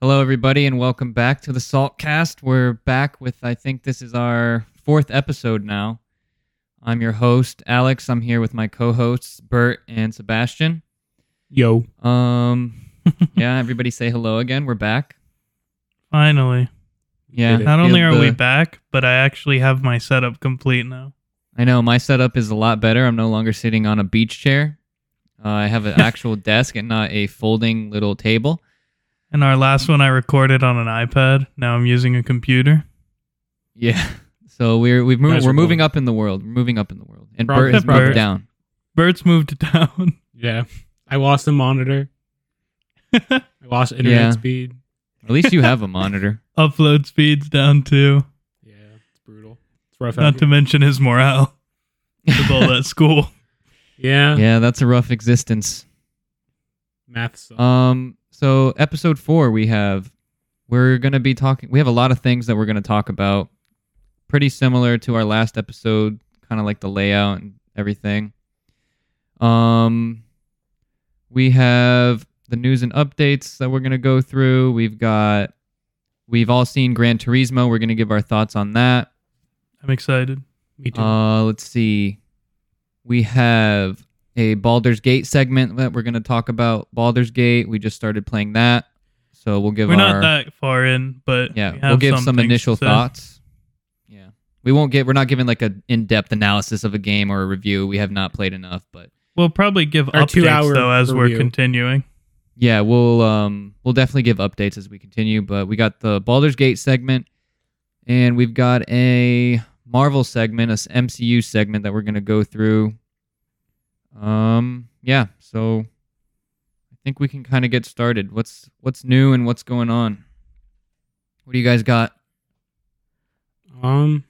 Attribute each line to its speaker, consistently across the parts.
Speaker 1: Hello, everybody, and welcome back to the Saltcast. We're back with, I think this is our fourth episode now. I'm your host, Alex. I'm here with my co hosts, Bert and Sebastian.
Speaker 2: Yo.
Speaker 1: Um, yeah, everybody say hello again. We're back.
Speaker 3: Finally.
Speaker 1: Yeah.
Speaker 2: did it.
Speaker 3: Not
Speaker 1: feel
Speaker 3: only are we
Speaker 1: the-
Speaker 3: back, but I actually have my setup complete now.
Speaker 1: I know my setup is a lot better. I'm no longer sitting on a beach chair. Uh, I have an actual desk and not a folding little table.
Speaker 3: And our last one I recorded on an iPad. Now I'm using a computer.
Speaker 1: Yeah. So we're we've moved,
Speaker 2: Nice
Speaker 1: we're
Speaker 2: recording.
Speaker 1: moving up in the world. We're moving up in the world. And
Speaker 2: Progress,
Speaker 1: Bert has moved
Speaker 3: Bert.
Speaker 1: down.
Speaker 3: Bert's moved down.
Speaker 2: Yeah. I lost the monitor. I lost internet
Speaker 1: Yeah.
Speaker 2: speed.
Speaker 1: At least you have a monitor.
Speaker 3: Upload speed's down too.
Speaker 2: Yeah. It's brutal. It's rough out
Speaker 3: Not to
Speaker 2: here.
Speaker 3: mention his morale with all that school.
Speaker 2: yeah.
Speaker 1: yeah, that's a rough existence.
Speaker 2: Math sucks.
Speaker 1: Um, so episode four, we have we're gonna be talking. We have a lot of things that we're gonna talk about. Pretty similar to our last episode, kind of like the layout and everything. Um, we have the news and updates that we're gonna go through. We've got we've all seen Gran Turismo. We're gonna give our thoughts on that.
Speaker 3: I'm excited.
Speaker 2: Me too.
Speaker 1: Uh, let's see. We have a Baldur's Gate segment that we're going to talk about. Baldur's Gate. We just started playing that, so we'll give
Speaker 3: We're
Speaker 1: our
Speaker 3: not that far in, but
Speaker 1: yeah.
Speaker 3: we
Speaker 1: we'll
Speaker 3: have
Speaker 1: give
Speaker 3: some
Speaker 1: some
Speaker 3: things
Speaker 1: initial
Speaker 3: to say.
Speaker 1: thoughts. Yeah, we won't get. We're not giving like an in-depth analysis of a game or a review. We have not played enough, but
Speaker 3: We'll probably give
Speaker 2: Our
Speaker 3: updates
Speaker 2: two-hour
Speaker 3: though as we're
Speaker 2: review.
Speaker 3: continuing.
Speaker 1: yeah, we'll um we'll definitely give updates as we continue. But we got the Baldur's Gate segment, and we've got a Marvel segment, a s- MCU segment that we're gonna go through. Um, yeah, so I think we can kind of get started. What's what's new and what's going on? What do you guys got?
Speaker 2: um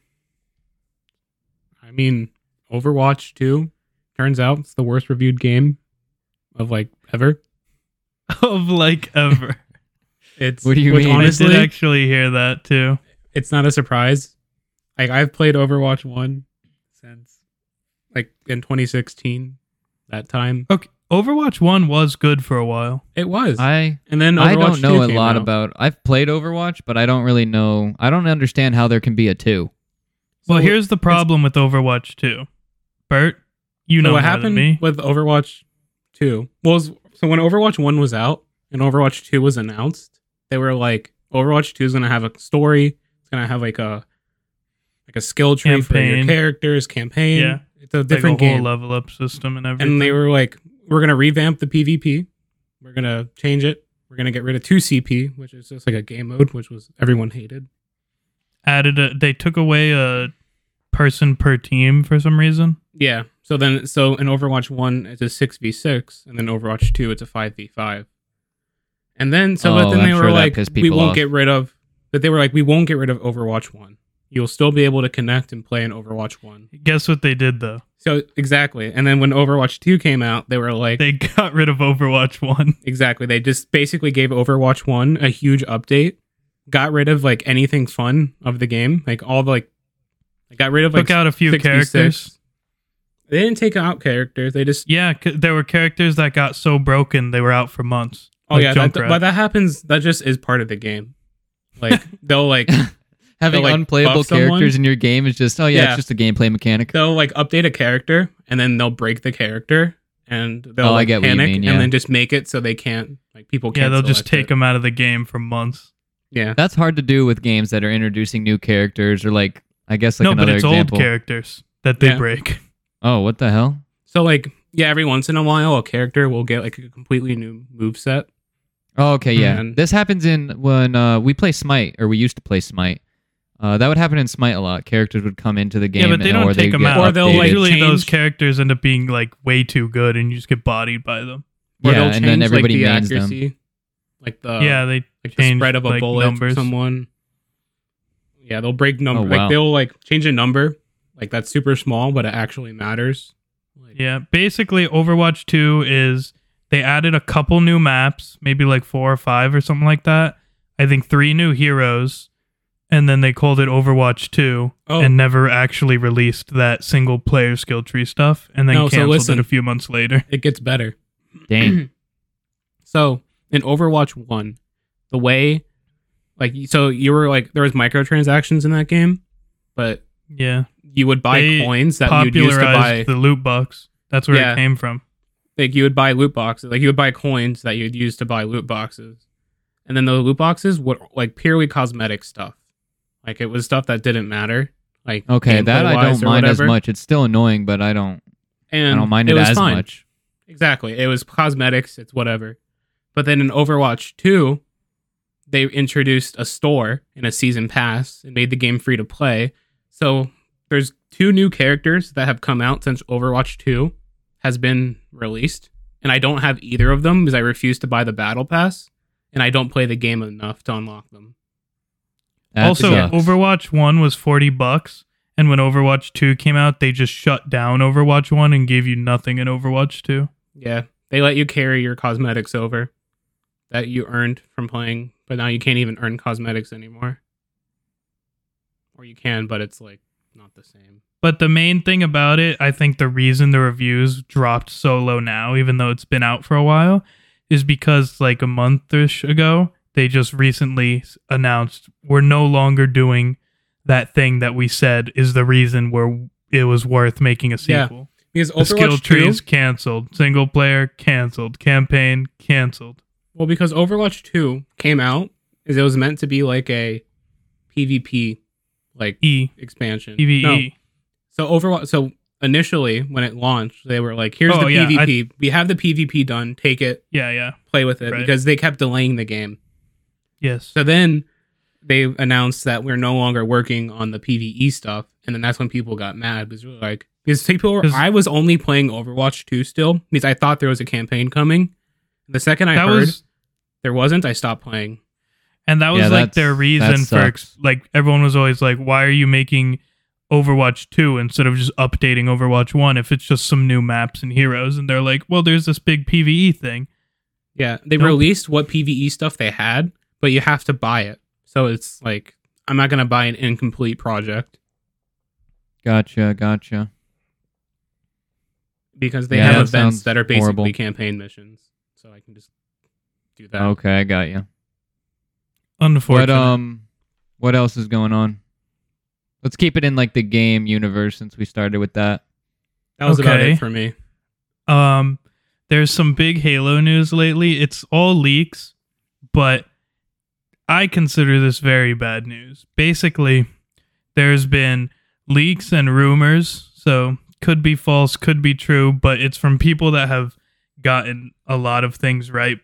Speaker 2: I mean, Overwatch 2 turns out it's the worst reviewed game of like ever.
Speaker 3: of like ever.
Speaker 2: It's
Speaker 1: What do you
Speaker 2: which
Speaker 1: mean?
Speaker 2: honestly
Speaker 3: I did actually hear that too.
Speaker 2: it's not a surprise. Like I've played Overwatch 1 since like in 2016 that time.
Speaker 3: Okay. Overwatch 1 was good for a while.
Speaker 2: It was.
Speaker 1: I
Speaker 2: and then Overwatch
Speaker 1: I don't
Speaker 2: 2
Speaker 1: know a
Speaker 2: came
Speaker 1: lot
Speaker 2: out.
Speaker 1: about. I've played Overwatch, but I don't really know. I don't understand how there can be a two.
Speaker 3: Well,
Speaker 2: So-
Speaker 3: here's the problem with Overwatch 2. Bert, you know
Speaker 2: so
Speaker 3: what
Speaker 2: what
Speaker 3: happened
Speaker 2: happened
Speaker 3: me.
Speaker 2: with Overwatch 2 was so when Overwatch 1 was out and Overwatch 2 was announced, they were like Overwatch 2 is going to have a story, it's going to have like a like a skill tree for your
Speaker 3: Campaign.
Speaker 2: characters, campaign.
Speaker 3: Yeah.
Speaker 2: It's a
Speaker 3: Like a whole
Speaker 2: different game.
Speaker 3: level up system and everything.
Speaker 2: And they were like we're going to revamp the PvP. We're going to change it. We're going to get rid of 2CP, which is just like a game mode which was everyone hated.
Speaker 3: added a, they took away a person per team for some reason.
Speaker 2: Yeah. So then, so in Overwatch one, it's a six v six, and then Overwatch two, it's a five v five. And then, so
Speaker 1: Oh,
Speaker 2: but then
Speaker 1: I'm
Speaker 2: they
Speaker 1: sure
Speaker 2: were
Speaker 1: that
Speaker 2: like,
Speaker 1: pissed
Speaker 2: we
Speaker 1: people
Speaker 2: won't
Speaker 1: off.
Speaker 2: get rid of. But they were like, we won't get rid of Overwatch one. You'll still be able to connect and play in Overwatch one.
Speaker 3: Guess what they did though?
Speaker 2: So exactly. And then when Overwatch two came out, they were like,
Speaker 3: They got rid of Overwatch 1.
Speaker 2: exactly. They just basically gave Overwatch one a huge update, got rid of like anything fun of the game, like all the like, they got rid of like
Speaker 3: took out a few
Speaker 2: 6v6.
Speaker 3: characters.
Speaker 2: They didn't take out characters. They just
Speaker 3: Yeah, c- there were characters that got so broken they were out for months.
Speaker 2: Oh
Speaker 3: Like
Speaker 2: yeah, that,
Speaker 3: Junkrat.
Speaker 2: but that happens. That just is part of the game. Like they'll like
Speaker 1: Having
Speaker 2: like,
Speaker 1: unplayable
Speaker 2: buff someone?
Speaker 1: characters in your game is just oh yeah,
Speaker 2: Yeah.
Speaker 1: it's just a gameplay mechanic.
Speaker 2: they'll like update a character and then they'll break the character and they'll
Speaker 1: Oh, I
Speaker 2: like
Speaker 1: get what you
Speaker 2: panic
Speaker 1: mean, yeah.
Speaker 2: and then just make it so they can't like people can't.
Speaker 3: yeah, they'll just
Speaker 2: select
Speaker 3: take
Speaker 2: it.
Speaker 3: them out of the game for months.
Speaker 2: Yeah,
Speaker 1: That's hard to do with games that are introducing new characters or like I guess like
Speaker 3: no, but
Speaker 1: another
Speaker 3: it's
Speaker 1: example.
Speaker 3: old characters that they
Speaker 2: Yeah.
Speaker 3: break.
Speaker 1: Oh, what the hell?
Speaker 2: so like yeah, every once in a while a character will get like a completely new move set.
Speaker 1: Oh, okay, yeah.
Speaker 2: Man.
Speaker 1: This happens in when uh, we play Smite or we used to play Smite. Uh, that would happen in Smite a lot. Characters would come into the game,
Speaker 3: yeah, but they
Speaker 1: and- or
Speaker 3: don't take
Speaker 1: they'd
Speaker 3: them
Speaker 1: get
Speaker 3: out.
Speaker 2: Or they'll,
Speaker 1: updated.
Speaker 2: like,
Speaker 3: usually
Speaker 2: change-
Speaker 3: those characters end up being like way too good, and you just get bodied by them.
Speaker 2: Or
Speaker 1: yeah,
Speaker 2: they'll
Speaker 1: and then
Speaker 2: change,
Speaker 1: everybody
Speaker 2: like, the
Speaker 1: mains them.
Speaker 2: accuracy, like the
Speaker 3: yeah, they
Speaker 2: like the
Speaker 3: change
Speaker 2: spread of a
Speaker 3: like,
Speaker 2: bullet for
Speaker 3: numbers.
Speaker 2: someone. Yeah, they'll break
Speaker 1: Oh,
Speaker 2: number.
Speaker 1: wow.
Speaker 2: Like they'll like change a number, like that's super small, but it actually matters. Like,
Speaker 3: yeah. Basically, Overwatch Two is they added a couple new maps, maybe like four or five or something like that. I think three new heroes, and then they called it Overwatch Two,
Speaker 2: Oh.
Speaker 3: and never actually released that single player skill tree stuff, and then
Speaker 2: No, so
Speaker 3: canceled
Speaker 2: listen.
Speaker 3: it a few months later.
Speaker 2: it gets better.
Speaker 1: Dang.
Speaker 2: So in Overwatch 1, the way like so you were like there was microtransactions in that game, but
Speaker 3: Yeah.
Speaker 2: you would buy
Speaker 3: They
Speaker 2: coins that you'd use to buy
Speaker 3: Popularized the loot box. That's where
Speaker 2: Yeah.
Speaker 3: it came from.
Speaker 2: like you would buy loot boxes like you would buy coins that you'd use to buy loot boxes and then the loot boxes were like purely cosmetic stuff like it was stuff that didn't matter like
Speaker 1: Okay, that I
Speaker 2: gameplay-wise
Speaker 1: don't
Speaker 2: or
Speaker 1: mind as
Speaker 2: whatever.
Speaker 1: much. It's still annoying, but I don't
Speaker 2: and
Speaker 1: I don't mind it,
Speaker 2: was
Speaker 1: as
Speaker 2: fine.
Speaker 1: much.
Speaker 2: exactly it was cosmetics it's whatever but then in overwatch 2 they introduced a store and a season pass and made the game free to play so there's two new characters that have come out since overwatch 2 has been released and i don't have either of them because i refuse to buy the battle pass and i don't play the game enough to unlock them
Speaker 1: That
Speaker 3: also,
Speaker 1: sucks.
Speaker 3: Overwatch 1 was 40 bucks, and when Overwatch 2 came out, they just shut down Overwatch 1 and gave you nothing in Overwatch 2.
Speaker 2: yeah they let you carry your cosmetics over that you earned from playing but now you can't even earn cosmetics anymore or you can but it's like not the same
Speaker 3: But the main thing about it, I think the reason the reviews dropped so low now, even though it's been out for a while, is because like a monthish ago, they just recently s- announced we're no longer doing that thing that we said is the reason where it was worth making a
Speaker 2: Yeah.
Speaker 3: sequel.
Speaker 2: because
Speaker 3: The skill
Speaker 2: overwatch 2
Speaker 3: tree is canceled. Single player canceled. Campaign canceled.
Speaker 2: well because overwatch 2 came out is it was meant to be like a pvp like
Speaker 3: E
Speaker 2: expansion
Speaker 3: PVE.
Speaker 2: No. so overwatch so initially when it launched they were like here's
Speaker 3: Oh,
Speaker 2: the
Speaker 3: yeah, I-
Speaker 2: pvp we have the pvp done take it
Speaker 3: Yeah, yeah.
Speaker 2: play with it
Speaker 3: Right.
Speaker 2: because they kept delaying the game
Speaker 3: Yes.
Speaker 2: So then they announced that we're no longer working on the PVE stuff, and then that's when people got mad because really like because people were,
Speaker 3: 'Cause-
Speaker 2: I was only playing Overwatch 2 still because I thought there was a campaign coming. The second I
Speaker 3: that
Speaker 2: heard
Speaker 3: was
Speaker 2: there wasn't, I stopped playing.
Speaker 3: and that was
Speaker 1: Yeah,
Speaker 3: like
Speaker 1: that's-
Speaker 3: their
Speaker 1: that
Speaker 3: reason for ex-
Speaker 1: sucks.
Speaker 3: like everyone was always like why are you making Overwatch 2 instead of just updating Overwatch 1 if it's just some new maps and heroes and they're like, "Well, there's this big PvE thing."
Speaker 2: Yeah, they
Speaker 3: Nope.
Speaker 2: released what PVE stuff they had, but you have to buy it. So it's like I'm not gonna buy an incomplete project
Speaker 1: Gotcha, gotcha.
Speaker 2: because they
Speaker 1: Yeah,
Speaker 2: have
Speaker 1: that
Speaker 2: events
Speaker 1: sounds
Speaker 2: that are basically
Speaker 1: horrible.
Speaker 2: campaign missions. So I can just do that.
Speaker 1: Okay, I got you. What
Speaker 3: Unfortunately.
Speaker 1: um, what else is going on? Let's keep it in like the game universe since we started with that.
Speaker 2: That was about
Speaker 3: Okay.
Speaker 2: it for me.
Speaker 3: Um, there's some big Halo news lately. It's all leaks, but I consider this very bad news. Basically, there's been leaks and rumors, so could be false, could be true, but it's from people that have gotten a lot of things right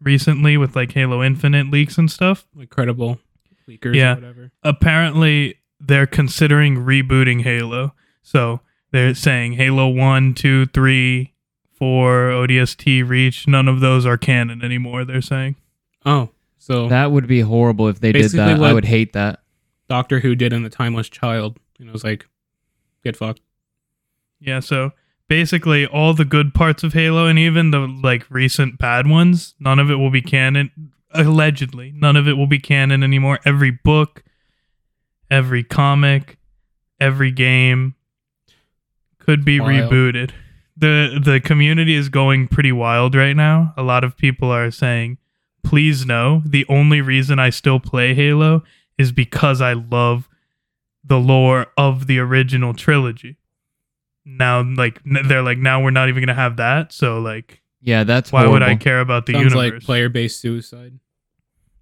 Speaker 3: recently with like Halo Infinite leaks and stuff.
Speaker 2: Like credible leakers
Speaker 3: Yeah.
Speaker 2: or whatever.
Speaker 3: Apparently, they're considering rebooting Halo. So they're saying Halo 1, 2, 3, 4, ODST, Reach, none of those are canon anymore, they're saying.
Speaker 2: Oh, so
Speaker 1: That would be horrible if they
Speaker 2: Basically
Speaker 1: did that.
Speaker 2: what-
Speaker 1: I would hate that.
Speaker 2: Doctor Who did in The Timeless Child. And I was like, get fucked.
Speaker 3: Yeah, so basically all the good parts of Halo and even the like recent bad ones, none of it will be canon allegedly. None of it will be canon anymore. Every book, every comic, every game could be
Speaker 2: Wild.
Speaker 3: rebooted. The the community is going pretty wild right now. A lot of people are saying, "Please no, the only reason I still play Halo is because I love the lore of the original trilogy." Now like n- they're like now we're not even going to have that, so like
Speaker 1: Yeah, that's
Speaker 3: why would I
Speaker 1: horrible.
Speaker 3: care about the
Speaker 2: Sounds
Speaker 3: universe?
Speaker 2: like player based suicide.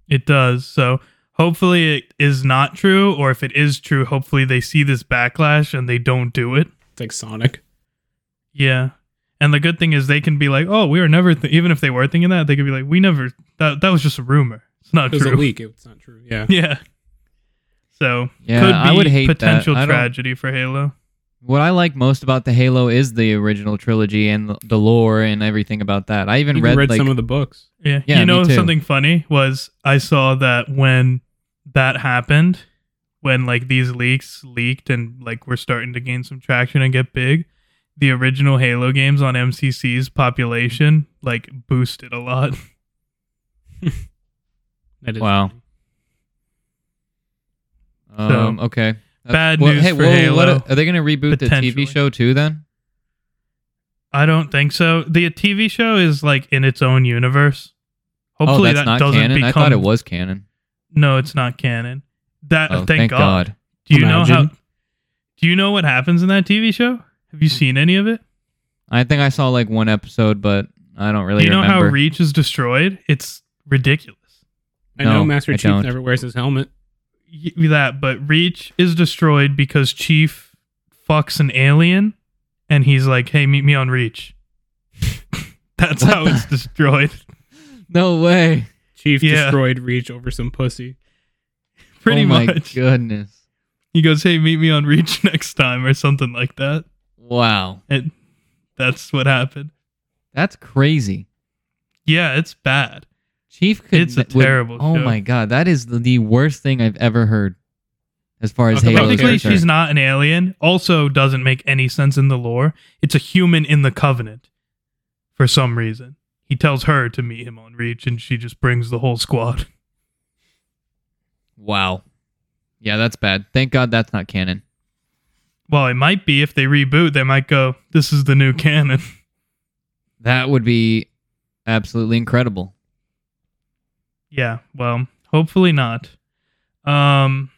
Speaker 3: It does. So hopefully it is not true, or if it is true, hopefully they see this backlash and they don't do it.
Speaker 2: It's like Sonic.
Speaker 3: Yeah. And the good thing is they can be like, oh, we were never, th-, even if they were thinking that, they could be like, we never, that, that was just a rumor. It's not
Speaker 2: It was
Speaker 3: true.
Speaker 2: a leak. It's not true. Yeah.
Speaker 3: Yeah. So
Speaker 1: Yeah,
Speaker 3: could be
Speaker 1: I would hate that.
Speaker 3: potential
Speaker 1: I don't-
Speaker 3: tragedy for Halo.
Speaker 1: What I like most about the Halo is the original trilogy and the- the lore and everything about that. I even
Speaker 2: Even
Speaker 1: read,
Speaker 2: read,
Speaker 1: like
Speaker 2: some of the books.
Speaker 3: Yeah.
Speaker 1: Yeah,
Speaker 3: you know
Speaker 1: me too.
Speaker 3: something funny was I saw that when that happened, when like these leaks leaked and like were starting to gain some traction and get big, the original Halo games on MCC's population like boosted a lot.
Speaker 2: That is
Speaker 1: Wow.
Speaker 2: funny.
Speaker 1: um, okay. That's-
Speaker 3: bad
Speaker 1: well,
Speaker 3: news
Speaker 1: hey,
Speaker 3: for
Speaker 1: well, what-
Speaker 3: Halo,
Speaker 1: are they going to reboot the
Speaker 3: potentially.
Speaker 1: TV show too? Then
Speaker 3: I don't think so. The TV show is like in its own universe.
Speaker 1: oh,
Speaker 3: Hopefully
Speaker 1: that's
Speaker 3: that
Speaker 1: not
Speaker 3: doesn't
Speaker 1: canon.
Speaker 3: become.
Speaker 1: I thought it was canon.
Speaker 3: No, it's not canon. That
Speaker 1: Oh,
Speaker 3: thank, God. Do you know how?
Speaker 2: Imagine.
Speaker 3: Do you know what happens in that TV show? Have you seen any of it?
Speaker 1: I think I saw like one episode, but I don't really
Speaker 3: do you know
Speaker 1: remember.
Speaker 3: how Reach is destroyed? It's ridiculous.
Speaker 2: I know
Speaker 1: No,
Speaker 2: Master
Speaker 1: I
Speaker 2: Chief
Speaker 1: don't.
Speaker 2: never wears his helmet.
Speaker 3: Y- that, but Reach is destroyed because Chief fucks an alien, and he's like, "Hey, meet me on Reach." That's
Speaker 1: What
Speaker 3: how
Speaker 1: the-
Speaker 3: it's destroyed.
Speaker 1: no way.
Speaker 2: Chief
Speaker 3: Yeah.
Speaker 2: destroyed Reach over some pussy.
Speaker 3: Pretty
Speaker 1: oh my
Speaker 3: much.
Speaker 1: goodness.
Speaker 3: He goes, "Hey, meet me on Reach next time," or something like that.
Speaker 1: Wow.
Speaker 3: And that's what happened.
Speaker 1: That's crazy.
Speaker 3: Yeah, it's bad.
Speaker 1: Chief could
Speaker 3: It's a
Speaker 1: ne- would-
Speaker 3: terrible
Speaker 1: Oh
Speaker 3: show.
Speaker 1: my god, that is the, the worst thing I've ever heard as far as
Speaker 2: Okay,
Speaker 1: Halo is
Speaker 3: Technically,
Speaker 1: concerned.
Speaker 3: she's not an alien. Also, doesn't make any sense in the lore. It's a human in the Covenant for some reason. He tells her to meet him on Reach, and she just brings the whole squad.
Speaker 1: Wow. Yeah, that's bad. Thank God that's not canon.
Speaker 3: Well, it might be if they reboot, they might go, This is the new canon.
Speaker 1: That would be absolutely incredible.
Speaker 3: yeah, well, hopefully not. Um,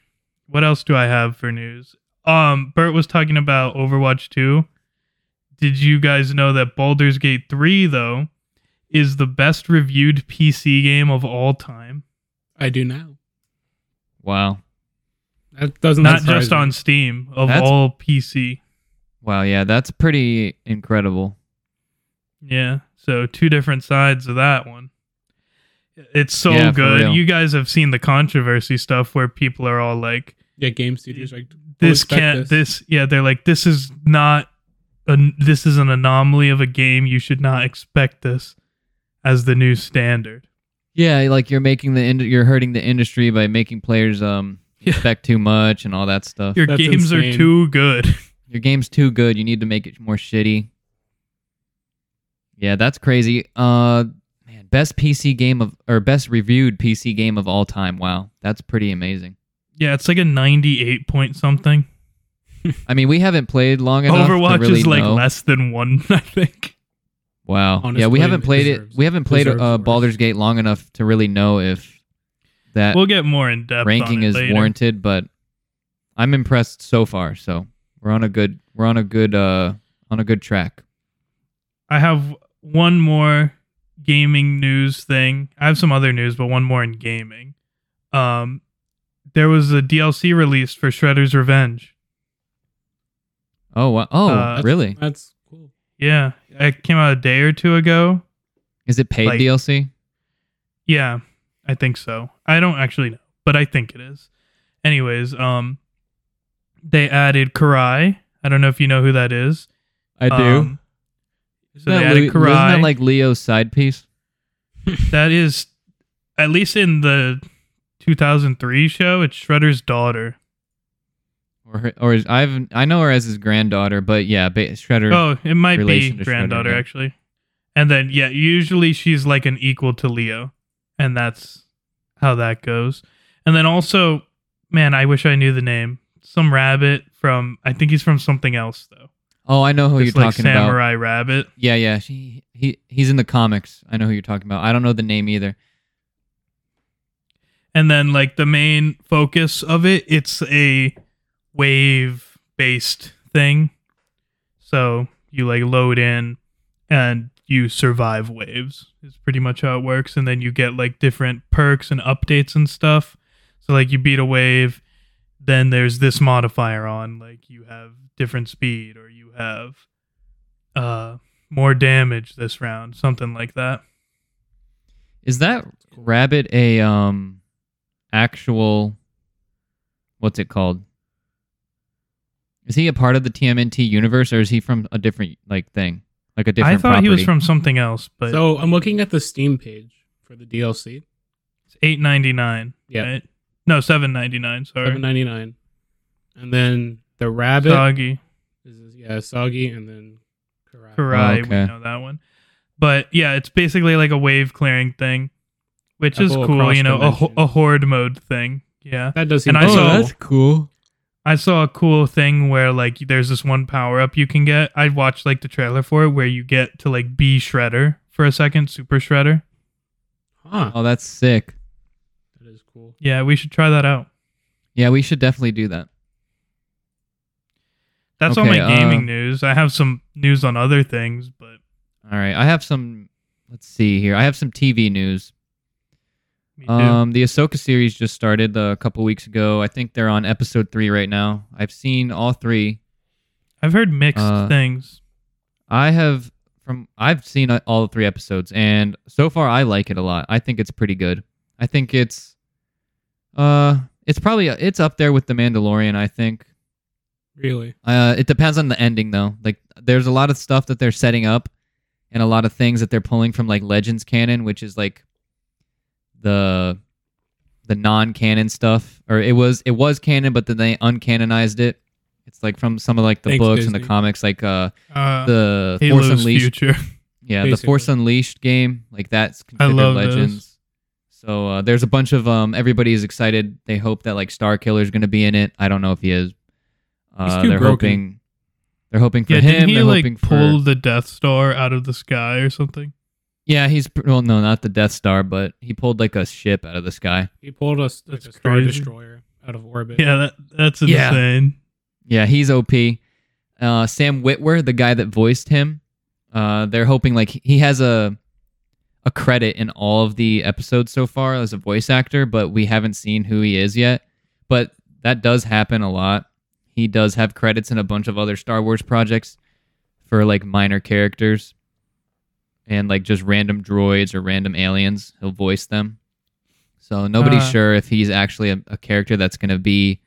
Speaker 3: what else do I have for news? Um, Bert was talking about Overwatch 2. Did you guys know that Baldur's Gate 3, though, is the best reviewed PC game of all time?
Speaker 2: I do now.
Speaker 1: Wow.
Speaker 2: That doesn't
Speaker 3: not
Speaker 2: surprise
Speaker 3: just
Speaker 2: me.
Speaker 3: on Steam of
Speaker 1: That's-
Speaker 3: all PC.
Speaker 1: Wow, yeah, that's pretty incredible.
Speaker 3: Yeah, so two different sides of that one. It's so
Speaker 1: Yeah, for real.
Speaker 3: good. You guys have seen the controversy stuff where people are all like,
Speaker 2: yeah game studios like "We'll
Speaker 3: "This
Speaker 2: respect
Speaker 3: can't. This. yeah." They're like, "This is not. An, this is an anomaly of a game. You should not expect this as the new standard."
Speaker 1: Yeah, like you're making the ind- you're hurting the industry by making players um
Speaker 3: Yeah.
Speaker 1: expect too much and all that stuff.
Speaker 3: Your
Speaker 2: That's
Speaker 3: games are
Speaker 2: insane.
Speaker 3: too good.
Speaker 1: Your game's too good. You need to make it more shitty. Yeah, that's crazy. Uh, man, best PC game of or best reviewed PC game of all time. Wow, that's pretty amazing.
Speaker 3: yeah, it's like a ninety-eight point something.
Speaker 1: I mean, we haven't played long enough. to
Speaker 3: Overwatch
Speaker 1: really
Speaker 3: is like
Speaker 1: know.
Speaker 3: less than one, I think.
Speaker 1: Wow. yeah,
Speaker 2: Honestly,
Speaker 1: we haven't played
Speaker 2: deserves-
Speaker 1: it. We haven't played
Speaker 2: deserves
Speaker 1: uh,
Speaker 2: worse.
Speaker 1: Baldur's Gate long enough to really know if that
Speaker 3: We'll get more in depth.
Speaker 1: Uh, ranking
Speaker 3: on it
Speaker 1: is
Speaker 3: later.
Speaker 1: warranted. But I'm impressed so far. So we're on a good we're on a good uh on a good track.
Speaker 3: I have one more gaming news thing. I have some other news, but one more in gaming. Um, there was a DLC released for Shredder's Revenge.
Speaker 1: Oh wow. Oh
Speaker 3: Uh, that's-
Speaker 1: really?
Speaker 2: that's cool
Speaker 3: Yeah, it came out a day or two ago.
Speaker 1: Is it paid
Speaker 3: like-
Speaker 1: DLC?
Speaker 3: Yeah, I think so. I don't actually know, but I think it is. Anyways, um, they added Karai. I don't know if you know who that is.
Speaker 1: I
Speaker 3: Um, so they added
Speaker 1: Leo- isn't
Speaker 3: Karai.
Speaker 1: that like Leo's side piece?
Speaker 3: That is, at least in the 2003 show, it's Shredder's daughter.
Speaker 1: Or, her- or is, I've I know her as his granddaughter, but yeah, ba- Shredder.
Speaker 3: Oh, it might be
Speaker 1: relation to Shredder,
Speaker 3: granddaughter
Speaker 1: yeah.
Speaker 3: actually. And then yeah, usually she's like an equal to Leo, and that's how that goes. And then also, man, I wish I knew the name. Some rabbit from I think he's from something else though.
Speaker 1: Oh, I know who
Speaker 3: it's
Speaker 1: you're
Speaker 3: like
Speaker 1: talking about.
Speaker 3: Samurai Rabbit.
Speaker 1: Yeah, yeah, she he he's in the comics. I know who you're talking about. I don't know the name either.
Speaker 3: And then like the main focus of it, it's a wave based thing. So you like load in and you survive waves is pretty much how it works. And then you get like different perks and updates and stuff. So like you beat a wave, then there's this modifier on, like you have different speed or you have uh more damage this round, something like that.
Speaker 1: Is that rabbit a um actual what's it called? Is he a part of the TMNT universe or is he from a different like thing? Like a different
Speaker 3: I thought he was
Speaker 1: property?
Speaker 3: from something else, but
Speaker 2: so i'm looking at the steam page for the dlc
Speaker 3: It's eight ninety nine.
Speaker 2: Yeah.
Speaker 3: Right? No, seven ninety nine. Sorry.
Speaker 2: 799 and then the rabbit
Speaker 3: Soggy.
Speaker 2: is yeah soggy and then Karai.
Speaker 3: Karai.
Speaker 1: okay.
Speaker 3: We know that one. But yeah, it's basically like a wave clearing thing, which is
Speaker 2: Couple
Speaker 3: cool.
Speaker 2: across
Speaker 3: You know, a, ho-
Speaker 2: dimensions.
Speaker 3: a horde mode thing. Yeah.
Speaker 2: that does seem
Speaker 3: And I
Speaker 2: cool.
Speaker 3: saw- Oh, that's
Speaker 1: cool.
Speaker 3: I saw a cool thing where like there's this one power up you can get. I watched like the trailer for it where you get to like be Shredder for a second, Super Shredder.
Speaker 2: Huh.
Speaker 1: Oh, that's sick.
Speaker 2: That is cool.
Speaker 3: Yeah, we should try that out.
Speaker 1: Yeah, we should definitely do that.
Speaker 3: That's all
Speaker 1: Okay,
Speaker 3: my gaming
Speaker 1: uh,
Speaker 3: news. I have some news on other things, but
Speaker 1: All right. I have some. Let's see here. I have some TV news.
Speaker 3: me too.
Speaker 1: Um, the Ahsoka series just started uh, a couple weeks ago. I think they're on episode three right now. I've seen all three.
Speaker 3: I've heard mixed
Speaker 1: uh,
Speaker 3: things.
Speaker 1: I have from I've seen uh, all three episodes, and so far I like it a lot. I think it's pretty good. I think it's, uh, it's probably it's up there with the Mandalorian. I think.
Speaker 2: Really?
Speaker 1: Uh, it depends on the ending though. Like there's a lot of stuff that they're setting up and a lot of things that they're pulling from like Legends canon, which is like the the non-canon stuff or it was it was canon but then they uncanonized it. It's like from some of like the
Speaker 2: Thanks,
Speaker 1: books and the
Speaker 2: Disney.
Speaker 1: comics like uh
Speaker 3: Uh,
Speaker 1: the Force
Speaker 3: Halo's
Speaker 1: Unleashed.
Speaker 3: future.
Speaker 1: Yeah, the
Speaker 2: basically.
Speaker 1: Force Unleashed game, like that's considered
Speaker 3: love those.
Speaker 1: Legends. So uh, there's a bunch of um everybody is excited. They hope that like Star Killer's going to be in it. I don't know if he is. Uh,
Speaker 2: too
Speaker 1: they're
Speaker 2: broken.
Speaker 1: hoping they're hoping for
Speaker 3: yeah,
Speaker 1: him.
Speaker 3: didn't he
Speaker 1: they're
Speaker 3: like
Speaker 1: hoping for
Speaker 3: pull the Death Star out of the sky or something?
Speaker 1: Yeah, he's pr- well no, not the Death Star, but he pulled like a ship out of the sky.
Speaker 2: He pulled us a,
Speaker 3: That's
Speaker 2: a star
Speaker 3: crazy.
Speaker 2: destroyer out of orbit.
Speaker 3: Yeah, that, that's
Speaker 1: Yeah.
Speaker 3: insane.
Speaker 1: Yeah, he's OP. Uh, Sam Witwer, the guy that voiced him, uh, they're hoping like he has a a credit in all of the episodes so far as a voice actor, but we haven't seen who he is yet. But that does happen a lot. He does have credits in a bunch of other Star Wars projects for like minor characters and like just random droids or random aliens. He'll voice them. So nobody's
Speaker 3: Uh.
Speaker 1: sure if he's actually a, a character that's going to be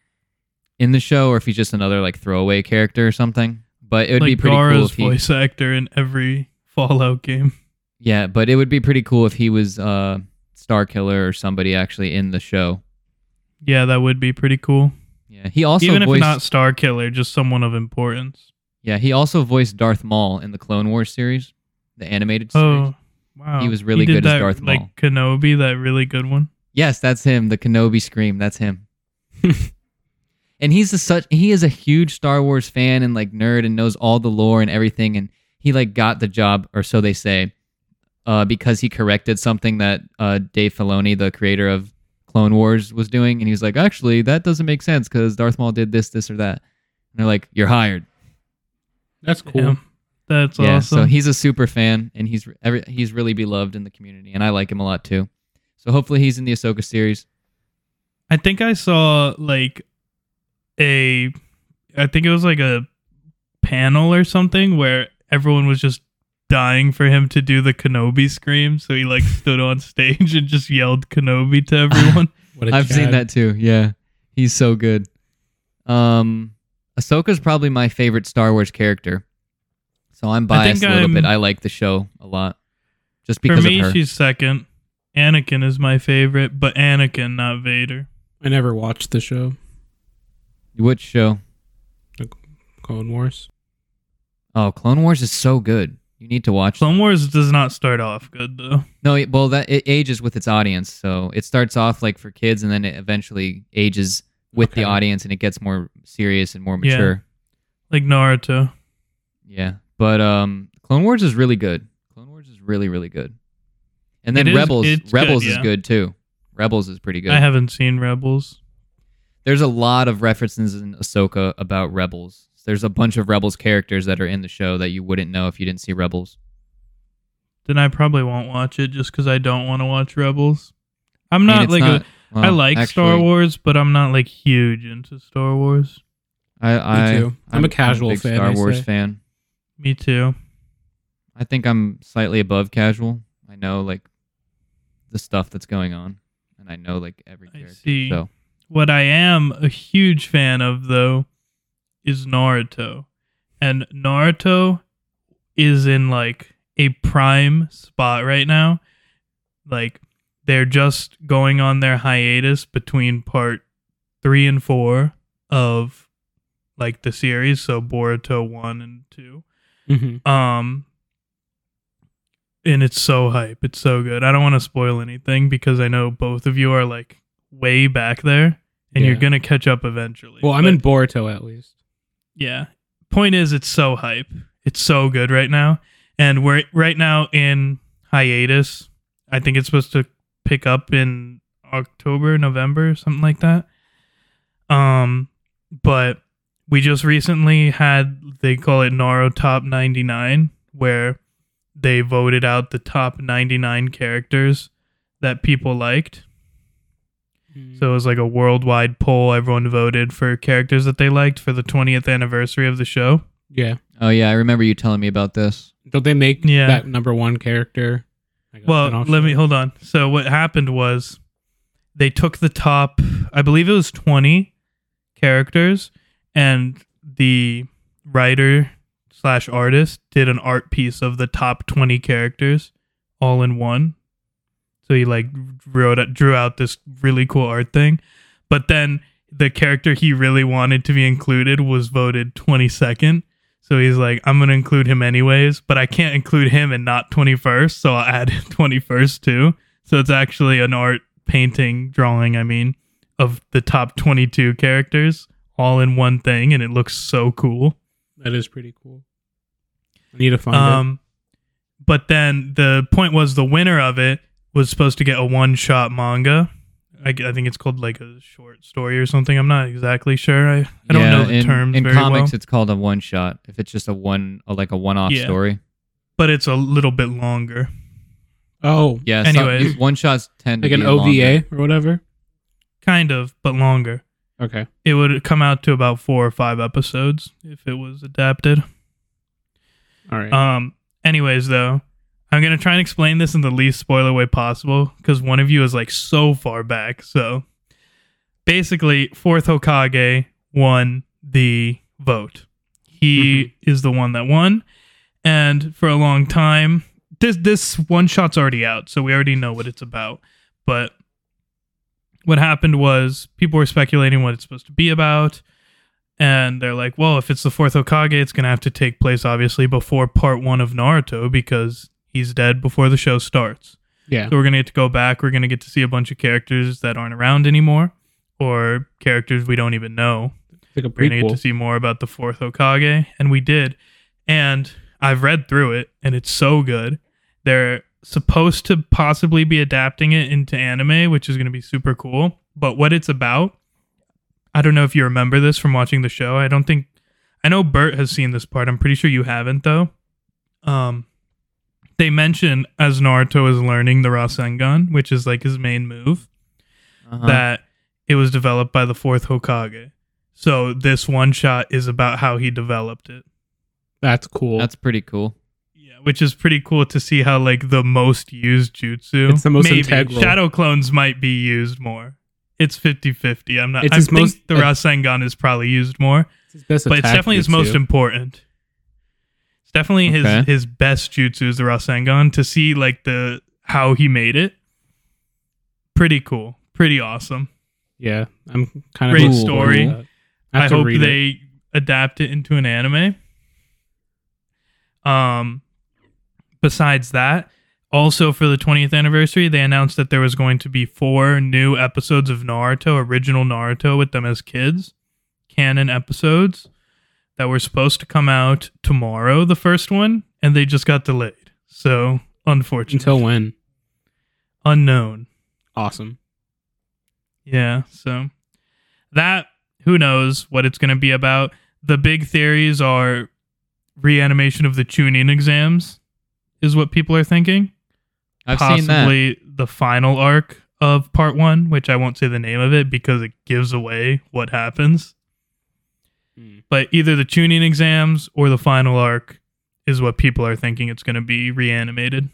Speaker 1: in the show or if he's just another like throwaway character or something. But it would
Speaker 3: like
Speaker 1: be pretty
Speaker 3: Gara's
Speaker 1: cool if he,
Speaker 3: voice actor in every Fallout game.
Speaker 1: yeah, but it would be pretty cool if he was uh Star Killer or somebody actually in the show.
Speaker 3: Yeah, that would be pretty cool.
Speaker 1: Yeah, he also
Speaker 3: Even
Speaker 1: voiced
Speaker 3: if not Star Killer, just someone of importance.
Speaker 1: Yeah, he also voiced Darth Maul in the Clone Wars series, the animated series.
Speaker 3: Oh, wow.
Speaker 1: He was really
Speaker 3: did
Speaker 1: good as
Speaker 3: that,
Speaker 1: Darth Maul.
Speaker 3: Like Kenobi, that really good one.
Speaker 1: Yes, that's him, the Kenobi scream, that's him. and he's a such he is a huge Star Wars fan and like nerd and knows all the lore and everything and he like got the job or so they say uh because he corrected something that uh Dave Filoni, the creator of Clone Wars was doing and he was like, "Actually, that doesn't make sense cuz Darth Maul did this this or that." And they're like, "You're hired."
Speaker 2: That's cool.
Speaker 3: Yeah. That's
Speaker 1: yeah,
Speaker 3: awesome.
Speaker 1: so he's a super fan, and he's re- every, he's really beloved in the community, and I like him a lot too. So hopefully he's in the Ahsoka series.
Speaker 3: I think I saw like a I think it was like a panel or something where everyone was just dying for him to do the Kenobi scream, so he like stood on stage and just yelled Kenobi to everyone.
Speaker 2: What a
Speaker 1: I've seen
Speaker 2: Chad.
Speaker 1: that too. Yeah, he's so good. Um, Ahsoka's probably my favorite Star Wars character, so I'm
Speaker 3: I think
Speaker 1: biased a little bit.
Speaker 3: I'm-
Speaker 1: I like the show a lot, just
Speaker 3: for
Speaker 1: because
Speaker 3: me,
Speaker 1: of her.
Speaker 3: she's second. Anakin is my favorite, but Anakin, not Vader.
Speaker 2: I never watched the show
Speaker 1: Which show?
Speaker 2: Clone Wars.
Speaker 1: Oh, Clone Wars is so good. You need to watch.
Speaker 3: Clone Wars does not start off good though.
Speaker 1: No, it- well, that it ages with its audience. So it starts off like for kids, and then it eventually ages with the
Speaker 2: Okay.
Speaker 1: audience, and it gets more serious and more
Speaker 3: Yeah.
Speaker 1: mature.
Speaker 3: Like Naruto.
Speaker 1: Yeah. But um, Clone Wars is really good. Clone Wars is really really good. And then
Speaker 3: It is-
Speaker 1: Rebels,
Speaker 3: it's
Speaker 1: Rebels
Speaker 3: good,
Speaker 1: is
Speaker 3: yeah.
Speaker 1: good too. Rebels is pretty good.
Speaker 3: I haven't seen Rebels.
Speaker 1: There's a lot of references in Ahsoka about Rebels. There's a bunch of Rebels characters that are in the show that you wouldn't know if you didn't see Rebels.
Speaker 3: Then I probably won't watch it just because I don't want to watch Rebels.
Speaker 1: I
Speaker 3: I'm
Speaker 1: mean,
Speaker 3: not
Speaker 1: it's
Speaker 3: like a I
Speaker 1: well,
Speaker 3: like Star
Speaker 1: actually,
Speaker 3: Wars, but I'm not like huge into Star Wars.
Speaker 1: I, I,
Speaker 2: too. I'm a casual
Speaker 1: big
Speaker 2: fan,
Speaker 1: Star
Speaker 2: they
Speaker 1: Wars
Speaker 2: say.
Speaker 1: fan.
Speaker 3: Me too.
Speaker 1: I think I'm slightly above casual. I know like the stuff that's going on, and I know like every
Speaker 3: I
Speaker 1: character.
Speaker 3: see.
Speaker 1: So
Speaker 3: What I am a huge fan of though is Naruto. And Naruto is in like a prime spot right now. Like they're just going on their hiatus between part 3 and 4 of like the series, so Boruto 1 and 2.
Speaker 2: Mm-hmm.
Speaker 3: Um and it's so hype. It's so good. I don't want to spoil anything because I know both of you are like way back there and you're
Speaker 2: Yeah.
Speaker 3: going to catch up eventually.
Speaker 2: Well, I'm
Speaker 3: But,
Speaker 2: in Boruto at least.
Speaker 3: Yeah. Point is it's so hype. It's so good right now. And we're right now in hiatus. I think it's supposed to pick up in October, November, something like that. Um, but we just recently had they call it Naro Top 99, where they voted out the top 99 characters that people liked.
Speaker 2: Mm.
Speaker 3: So it was like a worldwide poll. Everyone voted for characters that they liked for the 20th anniversary of the show.
Speaker 2: yeah,
Speaker 1: Oh yeah, I remember you telling me about this.
Speaker 2: don't they make
Speaker 3: Yeah.
Speaker 2: that number one character? like a
Speaker 3: Well,
Speaker 2: spin-off
Speaker 3: let me
Speaker 2: show?
Speaker 3: hold on. So what happened was they took the top, I believe it was 20 characters, and the writer slash artist did an art piece of the top 20 characters all in one. So he like wrote drew out this really cool art thing, but then the character he really wanted to be included was voted 22nd. So he's like, I'm gonna include him anyways, but I can't include him and not 21st, so I'll add 21st too. So it's actually an art painting drawing, I mean, of the top 22 characters all in one thing, and it looks so cool.
Speaker 2: That is pretty cool. I need to find it.
Speaker 3: Um, but then the point was the winner of it was supposed to get a one shot manga. I, g- I think it's called like a short story or something. I'm not exactly sure. I, I don't
Speaker 1: Yeah,
Speaker 3: know the
Speaker 1: in,
Speaker 3: terms
Speaker 1: in
Speaker 3: very well.
Speaker 1: comics. It's called a one shot. If it's just a one, a, like a one-off
Speaker 3: Yeah.
Speaker 1: story.
Speaker 3: but it's a little bit longer.
Speaker 2: Oh,
Speaker 1: Yeah. some-
Speaker 3: Anyways.
Speaker 1: one shots tend to
Speaker 2: like an
Speaker 1: be
Speaker 2: OVA
Speaker 1: longer.
Speaker 2: or whatever.
Speaker 3: Kind of, but longer.
Speaker 2: Okay.
Speaker 3: It would come out to about four or five episodes if it was adapted.
Speaker 2: All right.
Speaker 3: Um. Anyways, though, I'm gonna try and explain this in the least spoiler way possible because one of you is like so far back. So, basically, fourth Hokage won the vote. He is the one that won, and for a long time, this this one shot's already out, so we already know what it's about. But what happened was people were speculating what it's supposed to be about and they're like, well, if it's the fourth Okage, it's gonna have to take place obviously before part one of Naruto because he's dead before the show starts.
Speaker 2: yeah.
Speaker 3: So we're gonna get to go back. We're gonna get to see a bunch of characters that aren't around anymore, or characters we don't even know.
Speaker 2: It's like a
Speaker 3: We're gonna get
Speaker 2: prequel.
Speaker 3: to see more about the fourth Okage, and we did. And I've read through it, and it's so good. They're supposed to possibly be adapting it into anime, which is gonna be super cool. But what it's about, I don't know if you remember this from watching the show. I don't think I know Bert has seen this part. I'm pretty sure you haven't though. Um they mention as Naruto is learning the Rasengan, which is like his main move
Speaker 1: Uh-huh.
Speaker 3: that it was developed by the fourth Hokage. So this one shot is about how he developed it.
Speaker 2: That's cool.
Speaker 1: That's pretty cool.
Speaker 3: Yeah, which is pretty cool to see how like the most used jutsu.
Speaker 2: It's the most integral.
Speaker 3: Shadow clones might be used more. It's 50-50. I'm not.
Speaker 2: It's
Speaker 3: I
Speaker 2: his
Speaker 3: think
Speaker 2: most-
Speaker 3: the Rasengan is probably used more,
Speaker 2: It's his best
Speaker 3: but it's
Speaker 2: attack
Speaker 3: definitely his
Speaker 2: jutsu.
Speaker 3: most important. It's definitely his
Speaker 1: Okay.
Speaker 3: his best jutsu is the Rasengan. To see like the how he made it, pretty cool, pretty awesome.
Speaker 2: Yeah, I'm kind of
Speaker 3: Great
Speaker 2: looking forward
Speaker 1: story.
Speaker 2: to that. I
Speaker 3: I
Speaker 2: have to
Speaker 3: hope
Speaker 2: read it.
Speaker 3: they adapt it into an anime. Um, besides that, also for the 20th anniversary, they announced that there was going to be four new episodes of Naruto, original Naruto, with them as kids, canon episodes that were supposed to come out tomorrow, the first one, and they just got delayed. So, unfortunate.
Speaker 2: until when?
Speaker 3: unknown.
Speaker 2: Awesome.
Speaker 3: Yeah, so that who knows what it's going to be about. The big theories are reanimation of the tuning exams is what people are thinking.
Speaker 1: I've seen that.
Speaker 3: Possibly the final arc of part 1, which I won't say the name of it because it gives away what happens.
Speaker 2: Mm.
Speaker 3: But either the tuning exams or the final arc is what people are thinking it's going to be reanimated.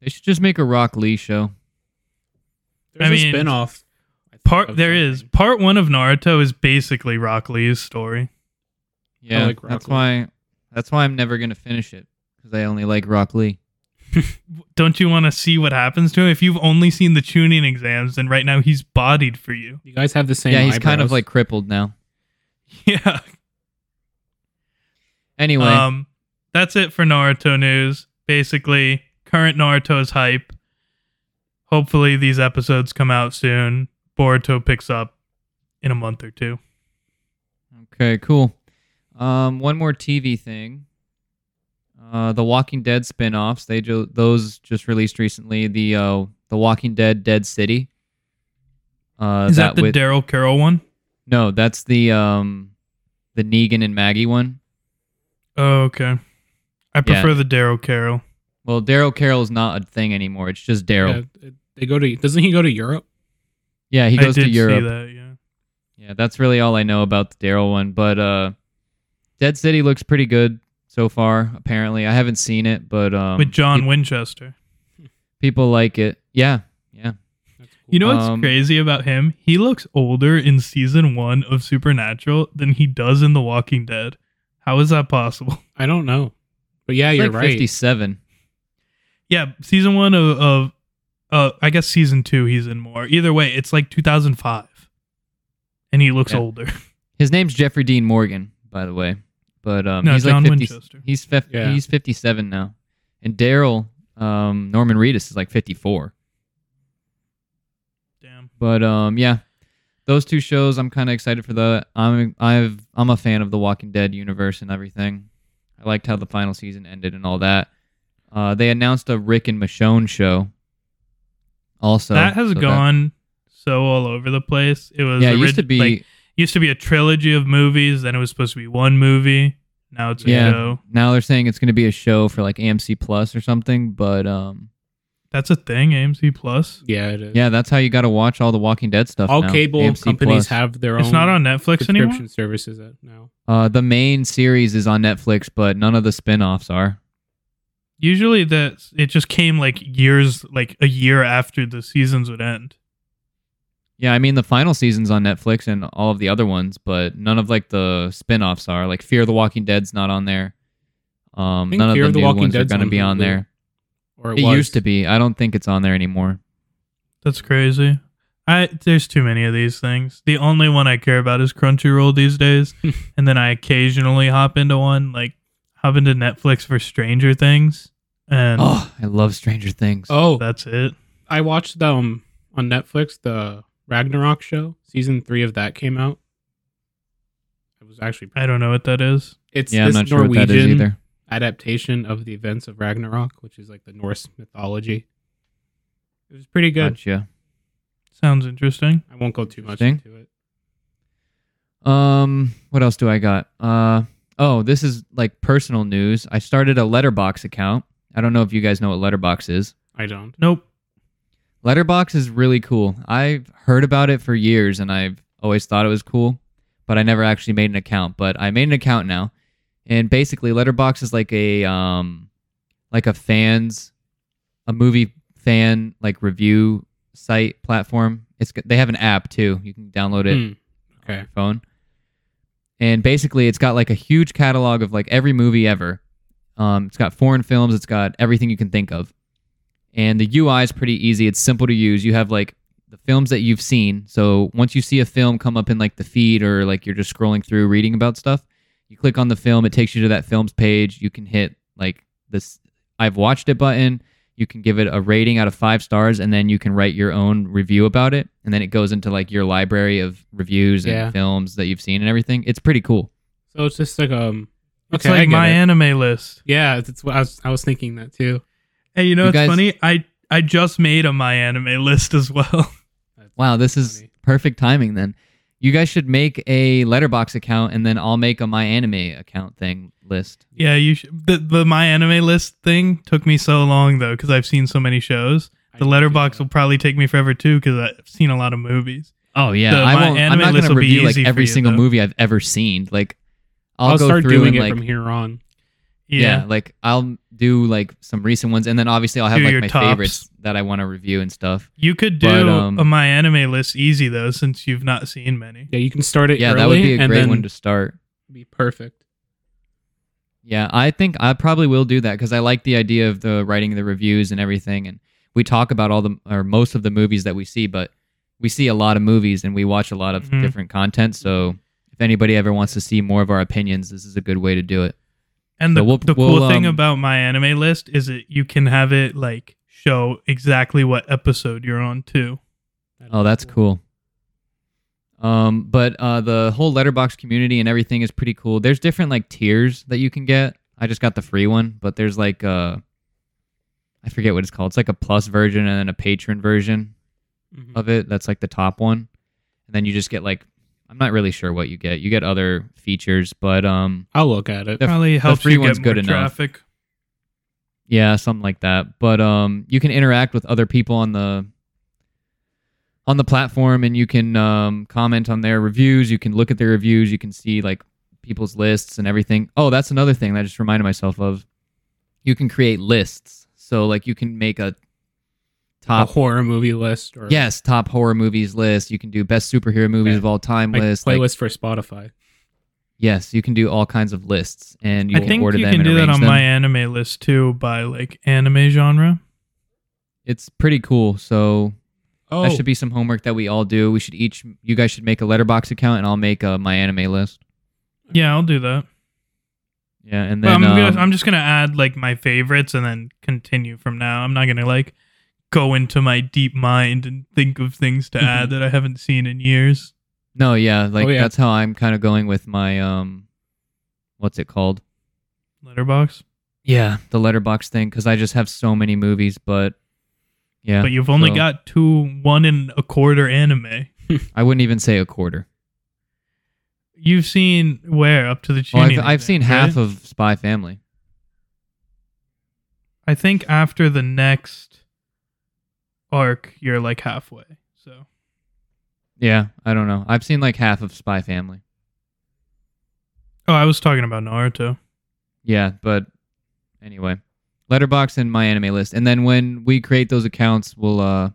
Speaker 1: They should just make a Rock Lee show.
Speaker 2: There's
Speaker 3: I
Speaker 2: a
Speaker 3: mean,
Speaker 2: spinoff. I think,
Speaker 3: Part
Speaker 2: of
Speaker 3: there is
Speaker 2: something.
Speaker 3: part 1 of Naruto is basically Rock Lee's story.
Speaker 1: Yeah,
Speaker 2: like Rock
Speaker 1: that's
Speaker 2: Lee.
Speaker 1: why. That's why I'm never gonna finish it because I only like Rock Lee.
Speaker 3: don't you want to see what happens to him? If you've only seen the tuning exams, then right now he's bodied for you.
Speaker 2: You guys have the same.
Speaker 1: yeah, he's kind of
Speaker 2: eyebrows.
Speaker 1: like crippled now.
Speaker 3: Yeah.
Speaker 1: Anyway,
Speaker 3: Um, that's it for Naruto news. Basically, current Naruto's hype. Hopefully, these episodes come out soon. Boruto picks up in a month or two.
Speaker 1: okay, cool. Um, one more TV thing. Uh, the Walking Dead spin-offs. They ju- those just released recently. The uh, The Walking Dead Dead City. Uh,
Speaker 3: Is that, the
Speaker 1: with-
Speaker 3: Daryl Carroll one?
Speaker 1: no, that's the um, the Negan and Maggie one.
Speaker 3: Oh, okay. I prefer the Daryl Carroll.
Speaker 1: Well, Daryl Carroll is not a thing anymore. It's just Daryl.
Speaker 2: Yeah, they go to doesn't he go to Europe?
Speaker 1: Yeah, he goes
Speaker 3: I did
Speaker 1: to Europe.
Speaker 3: See that, yeah.
Speaker 1: Yeah, that's really all I know about the Daryl one. But uh, Dead City looks pretty good so far. Apparently, I haven't seen it, but um,
Speaker 3: With John
Speaker 1: pe-
Speaker 3: Winchester.
Speaker 1: people like it. Yeah, yeah.
Speaker 2: That's cool.
Speaker 3: You know what's
Speaker 1: Um,
Speaker 3: crazy about him? He looks older in season one of Supernatural than he does in The Walking Dead. How is that possible?
Speaker 2: I don't know, but yeah,
Speaker 1: He's
Speaker 2: you're
Speaker 1: like
Speaker 2: right.
Speaker 1: Fifty-seven.
Speaker 3: Yeah, season one of, of uh, I guess season two he's in more. Either way, it's like 2005, and he looks
Speaker 1: Yeah.
Speaker 3: older.
Speaker 1: His name's Jeffrey Dean Morgan, by the way. But um,
Speaker 3: no,
Speaker 1: he's
Speaker 3: John
Speaker 1: like 50,
Speaker 3: Winchester.
Speaker 1: He's fif-
Speaker 2: Yeah.
Speaker 1: he's fifty-seven now, and Daryl um, Norman Reedus is like fifty-four.
Speaker 3: Damn.
Speaker 1: But um, yeah, those two shows I'm kind of excited for. The I'm I've I'm a fan of the Walking Dead universe and everything. I liked how the final season ended and all that. Uh, they announced a Rick and Michonne show. Also,
Speaker 3: that has
Speaker 1: so that-
Speaker 3: gone so all over the place. It was
Speaker 1: yeah, it used to
Speaker 3: orig-
Speaker 1: be.
Speaker 3: like, used to be a trilogy of movies. Then it was supposed to be one movie. Now it's a
Speaker 1: Yeah.
Speaker 3: show.
Speaker 1: now they're saying it's going to be a show for like AMC Plus or something. But um,
Speaker 3: That's a thing. AMC Plus.
Speaker 2: yeah, it is.
Speaker 1: yeah, that's how you got to watch all the Walking Dead stuff.
Speaker 2: all
Speaker 1: now,
Speaker 2: cable
Speaker 1: AMC Plus.
Speaker 2: companies have their
Speaker 3: It's
Speaker 2: own
Speaker 3: not on Netflix
Speaker 2: subscription
Speaker 3: anymore.
Speaker 2: services that- now.
Speaker 1: Uh, the main series is on Netflix, but none of the spin-offs are.
Speaker 3: Usually, that it just came like years, like a year after the seasons would end.
Speaker 1: Yeah, I mean the final season's on Netflix and all of the other ones, but none of like the spin-offs are. Like Fear of the Walking Dead's not on there. Um,
Speaker 2: I think
Speaker 1: none
Speaker 2: Fear
Speaker 1: of
Speaker 2: of
Speaker 1: the,
Speaker 2: the
Speaker 1: new
Speaker 2: Walking
Speaker 1: ones are
Speaker 2: Dead's
Speaker 1: going to
Speaker 2: on
Speaker 1: be on
Speaker 2: Hulu.
Speaker 1: there.
Speaker 2: Or
Speaker 1: It,
Speaker 2: was.
Speaker 1: used to be. I don't think it's on there anymore.
Speaker 3: That's crazy. I there's too many of these things. The only one I care about is Crunchyroll these days, and then I occasionally hop into one like hop into Netflix for Stranger Things, and
Speaker 1: Oh, I love Stranger Things.
Speaker 2: Oh,
Speaker 3: that's it.
Speaker 2: I watched um on Netflix the Ragnarok show. Season three of that came out. It was actually
Speaker 3: I don't know what that is.
Speaker 2: it's
Speaker 1: yeah, I'm
Speaker 2: this
Speaker 1: not sure
Speaker 2: Norwegian
Speaker 1: what that is either.
Speaker 2: adaptation of the events of Ragnarok, which is like the Norse mythology. It was pretty good.
Speaker 1: Gotcha.
Speaker 3: Sounds interesting.
Speaker 2: I won't go too much
Speaker 1: Interesting.
Speaker 2: into it.
Speaker 1: Um, what else do I got? Uh, oh, this is like personal news. I started a Letterbox account. I don't know if you guys know what Letterbox is.
Speaker 2: I don't.
Speaker 3: Nope.
Speaker 1: Letterbox is really cool. I've heard about it for years and I've always thought it was cool, but I never actually made an account. But I made an account now. And basically Letterbox is like a um like a fans a movie fan like review site platform. It's g- they have an app too. You can download it
Speaker 2: Hmm.
Speaker 1: on
Speaker 2: Okay.
Speaker 1: your phone. And basically, it's got like a huge catalog of like every movie ever. Um, it's got foreign films. It's got everything you can think of. And the UI is pretty easy. It's simple to use. You have like the films that you've seen. So once you see a film come up in like the feed or like you're just scrolling through reading about stuff, you click on the film. It takes you to that film's page. You can hit like this I've watched it button. You can give it a rating out of five stars, and then you can write your own review about it. And then it goes into like your library of reviews and
Speaker 2: Yeah.
Speaker 1: films that you've seen and everything. It's pretty cool.
Speaker 2: So it's just like um. Okay,
Speaker 3: It's
Speaker 2: I
Speaker 3: like
Speaker 2: get
Speaker 3: my
Speaker 2: it.
Speaker 3: anime list.
Speaker 2: Yeah, that's what I was. I was thinking that too.
Speaker 3: Hey, you know
Speaker 1: You
Speaker 3: what's
Speaker 1: guys-
Speaker 3: funny? I I just made a my anime list as well.
Speaker 2: That's
Speaker 1: Wow, this is
Speaker 2: funny.
Speaker 1: perfect timing then. You guys should make a letterbox account, and then I'll make a my anime account thing list.
Speaker 3: yeah, you should, the the my anime list thing took me so long though because I've seen so many shows. The
Speaker 2: I didn't do
Speaker 3: letterbox
Speaker 2: that.
Speaker 3: will probably take me forever too because I've seen a lot of movies.
Speaker 1: Oh yeah,
Speaker 3: The
Speaker 1: I
Speaker 3: My
Speaker 1: won't, I'm
Speaker 3: Anime
Speaker 1: not
Speaker 3: list
Speaker 1: gonna
Speaker 3: will be
Speaker 1: review like
Speaker 3: easy for
Speaker 1: every
Speaker 3: you,
Speaker 1: single
Speaker 3: though.
Speaker 1: movie I've ever seen. Like, I'll,
Speaker 2: I'll,
Speaker 1: go
Speaker 2: start
Speaker 1: through
Speaker 2: doing
Speaker 1: and
Speaker 2: it
Speaker 1: like
Speaker 2: from here on.
Speaker 1: Yeah. like I'll do like some recent ones, and then obviously I'll have
Speaker 3: Do
Speaker 1: like
Speaker 3: your
Speaker 1: my
Speaker 3: tops.
Speaker 1: favorites that I want to review and stuff.
Speaker 3: You could do
Speaker 1: But, um,
Speaker 3: a my anime list easy though, since you've not seen many.
Speaker 2: Yeah, you can start it.
Speaker 1: Yeah, that would
Speaker 2: early
Speaker 1: be a
Speaker 2: and
Speaker 1: great
Speaker 2: then
Speaker 1: one to start.
Speaker 2: be perfect.
Speaker 1: Yeah, I think I probably will do that because I like the idea of the writing the reviews and everything. And we talk about all the or most of the movies that we see, but we see a lot of movies and we watch a lot of
Speaker 3: Mhm.
Speaker 1: different content. So if anybody ever wants to see more of our opinions, this is a good way to do it.
Speaker 3: And the,
Speaker 1: So we'll-
Speaker 3: the cool
Speaker 1: we'll,
Speaker 3: thing
Speaker 1: um,
Speaker 3: about my anime list is that you can have it like show exactly what episode you're on too.
Speaker 2: That'd
Speaker 1: Oh,
Speaker 2: be
Speaker 1: that's cool. Um, but uh, the whole letterbox community and everything is pretty cool. There's different like tiers that you can get. I just got the free one, but there's like uh, I I forget what it's called. It's like a plus version and then a patron version
Speaker 2: Mhm.
Speaker 1: of it. That's like the top one. And then you just get like I'm not really sure what you get. You get other features, but um
Speaker 2: I'll look at it.
Speaker 1: The-
Speaker 3: Probably helps
Speaker 1: free
Speaker 3: you
Speaker 1: one's
Speaker 3: get more
Speaker 1: good enough.
Speaker 3: traffic.
Speaker 1: Yeah, something like that. But um, you can interact with other people on the on the platform, and you can um, comment on their reviews. You can look at their reviews. You can see like people's lists and everything. Oh, that's another thing that I just reminded myself of. You can create lists. So like you can make a
Speaker 2: A
Speaker 1: top
Speaker 2: horror movie list or
Speaker 1: yes top horror movies list. You can do best superhero movies
Speaker 2: Okay.
Speaker 1: of all time
Speaker 2: like
Speaker 1: list. like-
Speaker 2: playlist for Spotify.
Speaker 1: yes, you can do all kinds of lists, and you
Speaker 3: I
Speaker 1: can
Speaker 3: think
Speaker 1: order
Speaker 3: you
Speaker 1: them
Speaker 3: can
Speaker 1: and
Speaker 3: do that
Speaker 1: arrange
Speaker 3: on
Speaker 1: them.
Speaker 3: my anime list too by like anime genre.
Speaker 1: It's pretty cool. So
Speaker 2: Oh,
Speaker 1: That should be some homework that we all do. We should each, you guys should make a letterbox account, and I'll make uh, my anime list.
Speaker 3: Yeah, I'll do that.
Speaker 1: Yeah, and
Speaker 3: But
Speaker 1: then
Speaker 3: I'm,
Speaker 1: um,
Speaker 3: gonna, I'm just gonna add like my favorites and then continue from now. I'm not gonna like go into my deep mind and think of things to
Speaker 1: Mm-hmm.
Speaker 3: add that I haven't seen in years.
Speaker 1: no, yeah, like
Speaker 2: Oh, yeah.
Speaker 1: that's how I'm kind of going with my um, what's it called?
Speaker 3: Letterbox,
Speaker 1: Yeah, the letterbox thing because I just have so many movies, but yeah,
Speaker 3: but you've only
Speaker 1: so-
Speaker 3: got two, one and a quarter anime.
Speaker 1: I wouldn't even say a quarter.
Speaker 3: You've seen where up to the
Speaker 1: Well,
Speaker 3: chin.
Speaker 1: Oh, I've, I've seen half of Spy Family.
Speaker 3: I think after the next arc, you're like halfway. So
Speaker 1: Yeah, I don't know. I've seen like half of Spy Family.
Speaker 3: oh, I was talking about Naruto.
Speaker 1: Yeah, but anyway, letterbox and my anime list, and then when we create those accounts, we'll uh,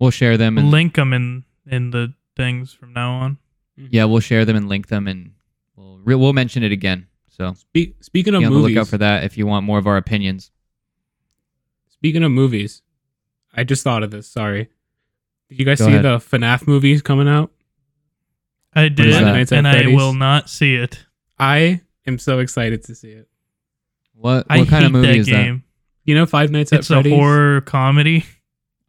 Speaker 1: we'll share them and
Speaker 3: Link them in in the things from now on.
Speaker 1: Yeah, we'll share them and link them, and we'll re- we'll mention it again. So
Speaker 2: Oh, Spe- speaking
Speaker 1: be on
Speaker 2: of
Speaker 1: the
Speaker 2: movies,
Speaker 1: lookout for that if you want more of our opinions.
Speaker 2: speaking of movies, I just thought of this. Sorry. Did you guys
Speaker 1: Go
Speaker 2: see
Speaker 1: ahead.
Speaker 2: the FNAF movies coming out?
Speaker 3: I did,
Speaker 1: that?
Speaker 2: Nights at
Speaker 3: and I
Speaker 2: Freddy's?
Speaker 3: will not see it.
Speaker 2: I am so excited to see it.
Speaker 1: What what
Speaker 3: I
Speaker 1: kind
Speaker 3: hate
Speaker 1: of movie
Speaker 3: that
Speaker 1: is
Speaker 3: game.
Speaker 2: You know, Five Nights
Speaker 3: It's
Speaker 2: at Freddy's.
Speaker 3: a horror comedy.
Speaker 1: that?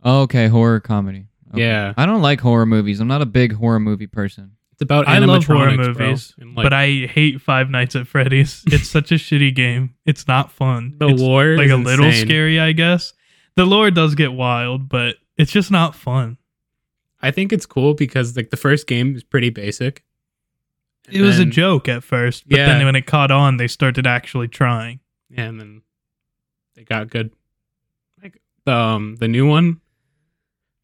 Speaker 1: Oh, okay, horror comedy. Okay.
Speaker 2: Yeah,
Speaker 1: I don't like horror movies. I'm not a big horror movie person.
Speaker 2: it's about
Speaker 3: I love horror
Speaker 2: animatronics, bro.
Speaker 3: movies,
Speaker 2: And, like,
Speaker 3: but I hate Five Nights at Freddy's. It's such a shitty game. It's not fun.
Speaker 2: the
Speaker 3: it's
Speaker 2: lore
Speaker 3: like
Speaker 2: is
Speaker 3: a little
Speaker 2: insane.
Speaker 3: scary, I guess. The lore does get wild, but it's just not fun.
Speaker 2: I think it's cool because like the first game is pretty basic. And
Speaker 3: It was a
Speaker 2: then-
Speaker 3: joke at first, but
Speaker 2: Yeah.
Speaker 3: then when it caught on, they started actually trying.
Speaker 2: and then they got good. Like the um, the new one,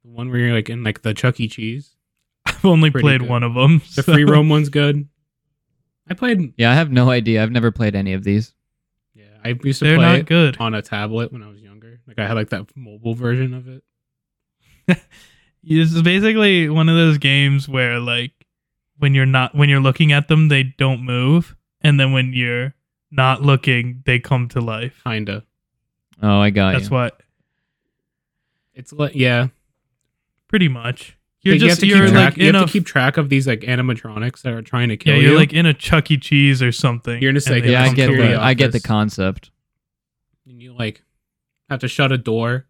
Speaker 2: the one where you're like in like the Chuck E. Cheese.
Speaker 3: I've only
Speaker 2: Pretty
Speaker 3: played
Speaker 2: good.
Speaker 3: one of them.
Speaker 2: The free roam one's good. I played.
Speaker 1: Yeah, I have no idea. I've never played any of these.
Speaker 2: Yeah, I used to
Speaker 3: They're
Speaker 2: play
Speaker 3: not
Speaker 2: it
Speaker 3: good.
Speaker 2: on a tablet when I was younger. Like I had like that mobile version of it.
Speaker 3: This is basically one of those games where like when you're not when you're looking at them, they don't move, and then when you're not looking, they come to life.
Speaker 2: Kinda.
Speaker 1: Oh, I got
Speaker 3: That's
Speaker 1: you.
Speaker 3: what
Speaker 2: It's like yeah.
Speaker 3: pretty much. You're
Speaker 2: Like,
Speaker 3: just
Speaker 2: you
Speaker 3: you
Speaker 2: have
Speaker 3: are
Speaker 2: to keep track.
Speaker 3: like
Speaker 2: you
Speaker 3: in
Speaker 2: have
Speaker 3: a
Speaker 2: to keep track of these like animatronics that are trying to
Speaker 3: yeah,
Speaker 2: kill
Speaker 3: you're
Speaker 2: you.
Speaker 3: like in a Chuck E. Cheese or something.
Speaker 2: You're just
Speaker 3: and
Speaker 2: like,
Speaker 3: they
Speaker 1: yeah, I
Speaker 3: come
Speaker 1: get
Speaker 3: to
Speaker 2: Interior
Speaker 1: the
Speaker 3: life.
Speaker 1: I get the
Speaker 2: office.
Speaker 1: concept.
Speaker 2: and you like have to shut a door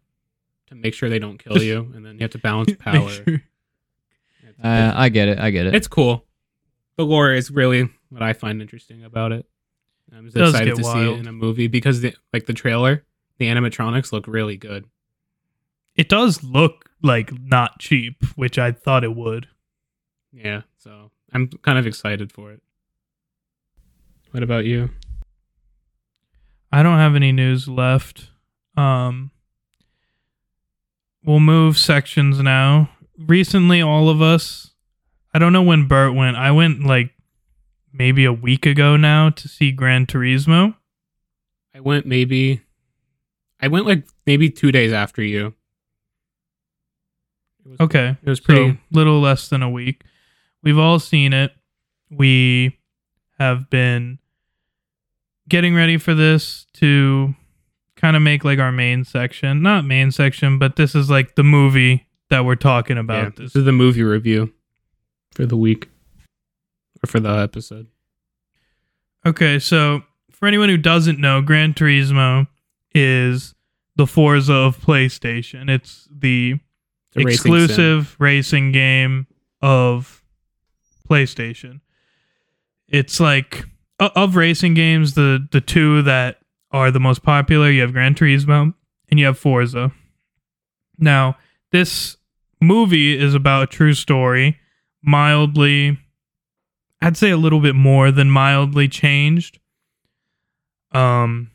Speaker 2: to make sure they don't kill you, and then you have to balance
Speaker 3: Make
Speaker 2: power.
Speaker 3: sure-
Speaker 1: Uh, I get it. I get it.
Speaker 2: it's cool. The lore is really what I find interesting about it. I'm just
Speaker 3: Does
Speaker 2: excited
Speaker 3: get
Speaker 2: to see
Speaker 3: wild.
Speaker 2: it in a movie because the like the trailer, the animatronics look really good.
Speaker 3: It does look like not cheap, which I thought it would.
Speaker 2: Yeah, so I'm kind of excited for it. What about you?
Speaker 3: I don't have any news left. Um, we'll move sections now. Recently, all of us, I don't know when Bert went. I went like maybe a week ago now to see Gran Turismo.
Speaker 2: I went maybe, I went like maybe two days after you. It was,
Speaker 3: Okay.
Speaker 2: it was pretty.
Speaker 3: So, little less than a week. We've all seen it. We have been getting ready for this to kind of make like our main section. Not main section, but this is like the movie that we're talking
Speaker 2: yeah,
Speaker 3: about.
Speaker 2: this is the movie review for the week or for the episode.
Speaker 3: Okay, so for anyone who doesn't know, Gran Turismo is the Forza of PlayStation. It's the
Speaker 2: The racing sim.
Speaker 3: exclusive racing game of PlayStation. It's like o- of racing games, the the two that are the most popular. You have Gran Turismo and you have Forza. Now, this movie is about a true story, mildly, I'd say a little bit more than mildly changed. Um,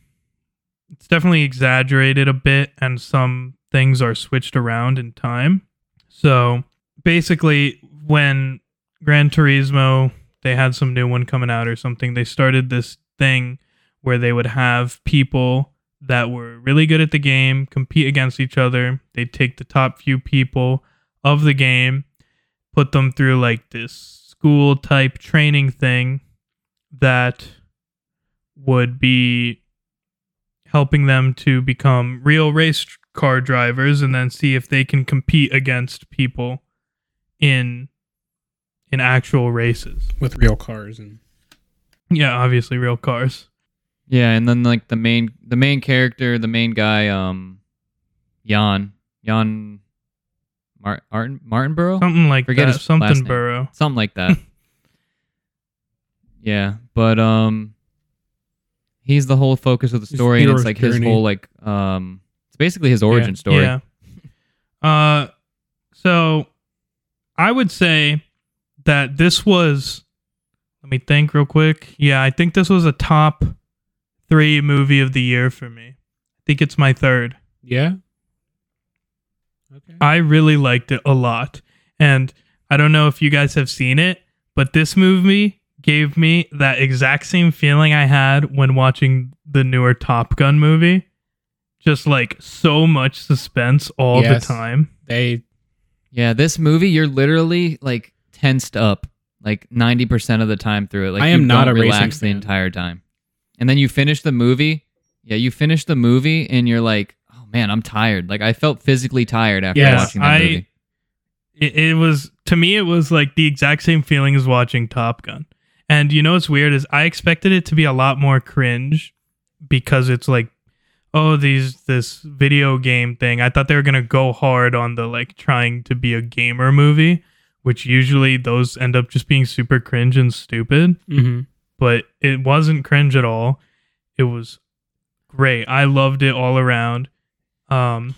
Speaker 3: it's definitely exaggerated a bit, and some things are switched around in time. So basically, when Gran Turismo, they had some new one coming out or something, they started this thing where they would have people that were really good at the game compete against each other. They'd take the top few people of the game, put them through like this school type training thing that would be helping them to become real race car drivers and then see if they can compete against people in in actual races.
Speaker 2: with real cars and
Speaker 3: Yeah, obviously real cars.
Speaker 1: Yeah, and then like the main the main character, the main guy, um, Jan Jan Mar- Martin Martinborough,
Speaker 3: Something like
Speaker 1: Oh, Forget
Speaker 3: that.
Speaker 1: his last
Speaker 3: Something
Speaker 1: name.
Speaker 3: burrow.
Speaker 1: something like that. yeah, but um, he's the whole focus of the
Speaker 2: His
Speaker 1: story, and it's
Speaker 2: hero's
Speaker 1: like his
Speaker 2: journey.
Speaker 1: whole like um, it's basically his origin story.
Speaker 3: Yeah. Uh, so I would say that this was. Let me think real quick. Yeah, I think this was a top three movie of the year for me. I think it's my third.
Speaker 2: yeah. Okay.
Speaker 3: I really liked it a lot. And I don't know if you guys have seen it, but this movie gave me that exact same feeling I had when watching the newer Top Gun movie. Just like so much suspense all
Speaker 2: Yes.
Speaker 3: the time.
Speaker 2: they
Speaker 1: Yeah, this movie, you're literally like tensed up like 90% of the time through it. Like
Speaker 2: I
Speaker 1: you
Speaker 2: am not
Speaker 1: don't
Speaker 2: a
Speaker 1: relax
Speaker 2: racing
Speaker 1: the
Speaker 2: fan.
Speaker 1: entire time. And then you finish the movie. Yeah, you finish the movie and you're like, "Oh man, I'm tired." Like I felt physically tired after
Speaker 3: Yes,
Speaker 1: watching that
Speaker 3: I-
Speaker 1: movie.
Speaker 3: it, it was to me it was like the exact same feeling as watching top gun and you know what's weird is i expected it to be a lot more cringe because it's like oh these this video game thing i thought they were going to go hard on the like trying to be a gamer movie which usually those end up just being super cringe and stupid
Speaker 2: mm-hmm.
Speaker 3: but it wasn't cringe at all. It was great. I loved it all around. Um,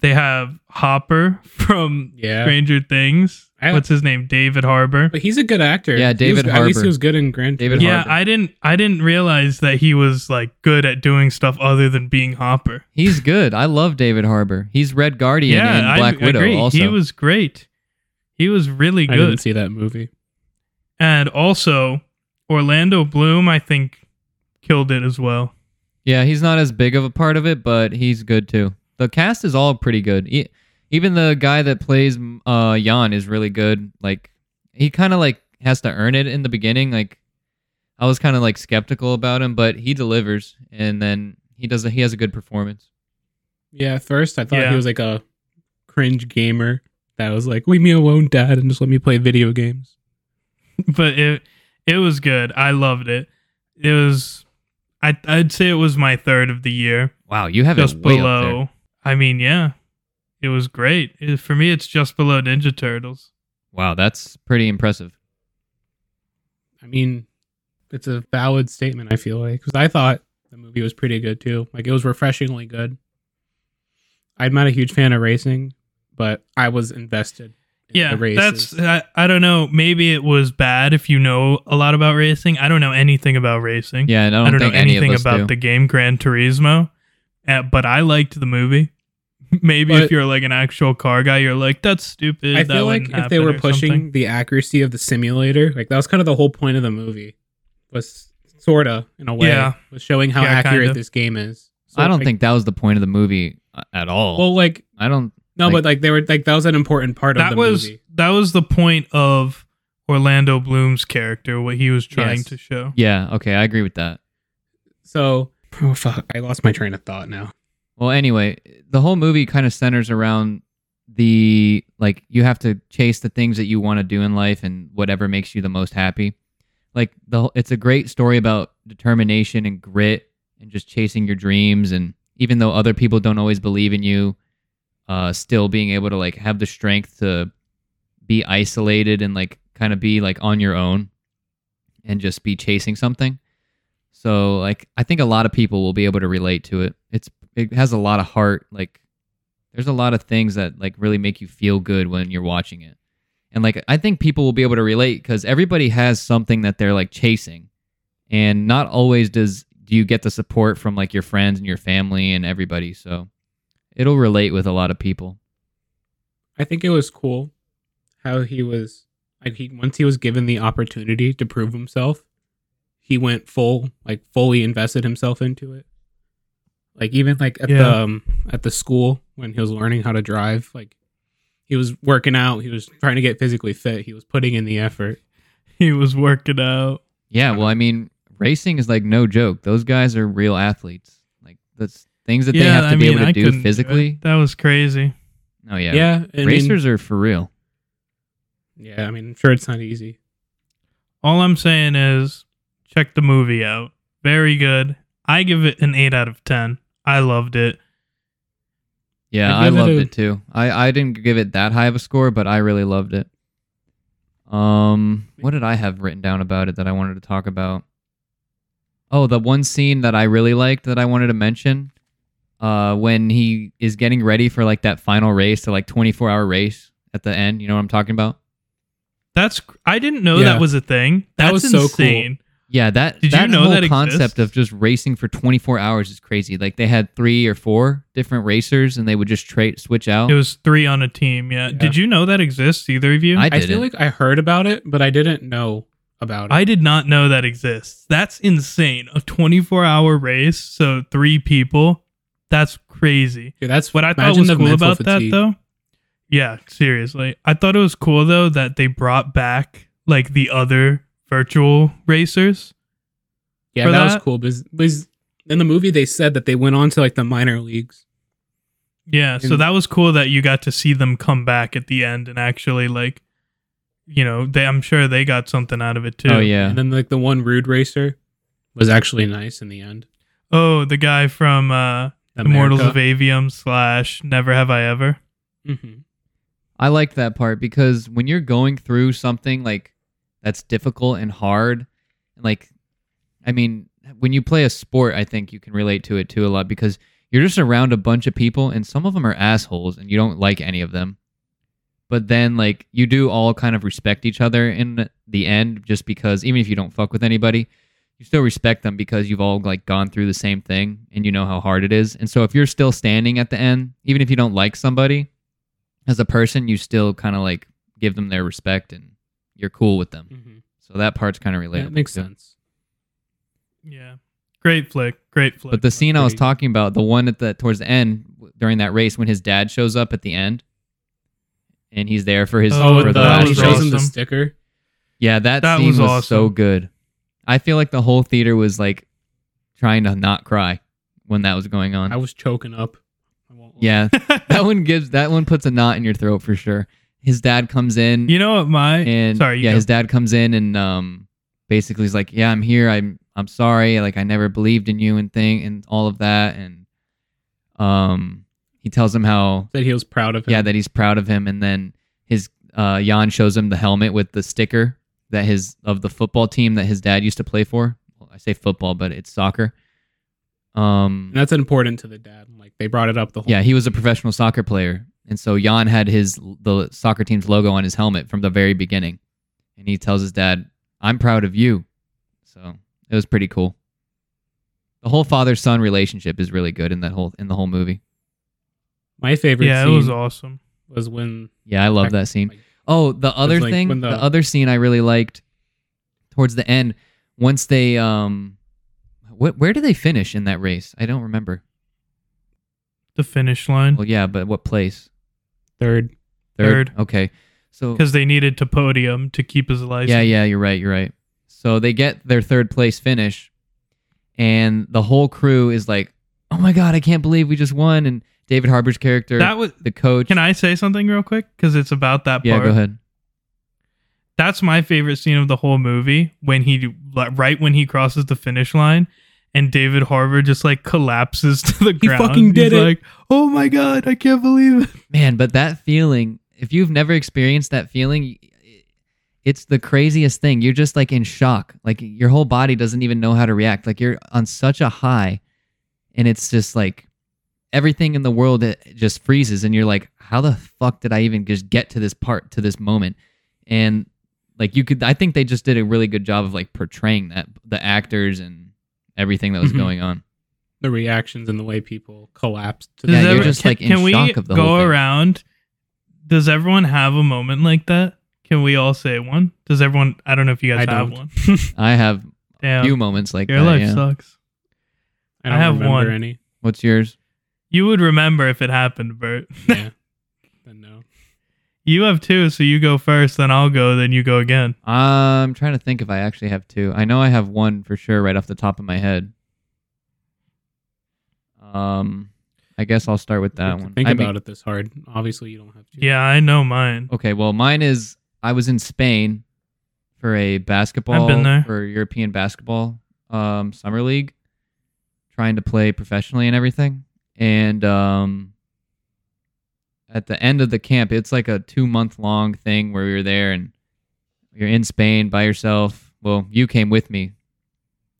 Speaker 3: they have Hopper from
Speaker 2: Yeah.
Speaker 3: Stranger Things.
Speaker 2: I-
Speaker 3: What's his name? David Harbor.
Speaker 2: But he's a good actor.
Speaker 1: Yeah,
Speaker 2: He was-
Speaker 1: David
Speaker 2: At least
Speaker 1: Harbour.
Speaker 2: he was good in Grand
Speaker 1: David
Speaker 2: Turismo.
Speaker 1: Harbour.
Speaker 3: Yeah, I didn't I didn't realize that he was like good at doing stuff other than being Hopper.
Speaker 1: He's good. I love David Harbour. He's Red Guardian
Speaker 3: yeah,
Speaker 1: and Black
Speaker 3: I
Speaker 1: Widow
Speaker 3: agree.
Speaker 1: also.
Speaker 3: He was great. He was really
Speaker 2: I didn't
Speaker 3: good.
Speaker 2: see that movie.
Speaker 3: And also Orlando Bloom I think killed it as well.
Speaker 1: yeah, he's not as big of a part of it, but he's good too. The cast is all pretty good. E- even the guy that plays uh Jan is really good. Like he kind of like has to earn it in the beginning. Like I was kind of like skeptical about him, but he delivers, and then he does. He has a good performance.
Speaker 2: Yeah, at first I thought
Speaker 3: Yeah.
Speaker 2: he was like a cringe gamer that was like, "Leave me alone, Dad, and just let me play video games."
Speaker 3: but it it was good. I loved it. It was I I'd say it was my third of the year,
Speaker 1: Wow, you have
Speaker 3: just
Speaker 1: it way up there.
Speaker 3: below. I mean, yeah, it was great. It- for me, it's just below Ninja Turtles.
Speaker 1: Wow, that's pretty impressive.
Speaker 2: I mean, it's a valid statement. I feel like because I thought the movie was pretty good too. Like it was refreshingly good. I'm not a huge fan of racing, but I was invested. in
Speaker 3: Yeah,
Speaker 2: the races.
Speaker 3: that's I, I don't know. Maybe it was bad if you know a lot about racing. I don't know anything about racing.
Speaker 1: Yeah, and I
Speaker 3: I
Speaker 1: don't,
Speaker 3: don't, know
Speaker 1: think any
Speaker 3: anything
Speaker 1: of us
Speaker 3: about
Speaker 1: do.
Speaker 3: the game Gran Turismo, uh, but I liked the movie. Maybe if
Speaker 2: But-
Speaker 3: you're like an actual car guy, you're like, that's stupid.
Speaker 2: I
Speaker 3: that
Speaker 2: feel like
Speaker 3: wouldn't
Speaker 2: if they
Speaker 3: happen,"
Speaker 2: were
Speaker 3: or
Speaker 2: pushing
Speaker 3: something.
Speaker 2: the accuracy of the simulator, like that was kind of the whole point of the movie, was sorta in a way,
Speaker 3: Yeah.
Speaker 2: was showing how
Speaker 3: Yeah,
Speaker 2: accurate
Speaker 3: kinda.
Speaker 2: this game is. So,
Speaker 1: I don't
Speaker 2: like-
Speaker 1: think that was the point of the movie uh, at all.
Speaker 2: Well, like
Speaker 1: I don't.
Speaker 2: no,
Speaker 1: Like-
Speaker 2: but like they were like that was an important part
Speaker 3: that
Speaker 2: of the
Speaker 3: was
Speaker 2: movie.
Speaker 3: that was the point of Orlando Bloom's character, what he was trying
Speaker 2: Yes.
Speaker 3: to show.
Speaker 1: Yeah, okay, I agree with that.
Speaker 2: So oh fuck, I lost my train of thought now.
Speaker 1: Well, anyway, the whole movie kind of centers around the like you have to chase the things that you want to do in life and whatever makes you the most happy. Like the whole- it's a great story about determination and grit and just chasing your dreams and even though other people don't always believe in you, uh still being able to like have the strength to be isolated and like kind of be like on your own and just be chasing something. So like I think a lot of people will be able to relate to it. It's it has a lot of heart. Like there's a lot of things that like really make you feel good when you're watching it. And like I think people will be able to relate cuz everybody has something that they're like chasing. And not always does do you get the support from like your friends and your family and everybody. So it'll relate with a lot of people.
Speaker 2: I think it was cool how he was like he once he was given the opportunity to prove himself, he went full like fully invested himself into it. Like even like at the
Speaker 3: Yeah.
Speaker 2: um, at the school when he was learning how to drive, like he was working out, he was trying to get physically fit, he was putting in the effort.
Speaker 3: He was working out.
Speaker 1: Yeah, well, I mean, racing is like no joke. Those guys are real athletes. Like that's things that they have to be able to
Speaker 3: I couldn't
Speaker 1: do
Speaker 3: it.
Speaker 1: physically.
Speaker 3: That was crazy.
Speaker 1: Oh yeah.
Speaker 2: Yeah, I mean-
Speaker 1: Racers are for real.
Speaker 2: yeah, I mean, I'm sure it's not easy.
Speaker 3: All I'm saying is check the movie out. Very good. I give it an 8 out of 10. I loved it.
Speaker 1: Yeah,
Speaker 2: I
Speaker 1: I
Speaker 2: give it
Speaker 1: loved
Speaker 2: a-
Speaker 1: it too. I, I didn't give it that high of a score, but I really loved it. Um, what did I have written down about it that I wanted to talk about? Oh, the one scene that I really liked that I wanted to mention, uh, when he is getting ready for like that final race, the like twenty four hour race at the end. You know what I'm talking about?
Speaker 3: That's cr- I didn't know
Speaker 2: Yeah.
Speaker 3: that was a thing. That's
Speaker 2: That was so cool.
Speaker 3: insane.
Speaker 1: Yeah, that
Speaker 3: Did you
Speaker 1: that
Speaker 3: know
Speaker 1: whole
Speaker 3: that
Speaker 1: concept
Speaker 3: exists?
Speaker 1: of just racing for 24 hours is crazy. Like they had three or four different racers, and they would just trade switch out.
Speaker 3: It was 3 on a team. Yeah.
Speaker 2: Yeah.
Speaker 3: Did you know that exists either of you?
Speaker 1: I
Speaker 2: I,
Speaker 1: didn't.
Speaker 2: feel like I heard about it, but I didn't know about it.
Speaker 3: I did not know that exists. That's insane. A 24-hour race, so 3 people. That's crazy.
Speaker 2: Dude, that's
Speaker 3: What I thought
Speaker 2: imagine
Speaker 3: was
Speaker 2: the
Speaker 3: cool
Speaker 2: mental
Speaker 3: about
Speaker 2: fatigue.
Speaker 3: that though, yeah, seriously, I thought it was cool though that they brought back like the other virtual racers.
Speaker 2: Yeah,
Speaker 3: for
Speaker 2: that, was
Speaker 3: that.
Speaker 2: cool because, because in the movie they said that they went on to like the minor leagues.
Speaker 3: Yeah, so
Speaker 2: And-
Speaker 3: that was cool that you got to see them come back at the end and actually like, you know, they I'm sure they got something out of it too.
Speaker 1: oh yeah,
Speaker 2: And then like the one rude racer was actually nice in the end.
Speaker 3: Oh, the guy from uh, Immortals of Avium slash Never Have I Ever.
Speaker 2: hmm
Speaker 1: I like that part because when you're going through something like that's difficult and hard, and like, I mean, when you play a sport, I think you can relate to it too a lot because you're just around a bunch of people and some of them are assholes and you don't like any of them. But then, like, you do all kind of respect each other in the end just because even if you don't fuck with anybody, you still respect them because you've all like gone through the same thing and you know how hard it is. And so, if you're still standing at the end, even if you don't like somebody, as a person, you still kind of like give them their respect and you're cool with them.
Speaker 2: hmm
Speaker 1: So that part's kind of relatable.
Speaker 2: That makes
Speaker 1: too.
Speaker 2: sense.
Speaker 3: Yeah, great flick, great flick.
Speaker 1: But the scene I was
Speaker 2: Agreed.
Speaker 1: talking about, the one at the towards the end w- during that race when his dad shows up at the end, and he's there for his
Speaker 3: Oh,
Speaker 1: for the
Speaker 3: that
Speaker 1: last
Speaker 2: uh, he
Speaker 3: was
Speaker 1: race.
Speaker 2: shows him the
Speaker 3: awesome.
Speaker 2: sticker.
Speaker 1: Yeah, that,
Speaker 3: That
Speaker 1: scene was,
Speaker 3: was
Speaker 1: so
Speaker 3: awesome.
Speaker 1: good. I feel like the whole theater was like trying to not cry when that was going on.
Speaker 2: I was choking up. I won't lie.
Speaker 1: yeah, that one gives that one puts a knot in your throat for sure. His dad comes in.
Speaker 3: you know what my
Speaker 1: and
Speaker 3: sorry, you
Speaker 1: yeah,
Speaker 3: go.
Speaker 1: his dad comes in and um basically is like, "Yeah, I'm here. I'm I'm sorry. Like I never believed in you and thing and all of that." And um, he tells him how
Speaker 2: that he was proud of him.
Speaker 1: yeah that he's proud of him, and then his uh Jan shows him the helmet with the sticker that his of the football team that his dad used to play for. Well, I say football, but it's soccer. Um,
Speaker 2: and that's important to the dad. Like they brought it up the whole.
Speaker 1: yeah, he was a professional soccer player, and so Jan had his the soccer team's logo on his helmet from the very beginning, and he tells his dad, "I'm proud of you." So it was pretty cool. The whole father son relationship is really good in that whole in the whole movie.
Speaker 2: My favorite
Speaker 3: yeah, it
Speaker 2: scene
Speaker 3: was
Speaker 2: was,
Speaker 3: awesome.
Speaker 2: when
Speaker 1: Yeah, I love that scene.
Speaker 2: like,
Speaker 1: Oh, the other
Speaker 2: like
Speaker 1: thing,
Speaker 2: when
Speaker 1: the,
Speaker 2: the-
Speaker 1: other scene I really liked towards the end, once they um, wh- where do they finish in that race? I don't remember.
Speaker 3: The finish line.
Speaker 1: Well, yeah, but what place?
Speaker 2: third.
Speaker 3: Third.
Speaker 1: Okay, so
Speaker 3: because they needed to podium to keep his license.
Speaker 1: Yeah, yeah, you're right, you're right. So they get their third place finish, and the whole crew is like, "Oh my god, I can't believe we just won!" And David Harbour's character,
Speaker 3: That was.
Speaker 1: the coach,
Speaker 3: Can I say something real quick? Because it's about that part.
Speaker 1: yeah, go ahead.
Speaker 3: That's my favorite scene of the whole movie when he like, right when he crosses the finish line, and David Harbour just like collapses to the ground.
Speaker 2: fucking did
Speaker 3: He's
Speaker 2: it.
Speaker 3: Like, oh my god, I can't believe it.
Speaker 1: Man, but that feeling—if you've never experienced that feeling. It's the craziest thing. You're just like in shock. Like your whole body doesn't even know how to react. Like you're on such a high and it's just like everything in the world it just freezes and you're like how the fuck did i even just get to this part to this moment and like you could i think they just did a really good job of like portraying that the actors and everything that was
Speaker 3: Mm-hmm.
Speaker 2: Mhm.
Speaker 1: going on
Speaker 2: the reactions and the way people collapsed to
Speaker 1: Yeah,
Speaker 3: Does
Speaker 2: that.
Speaker 1: you're
Speaker 3: every-
Speaker 1: just,
Speaker 3: can,
Speaker 1: like, in
Speaker 3: can we
Speaker 1: shock of the
Speaker 3: go
Speaker 1: whole thing.
Speaker 3: around? Does everyone have a moment like that? Can we all say one? Does everyone? I don't know if you guys
Speaker 2: I
Speaker 3: have
Speaker 2: don't.
Speaker 3: one.
Speaker 1: i have a
Speaker 3: Damn,
Speaker 1: few moments like
Speaker 3: your
Speaker 1: that
Speaker 3: life
Speaker 1: yeah.
Speaker 3: sucks.
Speaker 2: I don't
Speaker 3: I have
Speaker 2: remember
Speaker 3: one.
Speaker 2: any.
Speaker 1: what's yours
Speaker 3: You would remember if it happened, Bert.
Speaker 2: Yeah. then no.
Speaker 3: You have two, so you go first, then I'll go, then you go again.
Speaker 1: i'm trying to think if i actually have two i know i have one for sure right off the top of my head um i guess i'll start with
Speaker 2: You
Speaker 1: that
Speaker 2: have to
Speaker 1: one
Speaker 2: Think
Speaker 1: I mean-
Speaker 2: about it this hard. Obviously, you don't have to.
Speaker 3: Yeah, I know mine.
Speaker 1: Okay, well, mine is I was in Spain for a basketball
Speaker 3: there.
Speaker 1: for European basketball um, summer league, trying to play professionally and everything. And um, at the end of the camp, it's like a two month long thing where you're there and you're in Spain by yourself. Well, you came with me,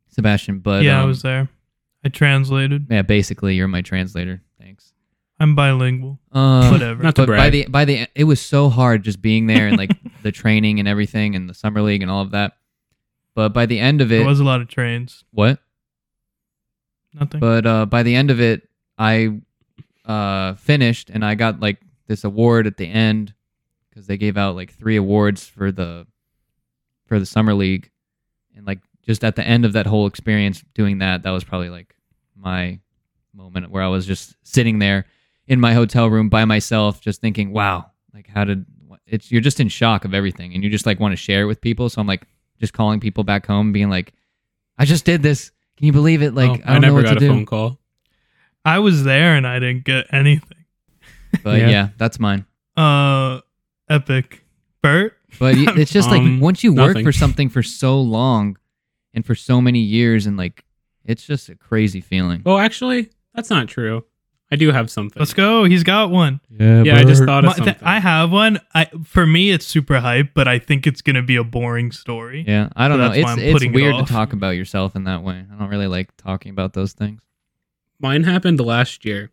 Speaker 1: Sebastian, but
Speaker 3: yeah, I
Speaker 1: um,
Speaker 3: was uh, there. I translated.
Speaker 1: yeah, basically you're my translator. Thanks.
Speaker 3: I'm bilingual.
Speaker 1: Uh,
Speaker 3: Whatever.
Speaker 2: Not to
Speaker 1: but by
Speaker 2: brag.
Speaker 1: the by the it was so hard just being there and like the training and everything and the summer league and all of that. But by the end of it,
Speaker 3: there was a lot of trains.
Speaker 1: what?
Speaker 3: Nothing.
Speaker 1: But uh, by the end of it, I uh, finished and I got like this award at the end because they gave out like three awards for the for the summer league, and like just at the end of that whole experience doing that, that was probably like my moment where I was just sitting there in my hotel room by myself, just thinking, "Wow, like how did it's?" You're just in shock of everything, and you just like want to share it with people. So I'm like just calling people back home, being like, "I just did this. Can you believe it? Like
Speaker 2: Oh,
Speaker 1: I don't know
Speaker 2: never
Speaker 1: what
Speaker 2: got
Speaker 1: to
Speaker 2: a
Speaker 1: do."
Speaker 2: phone call.
Speaker 3: I was there and I didn't get anything.
Speaker 1: But
Speaker 2: Yeah.
Speaker 1: yeah. that's mine.
Speaker 3: Uh, epic. Bert?
Speaker 1: But y- it's just
Speaker 2: Um,
Speaker 1: like once you work
Speaker 2: nothing.
Speaker 1: for something for so long and for so many years, and like it's just a crazy feeling.
Speaker 2: Well, Oh, actually, that's not true. I do have something.
Speaker 3: Let's go. He's got one.
Speaker 1: Yeah,
Speaker 2: Yeah, I just thought of
Speaker 3: My- th-
Speaker 2: something.
Speaker 3: I have one. I for me, it's super hype, but I think it's gonna be a boring story.
Speaker 1: Yeah, I
Speaker 3: So
Speaker 1: don't know.
Speaker 3: that's
Speaker 1: It's
Speaker 3: why I'm
Speaker 1: it's
Speaker 3: putting it
Speaker 1: weird to
Speaker 3: off.
Speaker 1: talk about yourself in that way. I don't really like talking about those things.
Speaker 2: Mine happened last year.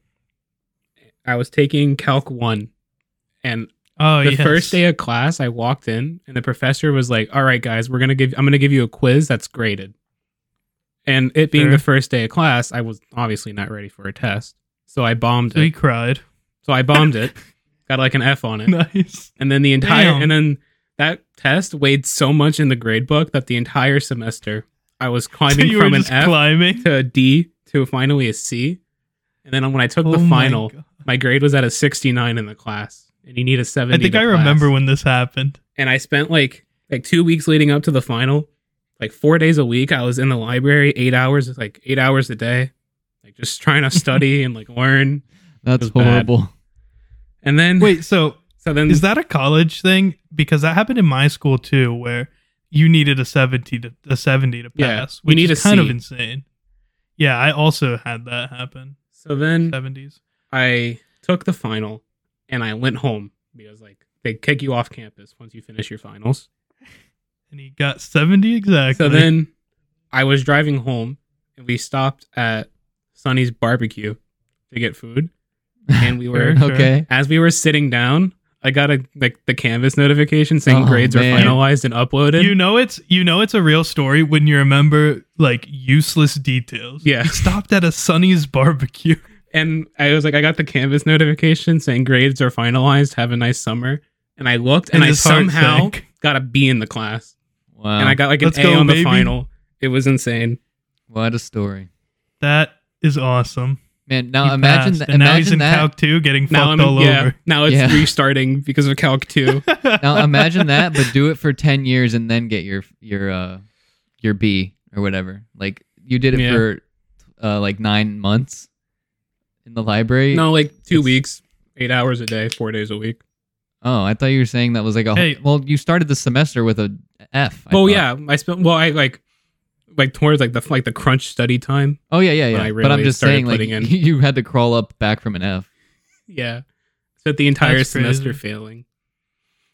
Speaker 2: I was taking Calc 1, and
Speaker 3: Oh,
Speaker 2: the
Speaker 3: yes.
Speaker 2: first day of class, I walked in and the professor was like, "All right, guys, we're gonna give. I'm gonna give you a quiz that's graded." And it being
Speaker 3: Sure.
Speaker 2: the first day of class, I was obviously not ready for a test, so I bombed
Speaker 3: so he
Speaker 2: it.
Speaker 3: cried.
Speaker 2: So I bombed it, got like an F on it,
Speaker 3: nice.
Speaker 2: and then the entire
Speaker 3: Damn.
Speaker 2: and then that test weighed so much in the grade book that the entire semester I was
Speaker 3: So
Speaker 2: climbing
Speaker 3: you
Speaker 2: from
Speaker 3: were
Speaker 2: an
Speaker 3: just
Speaker 2: F
Speaker 3: climbing.
Speaker 2: to a D to finally a C, and then when I took
Speaker 3: Oh
Speaker 2: the
Speaker 3: my
Speaker 2: final,
Speaker 3: God.
Speaker 2: my, grade was at a 69 in the class, and you need a 70.
Speaker 3: I think
Speaker 2: to
Speaker 3: I
Speaker 2: class
Speaker 3: remember when this happened.
Speaker 2: and I spent like like two weeks leading up to the final, like four days a week. I was in the library eight hours, like eight hours a day, like just trying to study and like learn.
Speaker 1: That's
Speaker 2: was bad.
Speaker 1: horrible.
Speaker 2: And then
Speaker 3: Wait, so
Speaker 2: so then
Speaker 3: is that a college thing? Because that happened in my school too, where you needed a seventy to a seventy to
Speaker 2: Yeah,
Speaker 3: pass,
Speaker 2: you
Speaker 3: which
Speaker 2: need
Speaker 3: is
Speaker 2: a
Speaker 3: kind of
Speaker 2: C.
Speaker 3: insane. Yeah, I also had that happen.
Speaker 2: so then
Speaker 3: Seventies.
Speaker 2: I took the final and I went home because like they kick you off campus once you finish your finals.
Speaker 3: And he got seventy exactly.
Speaker 2: So then I was driving home and we stopped at Sonny's barbecue to get food, and we were
Speaker 3: Sure.
Speaker 1: okay.
Speaker 2: as we were sitting down, I got a like the Canvas notification saying
Speaker 1: Oh,
Speaker 2: grades
Speaker 1: man.
Speaker 2: are finalized and uploaded.
Speaker 3: you know it's you know it's a real story when you remember like useless details.
Speaker 2: Yeah.
Speaker 3: He stopped at a Sonny's barbecue.
Speaker 2: and I was like, I got the Canvas notification saying grades are finalized. Have a nice summer. And I looked, and, I
Speaker 3: his heart
Speaker 2: somehow
Speaker 3: sank.
Speaker 2: got a B in the class,
Speaker 1: Wow.
Speaker 2: and I got like an
Speaker 3: Let's
Speaker 2: A
Speaker 3: go,
Speaker 2: on the
Speaker 3: baby.
Speaker 2: final. It was insane.
Speaker 1: what a story,
Speaker 3: that is awesome.
Speaker 1: man. Now
Speaker 3: He
Speaker 1: imagine
Speaker 3: passed,
Speaker 1: that.
Speaker 3: and now he's
Speaker 1: Imagine
Speaker 3: in
Speaker 1: that.
Speaker 3: Calc two getting
Speaker 2: Now
Speaker 3: fucked
Speaker 2: I'm
Speaker 3: all
Speaker 2: yeah.
Speaker 3: over.
Speaker 2: Now it's
Speaker 1: Yeah.
Speaker 2: restarting because of Calc two.
Speaker 1: now imagine that, but do it for ten years and then get your your uh your B or whatever. Like you did it
Speaker 2: Yeah.
Speaker 1: for uh like nine months in the library.
Speaker 2: no, like two
Speaker 1: It's-
Speaker 2: weeks, eight hours a day, four days a week.
Speaker 1: Oh, I thought you were saying that was like a.
Speaker 3: Hey.
Speaker 1: Well, you started the semester with a F. I thought.
Speaker 2: oh yeah, I spent well, I like like towards like the like the crunch study time.
Speaker 1: Oh yeah, yeah, yeah.
Speaker 2: I
Speaker 1: but I'm
Speaker 2: really
Speaker 1: just
Speaker 2: started
Speaker 1: saying, like
Speaker 2: putting in-
Speaker 1: you had to crawl up back from an F.
Speaker 2: Yeah. Spent the entire
Speaker 3: That's crazy.
Speaker 2: semester failing.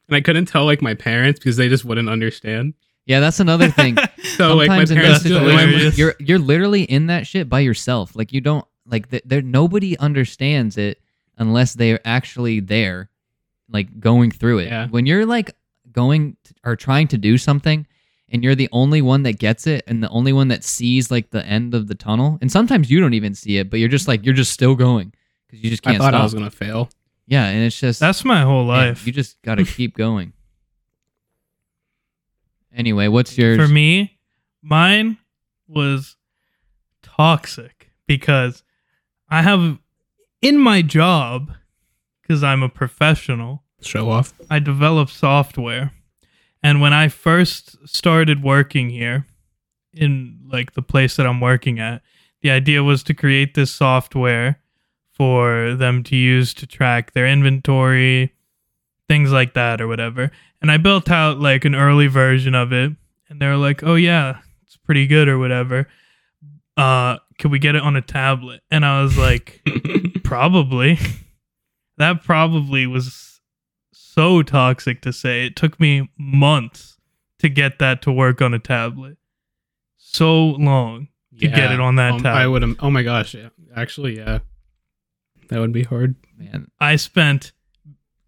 Speaker 2: And I couldn't tell like my parents because they just wouldn't understand.
Speaker 1: Yeah, that's another thing.
Speaker 2: So Oh, like my
Speaker 1: Sometimes in
Speaker 2: parents
Speaker 1: those
Speaker 3: just-
Speaker 2: my-
Speaker 3: hilarious.
Speaker 1: situations, you're you're literally in that shit by yourself. Like you don't like th- there nobody understands it unless they're actually there like going through it
Speaker 2: Yeah.
Speaker 1: when you're like going t or trying to do something and you're the only one that gets it and the only one that sees like the end of the tunnel and sometimes you don't even see it but you're just like you're just still going because you just
Speaker 2: I
Speaker 1: can't
Speaker 2: thought
Speaker 1: stop
Speaker 2: I was gonna fail.
Speaker 1: yeah and it's just
Speaker 3: That's my whole
Speaker 1: man,
Speaker 3: life.
Speaker 1: you just gotta keep going anyway what's yours
Speaker 3: For me, mine was toxic because I have in my job, because I'm a professional,
Speaker 2: Show off.
Speaker 3: I develop software. And when I first started working here in like the place that I'm working at, the idea was to create this software for them to use to track their inventory, things like that or whatever. And I built out like an early version of it and they were like, "Oh yeah, it's pretty good or whatever. Uh could we get it on a tablet?" And I was like, Probably. That probably was so toxic to say. It took me months to get that to work on a tablet. So long. To get it on that
Speaker 2: um,
Speaker 3: tab.
Speaker 2: I would. am- Oh my gosh. Yeah. Actually, yeah. That would be hard.
Speaker 1: man
Speaker 3: I spent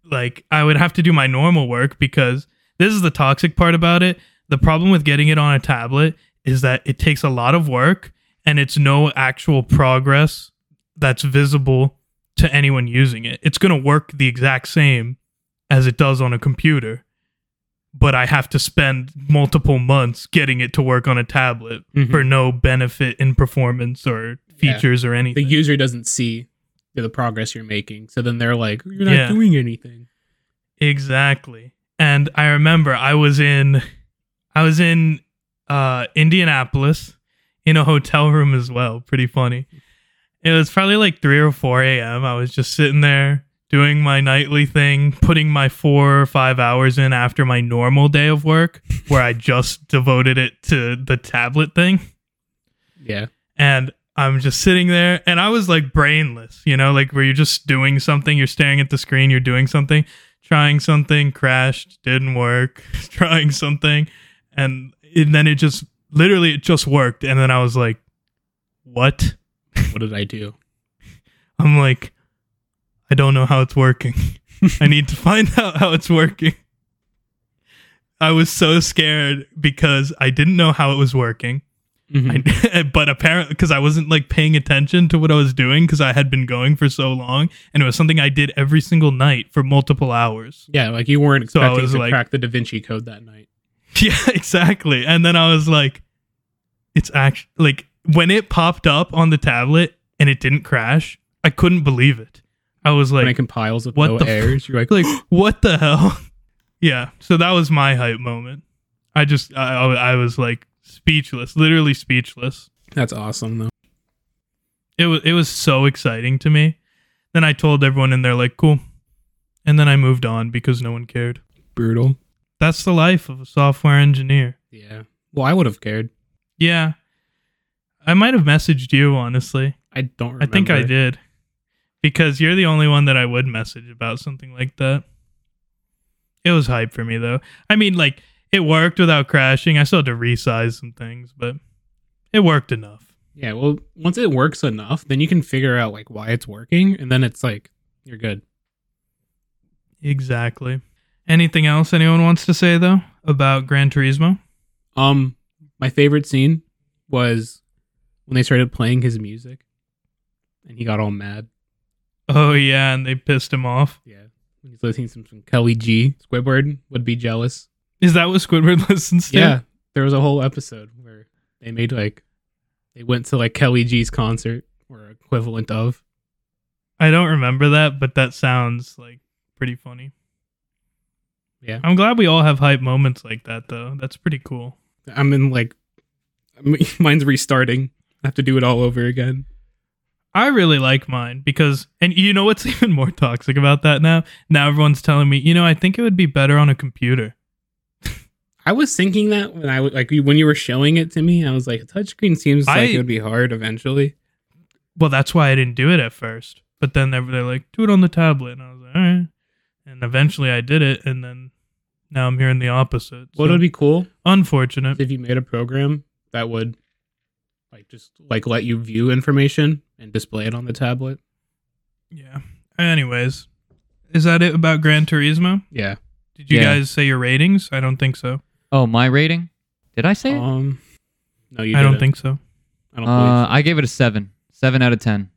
Speaker 3: like I would have to do my normal work because this is the toxic part about it. The problem with getting it on a tablet is that it takes a lot of work and it's no actual progress that's visible to anyone using it. It's going to work the exact same as it does on a computer, but I have to spend multiple months getting it to work on a tablet for no benefit in performance or
Speaker 2: Mm-hmm. Yeah.
Speaker 3: features or anything.
Speaker 2: The user doesn't see the progress you're making, so then they're like, "You're not
Speaker 3: Yeah.
Speaker 2: doing anything."
Speaker 3: Exactly. And I remember I was in I was in uh Indianapolis in a hotel room as well. Pretty funny. It was probably like three or four AM. I was just sitting there doing my nightly thing, putting my four or five hours in after my normal day of work, where I just devoted it to the tablet thing
Speaker 2: Yeah.
Speaker 3: and I'm just sitting there and I was like brainless, you know, like where you're just doing something, you're staring at the screen, you're doing something, trying something, crashed, didn't work, trying something, and, and then it just literally it just worked and then I was like what?
Speaker 2: What did I do?
Speaker 3: I'm like I don't know how it's working. I need to find out how it's working. I was so scared because I didn't know how it was working. Mm-hmm. I,
Speaker 2: Mm-hmm.
Speaker 3: but apparently, because I wasn't like paying attention to what I was doing because I had been going for so long, and it was something I did every single night for multiple hours.
Speaker 2: yeah, like you weren't
Speaker 3: So I
Speaker 2: expecting
Speaker 3: was
Speaker 2: to
Speaker 3: like-
Speaker 2: crack the Da Vinci Code that night.
Speaker 3: Yeah, exactly. And then I was like, it's actually like when it popped up on the tablet and it didn't crash, I couldn't believe it. I was
Speaker 2: when it
Speaker 3: like,
Speaker 2: compiles with
Speaker 3: what
Speaker 2: no
Speaker 3: the f-
Speaker 2: errors, you're like, like
Speaker 3: what the hell? yeah. So that was my hype moment. I just, I, I I was like speechless, literally speechless.
Speaker 2: that's awesome though.
Speaker 3: it was it was so exciting to me. Then I told everyone, and they're like, "Cool," and then I moved on because no one cared.
Speaker 2: Brutal.
Speaker 3: That's the life of a software engineer.
Speaker 2: Yeah. Well, I would have cared.
Speaker 3: Yeah, I might have messaged you honestly.
Speaker 2: I don't.
Speaker 3: I
Speaker 2: Remember.
Speaker 3: think I did because you're the only one that I would message about something like that. It was hype for me though. I mean, like it worked without crashing. I still had to resize some things, but it worked enough.
Speaker 2: Yeah. Well, once it works enough, then you can figure out like why it's working, and then it's like you're good.
Speaker 3: Exactly. Anything else anyone wants to say though about Gran Turismo?
Speaker 2: Um, my favorite scene was when they started playing his music, and he got all mad.
Speaker 3: Oh yeah, and they pissed him off.
Speaker 2: Yeah, when he's listening to some Kelly G. Squidward would be jealous.
Speaker 3: Is that what Squidward listens to?
Speaker 2: Yeah, there was a whole episode where they made like they went to like Kelly G's concert or equivalent of.
Speaker 3: I don't remember that, but that sounds like pretty funny.
Speaker 2: Yeah.
Speaker 3: I'm glad we all have hype moments like that though. That's pretty cool.
Speaker 2: I'm in like I'm- mine's restarting. I have to do it all over again.
Speaker 3: I really like mine because and you know what's even more toxic about that now? Now everyone's telling me, you know, I think it would be better on a computer.
Speaker 2: I was thinking that when I w- like when you were showing it to me, I was like, touchscreen seems
Speaker 3: I-
Speaker 2: like it would be hard eventually.
Speaker 3: Well, that's why I didn't do it at first. But then they were they're like, do it on the tablet and I was like, all right. And eventually I did it and then now I'm hearing the opposite.
Speaker 2: What
Speaker 3: So,
Speaker 2: would be cool
Speaker 3: unfortunate.
Speaker 2: if you made a program that would like just like let you view information and display it on the tablet.
Speaker 3: Yeah. Anyways, is that it about Gran Turismo?
Speaker 2: Yeah.
Speaker 3: Did you
Speaker 1: Yeah.
Speaker 3: guys say your ratings? I don't think so.
Speaker 1: Oh, my rating? Did I say it?
Speaker 2: Um. No, you.
Speaker 3: I don't
Speaker 2: didn't.
Speaker 3: think so.
Speaker 2: I don't believe.
Speaker 1: Uh, I gave it a seven. Seven out of ten.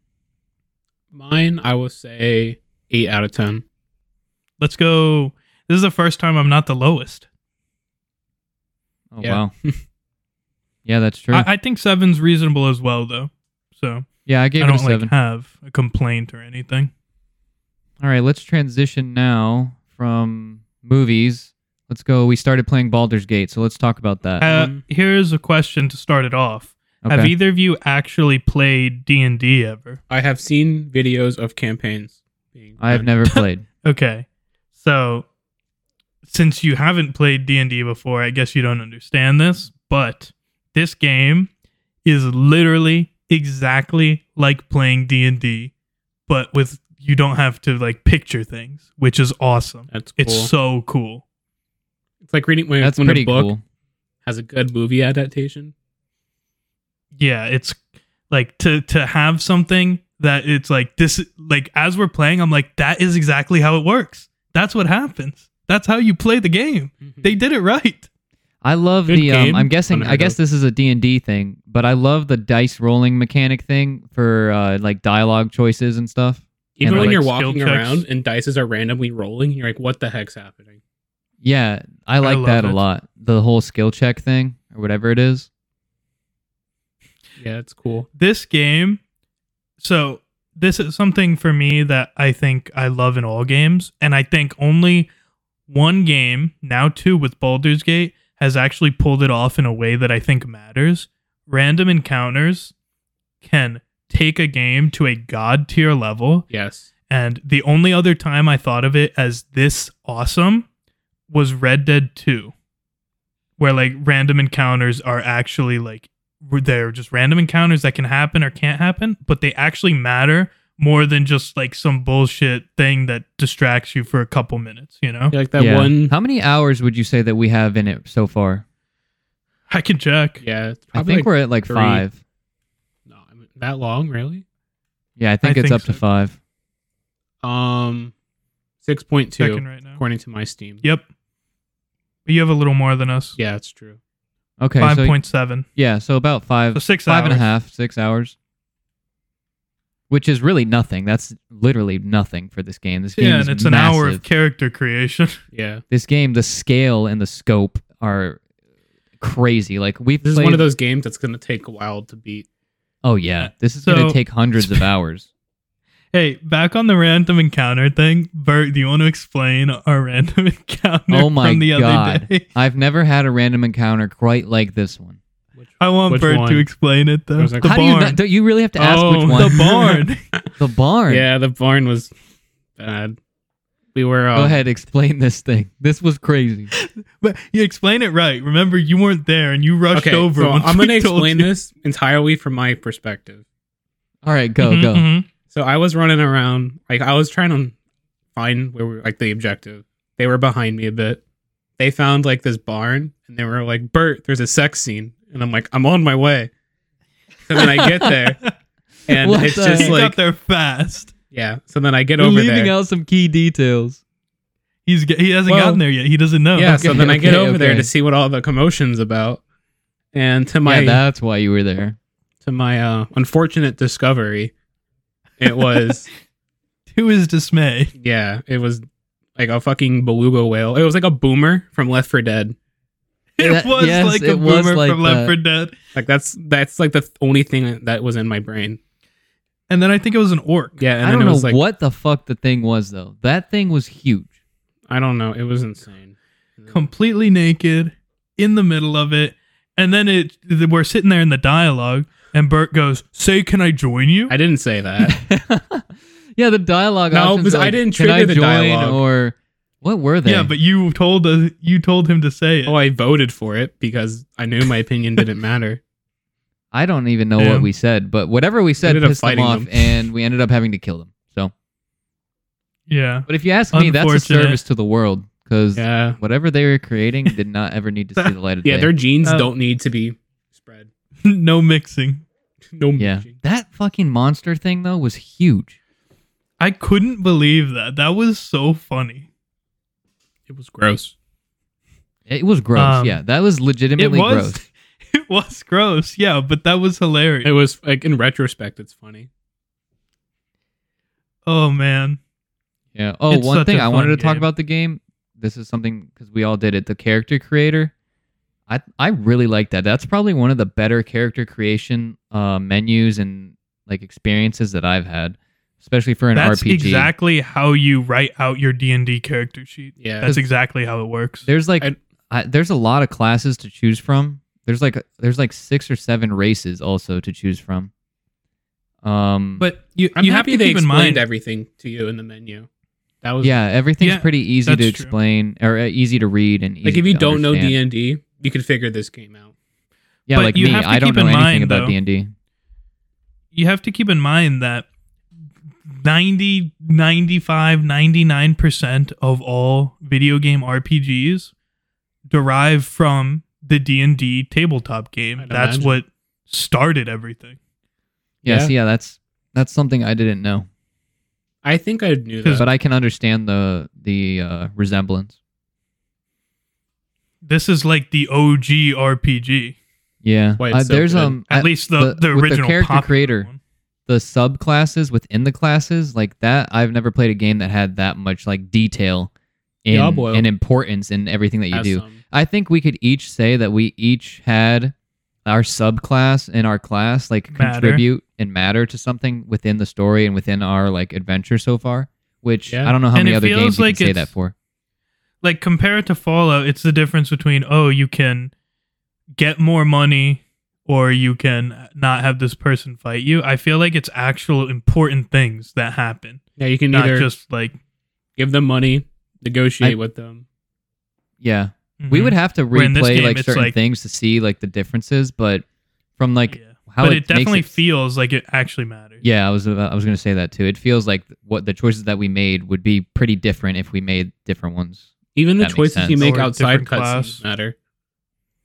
Speaker 2: Mine, I will say eight out of ten.
Speaker 3: Let's go. This is the first time I'm not the lowest.
Speaker 1: Oh
Speaker 2: Yeah.
Speaker 1: wow. yeah, that's true.
Speaker 3: I, I think seven's reasonable as well, though. So
Speaker 1: yeah, I gave
Speaker 3: I
Speaker 1: it a
Speaker 3: don't
Speaker 1: seven.
Speaker 3: like have a complaint or anything.
Speaker 1: All right, let's transition now from movies. Let's go. We started playing Baldur's Gate, so let's talk about that.
Speaker 3: Uh,
Speaker 2: Um,
Speaker 3: here's a question to start it off:
Speaker 1: Okay.
Speaker 3: Have either of you actually played D and D ever?
Speaker 2: I have seen videos of campaigns. Being
Speaker 1: I have
Speaker 2: done.
Speaker 1: never played.
Speaker 3: Okay, so since you haven't played D and D before, I guess you don't understand this. But this game is literally exactly like playing D and D, but with you don't have to like picture things, which is awesome.
Speaker 2: That's cool.
Speaker 3: It's
Speaker 2: It's,
Speaker 3: so cool.
Speaker 2: like reading when,
Speaker 1: That's
Speaker 2: when
Speaker 1: pretty
Speaker 2: a book
Speaker 1: cool.
Speaker 2: has a good movie adaptation.
Speaker 3: yeah it's like to to have something that it's like this like as we're playing i'm like that is exactly how it works that's what happens that's how you play the game
Speaker 2: Mm-hmm.
Speaker 3: they did it right
Speaker 1: I love
Speaker 2: Good
Speaker 1: the. Um,
Speaker 2: game.
Speaker 1: I'm guessing. I
Speaker 2: Unheard
Speaker 1: guess
Speaker 2: of.
Speaker 1: this is a D and D thing, but I love the dice rolling mechanic thing for uh, like dialogue choices and stuff.
Speaker 2: Even
Speaker 1: and,
Speaker 2: when
Speaker 1: like,
Speaker 2: you're
Speaker 3: skill
Speaker 2: walking
Speaker 3: checks.
Speaker 2: around and dices are randomly rolling, you're like, "What the heck's happening?"
Speaker 1: Yeah, I like
Speaker 3: love
Speaker 1: that a
Speaker 3: it.
Speaker 1: lot. The whole skill check thing or whatever it is.
Speaker 2: Yeah, it's cool.
Speaker 3: this game so this is something for me that i think i love in all games and i think only one game now two with baldur's gate has actually pulled it off in a way that i think matters random encounters can take a game to a god tier level
Speaker 2: Yes,
Speaker 3: and the only other time I thought of it as this awesome was Red Dead 2, where like random encounters are actually like were- they're just random encounters that can happen or can't happen, but they actually matter more than just like some bullshit thing that distracts you for a couple minutes, you know?
Speaker 2: Yeah, like that
Speaker 1: Yeah.
Speaker 2: one.
Speaker 1: How many hours would you say that we have in it so far?
Speaker 3: I can check.
Speaker 2: Yeah, it's
Speaker 1: I
Speaker 2: probably
Speaker 1: think
Speaker 2: like-
Speaker 1: we're at like
Speaker 2: three.
Speaker 1: five.
Speaker 2: no, I mean, that long, really.
Speaker 1: Yeah, I think it's
Speaker 3: think
Speaker 1: up to
Speaker 3: so.
Speaker 1: five.
Speaker 2: Um, six point two,
Speaker 3: Checking right now.
Speaker 2: according to my Steam.
Speaker 3: Yep. But you have a little more than us.
Speaker 2: Yeah, it's true.
Speaker 1: Okay, so
Speaker 3: 5.7.
Speaker 1: yeah, so about five,
Speaker 3: So six
Speaker 1: five and a
Speaker 3: hours.
Speaker 1: half, six hours, which is really nothing. That's literally nothing for this game. This game
Speaker 3: Yeah,
Speaker 1: is
Speaker 3: and it's an hour of
Speaker 1: massive.
Speaker 3: character creation.
Speaker 2: Yeah,
Speaker 1: this game, the scale and the scope are crazy. Like we've
Speaker 2: this is
Speaker 1: played.
Speaker 2: one of those games that's gonna take a while to beat.
Speaker 1: oh yeah, this is
Speaker 3: So-
Speaker 1: gonna take hundreds of hours.
Speaker 3: Hey, back on the random encounter thing, Bert, do you want to explain our random encounter
Speaker 1: Oh my
Speaker 3: from the
Speaker 1: God.
Speaker 3: other day?
Speaker 1: I've never had a random encounter quite like this one.
Speaker 2: Which,
Speaker 3: I want
Speaker 2: Which
Speaker 3: Bert
Speaker 2: one?
Speaker 3: to explain it though.
Speaker 2: There's a-
Speaker 3: The
Speaker 1: How
Speaker 3: barn.
Speaker 1: do you not, do you really have to ask
Speaker 3: oh,
Speaker 1: which one?
Speaker 3: the barn.
Speaker 1: The barn.
Speaker 2: yeah, the barn was bad. We were. Um,
Speaker 1: Go ahead, explain this thing. This was crazy.
Speaker 3: but you explain it right. Remember, you weren't there and you rushed
Speaker 2: Okay,
Speaker 3: over.
Speaker 2: so
Speaker 3: once
Speaker 2: I'm
Speaker 3: we
Speaker 2: gonna
Speaker 3: told
Speaker 2: explain
Speaker 3: you.
Speaker 2: this entirely from my perspective.
Speaker 1: All right, go
Speaker 2: Mm-hmm,
Speaker 3: Mhm,
Speaker 1: go.
Speaker 3: mhm.
Speaker 2: So I was running around, like I was trying to find where we like the objective. They were behind me a bit. They found like this barn, and they were like, "Bert, there's a sex scene," and I'm like, "I'm on my way." So then I get there, and
Speaker 1: What
Speaker 2: it's
Speaker 1: the
Speaker 2: just
Speaker 1: heck?
Speaker 3: He
Speaker 2: like,
Speaker 3: got there fast.
Speaker 2: yeah. So then I get
Speaker 1: You're
Speaker 2: over
Speaker 1: leaving
Speaker 2: there.
Speaker 1: out some key details.
Speaker 3: He's ge- he hasn't
Speaker 2: Well,
Speaker 3: gotten there yet. He doesn't know.
Speaker 2: yeah. so
Speaker 1: Okay,
Speaker 2: then I get
Speaker 1: okay,
Speaker 2: over there
Speaker 1: okay.
Speaker 2: to see what all the commotion's about, and to my
Speaker 1: yeah, that's why you were there.
Speaker 2: to my uh, unfortunate discovery, it was
Speaker 3: To his dismay,
Speaker 2: yeah, it was like a fucking beluga whale. It was like a boomer from Left for Dead.
Speaker 3: it
Speaker 1: That-
Speaker 3: was
Speaker 1: yes,
Speaker 3: like a
Speaker 1: it was
Speaker 3: boomer
Speaker 1: like
Speaker 3: from Left
Speaker 1: that.
Speaker 3: 4 Dead.
Speaker 2: Like that's that's like the th- only thing that was in my brain.
Speaker 3: And then I think it was an orc.
Speaker 2: Yeah, and
Speaker 1: I
Speaker 2: then
Speaker 1: don't
Speaker 2: it
Speaker 1: know
Speaker 2: was like
Speaker 1: what the fuck the thing was though. That thing was huge.
Speaker 2: I don't know. It was insane.
Speaker 3: completely naked in the middle of it and then it th- we're sitting there in the dialogue and bert goes say can i join you
Speaker 2: I didn't say that.
Speaker 1: yeah, the dialogue.
Speaker 2: No,
Speaker 1: options
Speaker 2: because
Speaker 1: are
Speaker 2: I
Speaker 1: like,
Speaker 2: didn't
Speaker 1: "Can I
Speaker 2: trigger the
Speaker 1: join
Speaker 2: dialogue."
Speaker 1: or what were they?
Speaker 3: yeah but you told us you told him to say it
Speaker 2: oh, I voted for it because I knew my opinion didn't matter.
Speaker 1: I don't even know
Speaker 3: Yeah.
Speaker 1: what we said, but whatever we said
Speaker 2: ended up
Speaker 1: pissed them
Speaker 2: fighting
Speaker 1: off,
Speaker 2: them.
Speaker 1: and we ended up having to kill them. So,
Speaker 3: yeah
Speaker 1: but if you ask me, that's a
Speaker 3: Unfortunate.
Speaker 1: service to the world because
Speaker 2: Yeah,
Speaker 1: whatever they were creating did not ever need to see the light of
Speaker 2: yeah.
Speaker 1: day.
Speaker 2: Their genes
Speaker 3: Uh,
Speaker 2: don't need to be spread.
Speaker 3: no mixing.
Speaker 2: no
Speaker 1: Yeah.
Speaker 2: mixing.
Speaker 1: That fucking monster thing though was huge.
Speaker 3: I couldn't believe that. That was so funny.
Speaker 2: It was gross.
Speaker 1: It was gross.
Speaker 3: Um,
Speaker 1: yeah, that was
Speaker 3: It
Speaker 1: legitimately
Speaker 3: was.
Speaker 1: gross.
Speaker 3: It was gross. Yeah, but that was hilarious.
Speaker 2: It was like in retrospect, it's funny.
Speaker 3: oh man.
Speaker 1: Yeah. Oh,
Speaker 3: It's
Speaker 1: one
Speaker 3: such
Speaker 1: thing
Speaker 3: a
Speaker 1: I wanted
Speaker 3: fun
Speaker 1: to talk
Speaker 3: game.
Speaker 1: about the game. This is something because we all did it. The character creator. I I really like that. That's probably one of the better character creation uh, menus and like experiences that I've had, especially for an
Speaker 3: That's
Speaker 1: RPG.
Speaker 3: exactly how you write out your D and D character sheet.
Speaker 2: Yeah.
Speaker 3: That's exactly how it works.
Speaker 1: There's like
Speaker 2: I-
Speaker 1: I, there's a lot of classes to choose from. There's like there's like six or seven races also to choose from. Um,
Speaker 3: But you,
Speaker 2: I'm
Speaker 3: you
Speaker 2: happy
Speaker 3: have to
Speaker 2: they
Speaker 3: keep in
Speaker 2: explained
Speaker 3: mind
Speaker 2: everything to you in the menu. That was
Speaker 1: yeah, everything's
Speaker 3: Yeah,
Speaker 1: pretty easy to
Speaker 3: that's true.
Speaker 1: explain or uh, easy to read and easy
Speaker 2: like if you
Speaker 1: to
Speaker 2: don't know
Speaker 1: understand.
Speaker 2: D and D, you could figure this game out.
Speaker 1: Yeah,
Speaker 3: But
Speaker 1: like
Speaker 3: you
Speaker 1: me,
Speaker 3: have to
Speaker 1: I don't
Speaker 3: keep
Speaker 1: know
Speaker 3: in
Speaker 1: anything
Speaker 3: mind,
Speaker 1: about
Speaker 3: though-
Speaker 1: D and D.
Speaker 3: you have to keep in mind that 90 95 99% of all video game RPGs derive from the D&D tabletop game.
Speaker 2: I'd
Speaker 3: That's
Speaker 2: imagine.
Speaker 3: what started everything.
Speaker 1: Yeah,
Speaker 2: Yeah.
Speaker 1: see, yeah, that's that's something I didn't know,
Speaker 2: I think I knew that.
Speaker 1: but I can understand the the uh, resemblance.
Speaker 3: This is like the OG RPG.
Speaker 1: Yeah,
Speaker 2: Why it's
Speaker 1: Uh,
Speaker 2: so
Speaker 1: there's
Speaker 2: good.
Speaker 1: um
Speaker 3: At
Speaker 1: I-
Speaker 3: least the, the,
Speaker 1: with
Speaker 3: original
Speaker 1: character
Speaker 3: popular
Speaker 1: creator,
Speaker 3: one.
Speaker 1: the subclasses within the classes like that. I've never played a game that had that much like detail in
Speaker 2: Yeah, boy.
Speaker 1: and importance in everything that you
Speaker 2: Have
Speaker 1: do.
Speaker 2: some.
Speaker 1: I think we could each say that we each had our subclass in our class like
Speaker 3: Matter.
Speaker 1: contribute and matter to something within the story and within our like adventure so far. Which
Speaker 2: Yeah.
Speaker 1: I don't know how
Speaker 3: And
Speaker 1: many
Speaker 3: it
Speaker 1: other
Speaker 3: feels
Speaker 1: games you
Speaker 3: like
Speaker 1: can say
Speaker 3: it's-
Speaker 1: that for.
Speaker 3: Like compare it to Fallout, it's the difference between oh, you can get more money or you can not have this person fight you. I feel like it's actual important things that happen.
Speaker 2: Yeah, you can
Speaker 3: not
Speaker 2: either
Speaker 3: just like
Speaker 2: give them money, negotiate
Speaker 1: I-
Speaker 2: with them.
Speaker 1: Yeah.
Speaker 3: mm-hmm.
Speaker 1: We would have to
Speaker 3: Where in this
Speaker 1: replay
Speaker 3: game,
Speaker 1: like
Speaker 3: it's
Speaker 1: certain
Speaker 3: like-
Speaker 1: things to see like the differences, but from like
Speaker 3: Yeah.
Speaker 1: how
Speaker 3: but
Speaker 1: it,
Speaker 3: it, definitely
Speaker 1: makes it,
Speaker 3: feels like it actually matters.
Speaker 1: Yeah, I was about, I was gonna say that too. It feels like what the choices that we made would be pretty different if we made different ones.
Speaker 2: Even the
Speaker 1: That makes
Speaker 2: choices you
Speaker 1: sense.
Speaker 2: make
Speaker 3: Or a
Speaker 2: outside
Speaker 3: different class.
Speaker 2: cutscenes matter.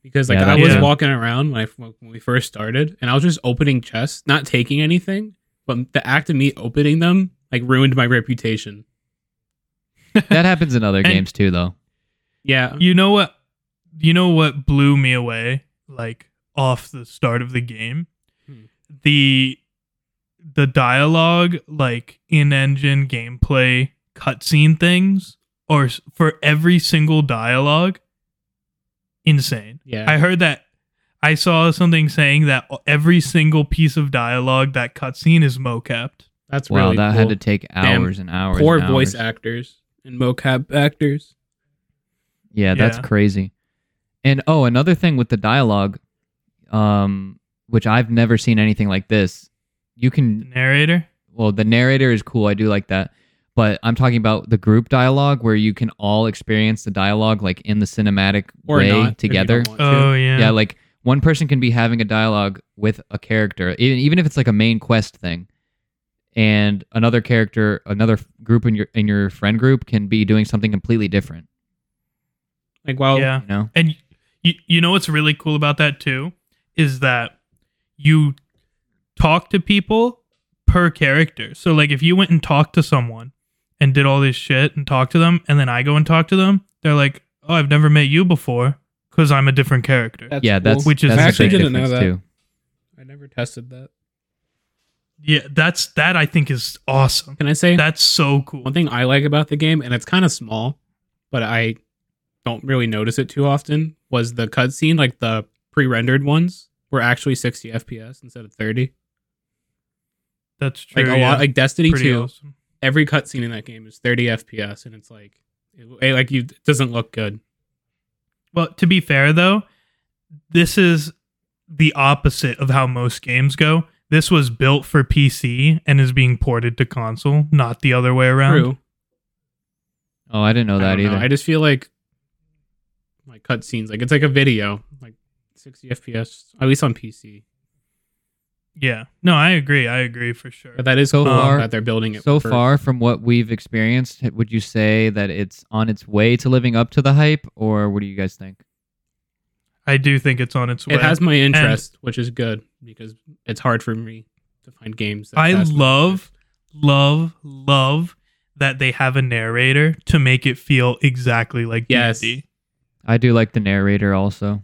Speaker 2: Because like
Speaker 1: Yeah,
Speaker 2: I
Speaker 1: that-
Speaker 2: was
Speaker 3: Yeah.
Speaker 2: walking around when I when we first started, and I was just opening chests, not taking anything, but the act of me opening them like ruined my reputation.
Speaker 1: That happens in other
Speaker 3: And-
Speaker 1: games too, though.
Speaker 2: Yeah,
Speaker 3: You know what? You know what blew me away? Like off the start of the game,
Speaker 2: Hmm.
Speaker 3: the the dialogue, like in-engine gameplay cutscene things, are s- for every single dialogue, insane.
Speaker 2: yeah.
Speaker 3: I heard that. I saw something saying that every single piece of dialogue that cutscene is mocapped.
Speaker 2: That's
Speaker 1: wow,
Speaker 2: really
Speaker 1: that
Speaker 2: cool.
Speaker 1: had to take
Speaker 2: Damn,
Speaker 1: hours and hours.
Speaker 2: poor
Speaker 1: and
Speaker 2: voice
Speaker 1: hours.
Speaker 2: actors and mocap actors.
Speaker 1: Yeah, that's
Speaker 3: Yeah.
Speaker 1: crazy. And oh, another thing with the dialogue, um, which I've never seen anything like this. You
Speaker 3: The
Speaker 1: can
Speaker 3: narrator.
Speaker 1: well, the narrator is cool. I do like that. But I'm talking about the group dialogue where you can all experience the dialogue like in the cinematic
Speaker 2: Or
Speaker 1: way
Speaker 2: not, if you
Speaker 1: together.
Speaker 2: don't want to.
Speaker 3: Oh yeah.
Speaker 1: Yeah, like one person can be having a dialogue with a character, e- even if it's like a main quest thing, and another character, another f- group in your in your friend group can be doing something completely different.
Speaker 2: Like well,
Speaker 3: yeah.
Speaker 1: You know?
Speaker 3: And you, you know what's really cool about that too is that you talk to people per character. So like if you went and talked to someone and did all this shit and talked to them and then I go and talk to them, they're like, "Oh, I've never met you before cuz I'm a different character."
Speaker 1: yeah, that's
Speaker 2: cool.
Speaker 3: Which is
Speaker 1: that's
Speaker 2: I
Speaker 1: a
Speaker 2: actually
Speaker 1: big
Speaker 2: didn't know
Speaker 1: difference,
Speaker 2: that.
Speaker 1: too.
Speaker 2: I never tested that.
Speaker 3: yeah, that's that I think is awesome.
Speaker 2: Can I say
Speaker 3: That's so cool.
Speaker 2: one thing I like about the game, and it's kind of small, but I don't really notice it too often, was the cutscene, like the pre-rendered ones, were actually 60 FPS instead of 30.
Speaker 3: That's true.
Speaker 2: Like a
Speaker 3: yeah.
Speaker 2: lot, like Destiny
Speaker 3: Pretty
Speaker 2: 2,
Speaker 3: awesome.
Speaker 2: every cutscene in that game is 30 FPS, and it's like, it, it, like you it doesn't look good.
Speaker 3: Well, to be fair though, this is the opposite of how most games go. This was built for PC and is being ported to console, not the other way around.
Speaker 2: True.
Speaker 1: Oh, I didn't know
Speaker 2: I,
Speaker 1: that
Speaker 2: don't know.
Speaker 1: either.
Speaker 2: I just feel like my cutscenes, like it's like a video, like 60 FPS, at least on PC.
Speaker 3: Yeah. No, I agree. I agree for sure.
Speaker 2: But that is
Speaker 1: So
Speaker 2: cool
Speaker 1: far-
Speaker 2: that they're building it.
Speaker 1: so
Speaker 2: for-
Speaker 1: far, from what we've experienced, h- would you say that it's on its way to living up to the hype, or what do you guys think?
Speaker 3: I do think it's on its way.
Speaker 2: It has my interest, which is good because it's hard for me to find games. that
Speaker 3: I
Speaker 2: that's my
Speaker 3: love, love, love that they have a narrator to make it feel exactly like
Speaker 2: Yes.
Speaker 3: D&D.
Speaker 1: I do like the narrator also.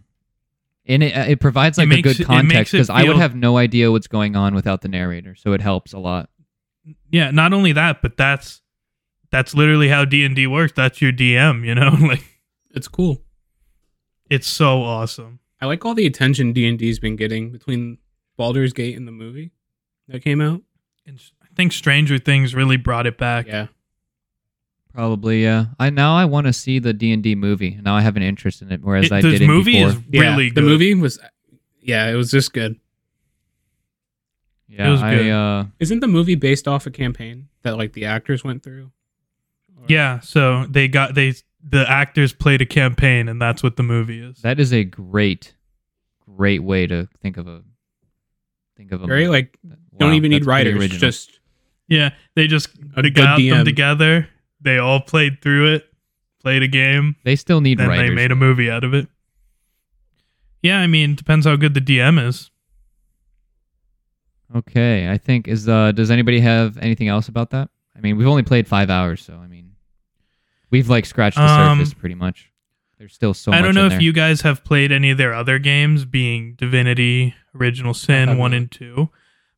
Speaker 1: And it, it provides
Speaker 3: It
Speaker 1: like a
Speaker 3: makes
Speaker 1: good
Speaker 3: it- it makes
Speaker 1: context
Speaker 3: it
Speaker 1: because I would
Speaker 3: feel-
Speaker 1: have no idea what's going on without the narrator, so it helps a lot.
Speaker 3: Yeah, not only that, but that's that's literally how D&D works. That's your DM, you know? like
Speaker 2: interest. It's cool.
Speaker 3: it's so awesome.
Speaker 2: I like all the attention D and D's been getting between Baldur's Gate and the movie that came out.
Speaker 3: And s- I think Stranger Things really brought it back.
Speaker 2: Yeah,
Speaker 1: Probably, yeah. I now I want to see the D and D movie. Now I have an interest in it, whereas
Speaker 3: It-
Speaker 1: I
Speaker 3: this
Speaker 1: didn't
Speaker 3: movie
Speaker 1: before.
Speaker 3: is really
Speaker 2: Yeah,
Speaker 3: good.
Speaker 2: The movie was, yeah, it was just good.
Speaker 1: yeah,
Speaker 3: was
Speaker 1: I,
Speaker 3: good.
Speaker 1: uh,
Speaker 2: Isn't the movie based off a campaign that like the actors went through? Or-
Speaker 3: Yeah, so they got they the actors played a campaign and that's what the movie is.
Speaker 1: that is a great, great way to think of a think of a
Speaker 2: very
Speaker 1: movie.
Speaker 2: like
Speaker 1: Um, Wow,
Speaker 2: don't even
Speaker 1: that's
Speaker 2: need
Speaker 1: pretty
Speaker 2: writers.
Speaker 1: original.
Speaker 2: Just
Speaker 3: yeah, they just
Speaker 2: A
Speaker 3: they
Speaker 2: good
Speaker 3: got them
Speaker 2: DM.
Speaker 3: together. They all played through it, played a game,
Speaker 1: they still need
Speaker 3: then
Speaker 1: writers.
Speaker 3: they made a movie out of it. Yeah, I mean, depends how good the DM is.
Speaker 1: okay, I think is uh, does anybody have anything else about that? I mean, we've only played five hours, so I mean, we've like scratched the
Speaker 3: Um,
Speaker 1: surface pretty much. There's still so.
Speaker 3: I
Speaker 1: much
Speaker 3: don't know
Speaker 1: in
Speaker 3: if
Speaker 1: there.
Speaker 3: you guys have played any of their other games, being Divinity, Original Sin
Speaker 2: have
Speaker 3: 1
Speaker 2: not.
Speaker 3: and 2,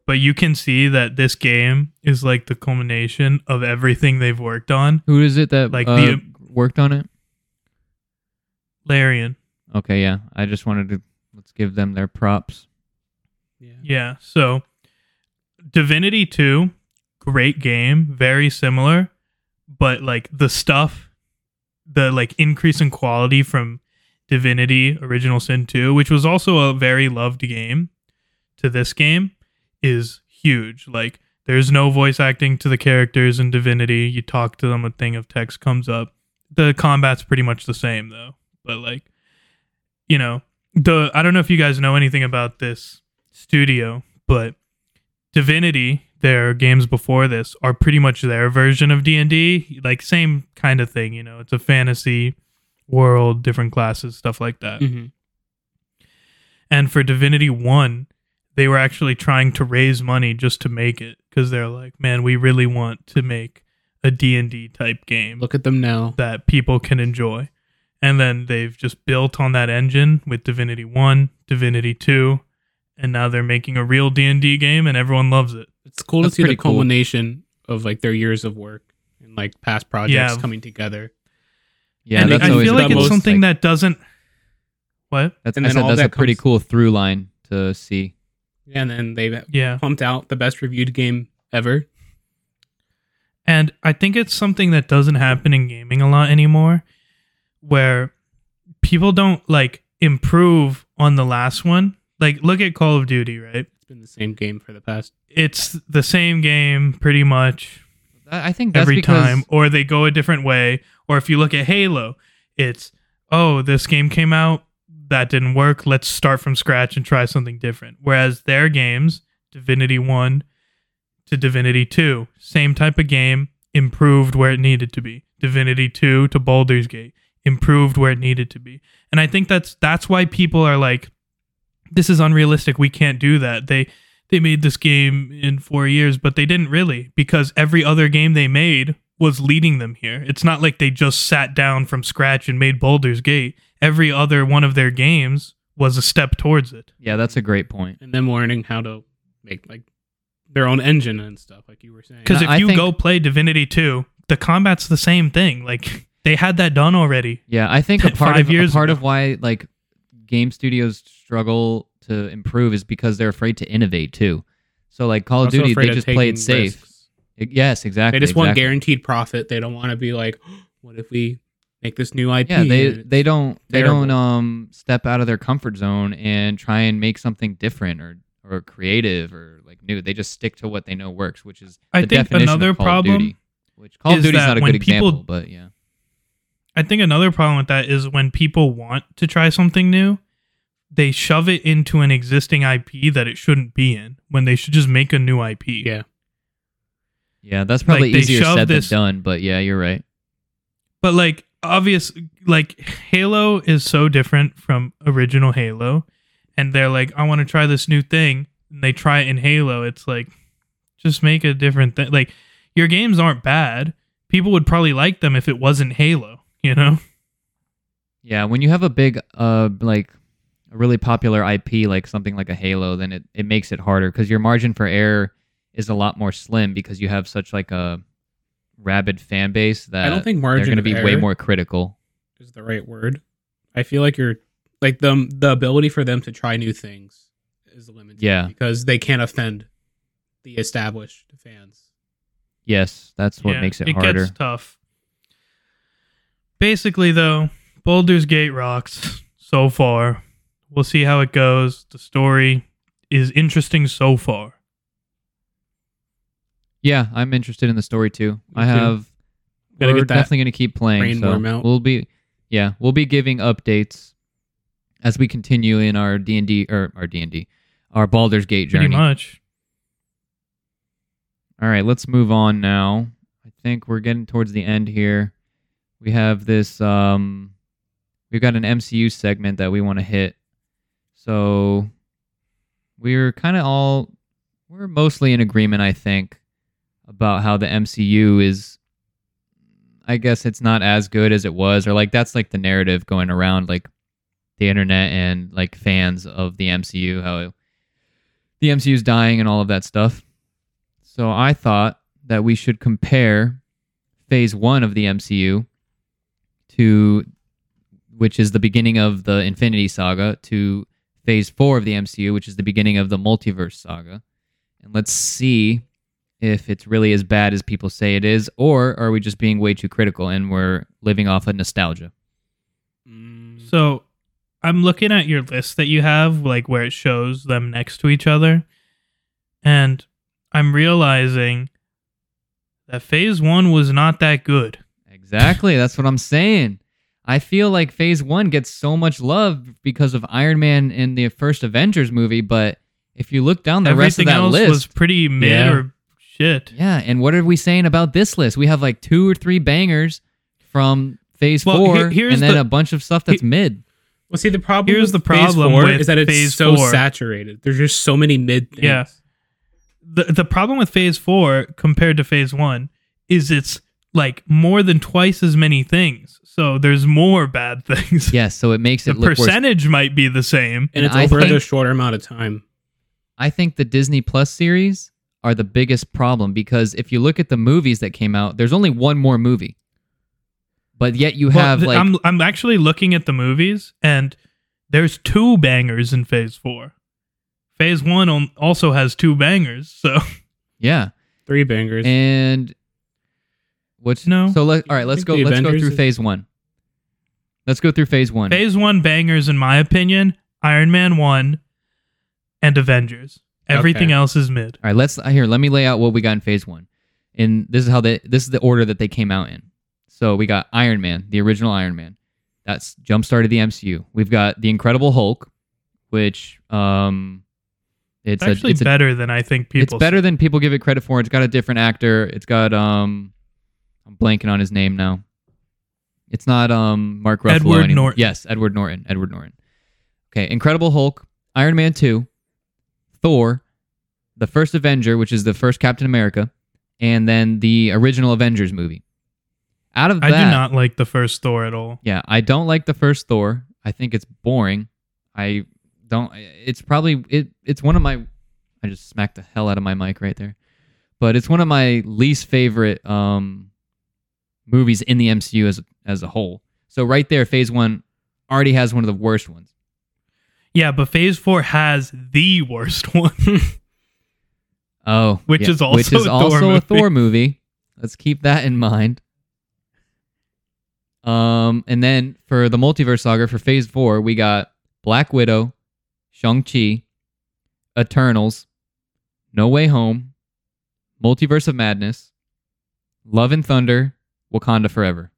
Speaker 3: but you can see that this game is like the culmination of everything they've worked on.
Speaker 1: Who is it that
Speaker 3: Like
Speaker 1: uh,
Speaker 3: the-
Speaker 1: worked on it?
Speaker 3: Larian.
Speaker 1: Okay, yeah. I just wanted to let's give them their props.
Speaker 2: yeah.
Speaker 3: Yeah. So Divinity 2, great game, very similar, but like the stuff, the like increase in quality from Divinity Original Sin 2, which was also a very loved game to this game, is huge. Like there's no voice acting to the characters in Divinity. You talk to them, a thing of text comes up. The combat's pretty much the same though, but like you know, the I don't know if you guys know anything about this studio, but Divinity, their games before this, are pretty much their version of D and D, like same kind of thing. You know, it's a fantasy world, different classes, stuff like that.
Speaker 2: Mhm.
Speaker 3: And for Divinity 1, they were actually trying to raise money just to make it because they're like, man, we really want to make a D&D type game
Speaker 2: Look at them now.
Speaker 3: that people can enjoy. And then they've just built on that engine with Divinity 1, Divinity 2, and now they're making a real D&D game and everyone loves it.
Speaker 2: It's cool to
Speaker 1: That's
Speaker 2: see the
Speaker 1: pretty cool.
Speaker 2: culmination of like their years of work and like past projects
Speaker 3: Yeah.
Speaker 2: coming together.
Speaker 1: Yeah,
Speaker 3: and
Speaker 1: that's
Speaker 3: I
Speaker 1: always
Speaker 3: feel
Speaker 1: the
Speaker 3: like it's
Speaker 1: most,
Speaker 3: something that doesn't What?
Speaker 1: That's,
Speaker 2: and
Speaker 1: I
Speaker 2: then
Speaker 1: said
Speaker 2: all
Speaker 1: that's
Speaker 2: that
Speaker 1: a pretty
Speaker 2: comes-
Speaker 1: cool through line to see.
Speaker 2: And then they
Speaker 3: Yeah.
Speaker 2: pumped out the best reviewed game ever.
Speaker 3: And I think it's something that doesn't happen in gaming a lot anymore where people don't like improve on the last one. Like look at Call of Duty, right?
Speaker 2: It's been the same game for the past.
Speaker 3: It's the same game pretty much
Speaker 1: I I think that's
Speaker 3: every
Speaker 1: because
Speaker 3: time, or they go a different way. Or if you look at Halo, it's oh, this game came out that didn't work. Let's start from scratch and try something different. Whereas their games, Divinity One to Divinity Two, same type of game, improved where it needed to be. Divinity Two to Baldur's Gate, improved where it needed to be. And I think that's that's why people are like, this is unrealistic. We can't do that. They they made this game in four years, but they didn't really because every other game they made was leading them here. It's not like they just sat down from scratch and made Baldur's Gate. Every other one of their games was a step towards it.
Speaker 1: Yeah, that's a great point.
Speaker 2: and them learning how to make like their own engine and stuff, like you were saying.
Speaker 3: Because
Speaker 1: Yeah,
Speaker 3: if
Speaker 1: I
Speaker 3: you
Speaker 1: think-
Speaker 3: go play Divinity 2, the combat's the same thing. Like they had that done already.
Speaker 1: Yeah, I think a part
Speaker 3: Five
Speaker 1: of a
Speaker 3: years
Speaker 1: part
Speaker 3: ago.
Speaker 1: of why like game studios struggle to improve is because they're afraid to innovate too. So like Call of
Speaker 2: Also
Speaker 1: Duty,
Speaker 2: afraid
Speaker 1: they
Speaker 2: of
Speaker 1: just play
Speaker 2: taking
Speaker 1: it safe.
Speaker 2: risks.
Speaker 1: I- Yes, exactly.
Speaker 2: They just want
Speaker 1: exactly.
Speaker 2: guaranteed profit. They don't want to be like, what if we make this new IP?
Speaker 1: Yeah, they
Speaker 2: and it's-
Speaker 1: they don't they don't
Speaker 2: terrible.
Speaker 1: um step out of their comfort zone and try and make something different or or creative or like new. They just stick to what they know works, which is
Speaker 3: I
Speaker 1: the
Speaker 3: think
Speaker 1: definition
Speaker 3: another
Speaker 1: of Call
Speaker 3: problem
Speaker 1: of Duty. Which Call of
Speaker 3: is
Speaker 1: Duty's
Speaker 3: that
Speaker 1: not a
Speaker 3: when
Speaker 1: good
Speaker 3: people-
Speaker 1: example, but yeah.
Speaker 3: I think another problem with that is when people want to try something new, they shove it into an existing IP that it shouldn't be in when they should just make a new IP.
Speaker 2: Yeah.
Speaker 1: Yeah, that's probably
Speaker 3: they
Speaker 1: easier
Speaker 3: shove
Speaker 1: said
Speaker 3: this-
Speaker 1: than done, but yeah, you're right.
Speaker 3: But like obvious like Halo is so different from original Halo and they're like I want to try this new thing and they try it in Halo it's like just make a different thing like your games aren't bad people would probably like them if it wasn't Halo you know
Speaker 1: Yeah, when you have a big, uh, like a really popular IP, like something like a Halo, then it, it makes it harder because your margin for error is a lot more slim because you have such like a rabid fan base that
Speaker 2: I don't think
Speaker 1: uh, they're
Speaker 2: margin
Speaker 1: going to
Speaker 2: of
Speaker 1: be
Speaker 2: error
Speaker 1: way more critical.
Speaker 2: is the right word. I feel like you're like the the ability for them to try new things is limited.
Speaker 1: Yeah.
Speaker 2: because they can't offend the established fans.
Speaker 1: Yes, that's what
Speaker 3: Yeah,
Speaker 1: makes it,
Speaker 3: it
Speaker 1: harder.
Speaker 3: gets tough basically though Boulder's Gate rocks so far we'll see how it goes the story is interesting so far
Speaker 1: Yeah, I'm interested in the story too.
Speaker 2: Me
Speaker 1: I
Speaker 2: too.
Speaker 1: have.
Speaker 2: Gotta
Speaker 1: we're
Speaker 2: get that
Speaker 1: definitely going to keep playing.
Speaker 2: brain
Speaker 1: So
Speaker 2: worm out.
Speaker 1: we'll be, yeah, we'll be giving updates as we continue in our D and D or our D and D, our Baldur's Gate journey.
Speaker 3: pretty much
Speaker 1: All right, let's move on now. I think we're getting towards the end here. We have this um we've got an MCU segment that we want to hit. So we're kind of all we're mostly in agreement, I think, about how the MCU is I guess it's not as good as it was or like that's like the narrative going around like the internet and like fans of the MCU how the MCU is dying and all of that stuff. So I thought that we should compare phase one of the MCU to, which is the beginning of the Infinity Saga, to phase four of the MCU, which is the beginning of the Multiverse Saga. And let's see if it's really as bad as people say it is, or are we just being way too critical and we're living off of nostalgia?
Speaker 2: Mm,
Speaker 3: So I'm looking at your list that you have, like where it shows them next to each other. And I'm realizing that phase one was not that good.
Speaker 1: Exactly. That's what I'm saying. I feel like phase one gets so much love because of Iron Man in the first Avengers movie, but if you look down the rest of
Speaker 3: Everything
Speaker 1: that
Speaker 3: else
Speaker 1: list.
Speaker 3: was pretty mid
Speaker 1: Yeah.
Speaker 3: or shit.
Speaker 1: yeah, and what are we saying about this list? We have like two or three bangers from phase
Speaker 3: Well,
Speaker 1: four
Speaker 3: here- here's
Speaker 1: and then
Speaker 3: the-
Speaker 1: a bunch of stuff that's mid.
Speaker 2: well, see the problem.
Speaker 3: Here's
Speaker 2: with
Speaker 3: the problem
Speaker 2: phase four
Speaker 3: with
Speaker 2: is that it's
Speaker 3: phase
Speaker 2: so
Speaker 3: four.
Speaker 2: saturated. There's just so many mid. Things.
Speaker 3: Yeah. The the problem with phase four compared to phase one is it's like more than twice as many things. So there's more bad things.
Speaker 1: Yes, so it makes
Speaker 3: the
Speaker 1: it look worse.
Speaker 3: percentage might be the same.
Speaker 2: and,
Speaker 1: And
Speaker 2: it's
Speaker 1: I
Speaker 2: over the
Speaker 1: think-
Speaker 2: shorter amount of time.
Speaker 1: I think the Disney Plus series are the biggest problem because if you look at the movies that came out, there's only one more movie. But yet you
Speaker 3: Well,
Speaker 1: have
Speaker 3: th-
Speaker 1: like
Speaker 3: I'm I'm actually looking at the movies and there's two bangers in phase 4. Phase 1 on, also has two bangers. So
Speaker 1: yeah.
Speaker 2: Three bangers.
Speaker 1: And what's
Speaker 3: No.
Speaker 1: So let all right, let's
Speaker 2: think
Speaker 1: go.
Speaker 2: the
Speaker 1: Let's go
Speaker 2: Avengers
Speaker 1: through
Speaker 2: is-
Speaker 1: phase one. Let's go through phase one.
Speaker 3: phase 1 bangers in my opinion, Iron Man 1 and Avengers. Everything
Speaker 2: Okay.
Speaker 3: else is mid.
Speaker 1: all right, let's here. Let me lay out what we got in phase one. And this is how they. This is the order that they came out in. So we got Iron Man, the original Iron Man. That's jump started the MCU. We've got the Incredible Hulk, which um, it's,
Speaker 3: It's,
Speaker 1: a-
Speaker 3: actually
Speaker 1: it's a
Speaker 3: better than I think people
Speaker 1: it's better
Speaker 3: say.
Speaker 1: than people give it credit for. It's got a different actor. It's got um, I'm blanking on his name now. It's not um Mark Ruffalo.
Speaker 3: Edward
Speaker 1: anymore.
Speaker 3: Norton.
Speaker 1: Yes, Edward Norton. Edward Norton. Okay, Incredible Hulk, Iron Man two, Thor, the first Avenger, which is the first Captain America, and then the original Avengers movie. Out of
Speaker 3: I
Speaker 1: that,
Speaker 3: do not like the first Thor at all.
Speaker 1: yeah, I don't like the first Thor. I think it's boring. I don't. It's probably it. It's one of my. I just smacked the hell out of my mic right there, but it's one of my least favorite um movies in the MCU as as a whole. So right there, Phase One already has one of the worst ones.
Speaker 3: Yeah, but phase 4 has the worst one.
Speaker 1: Oh,
Speaker 3: Which is also
Speaker 1: which is
Speaker 3: a Thor
Speaker 1: also a
Speaker 3: movie.
Speaker 1: Thor movie. Let's keep that in mind. Um, and then for the multiverse saga for Phase Four, we got Black Widow, Shang Chi, Eternals, No Way Home, Multiverse of Madness, Love and Thunder, Wakanda Forever.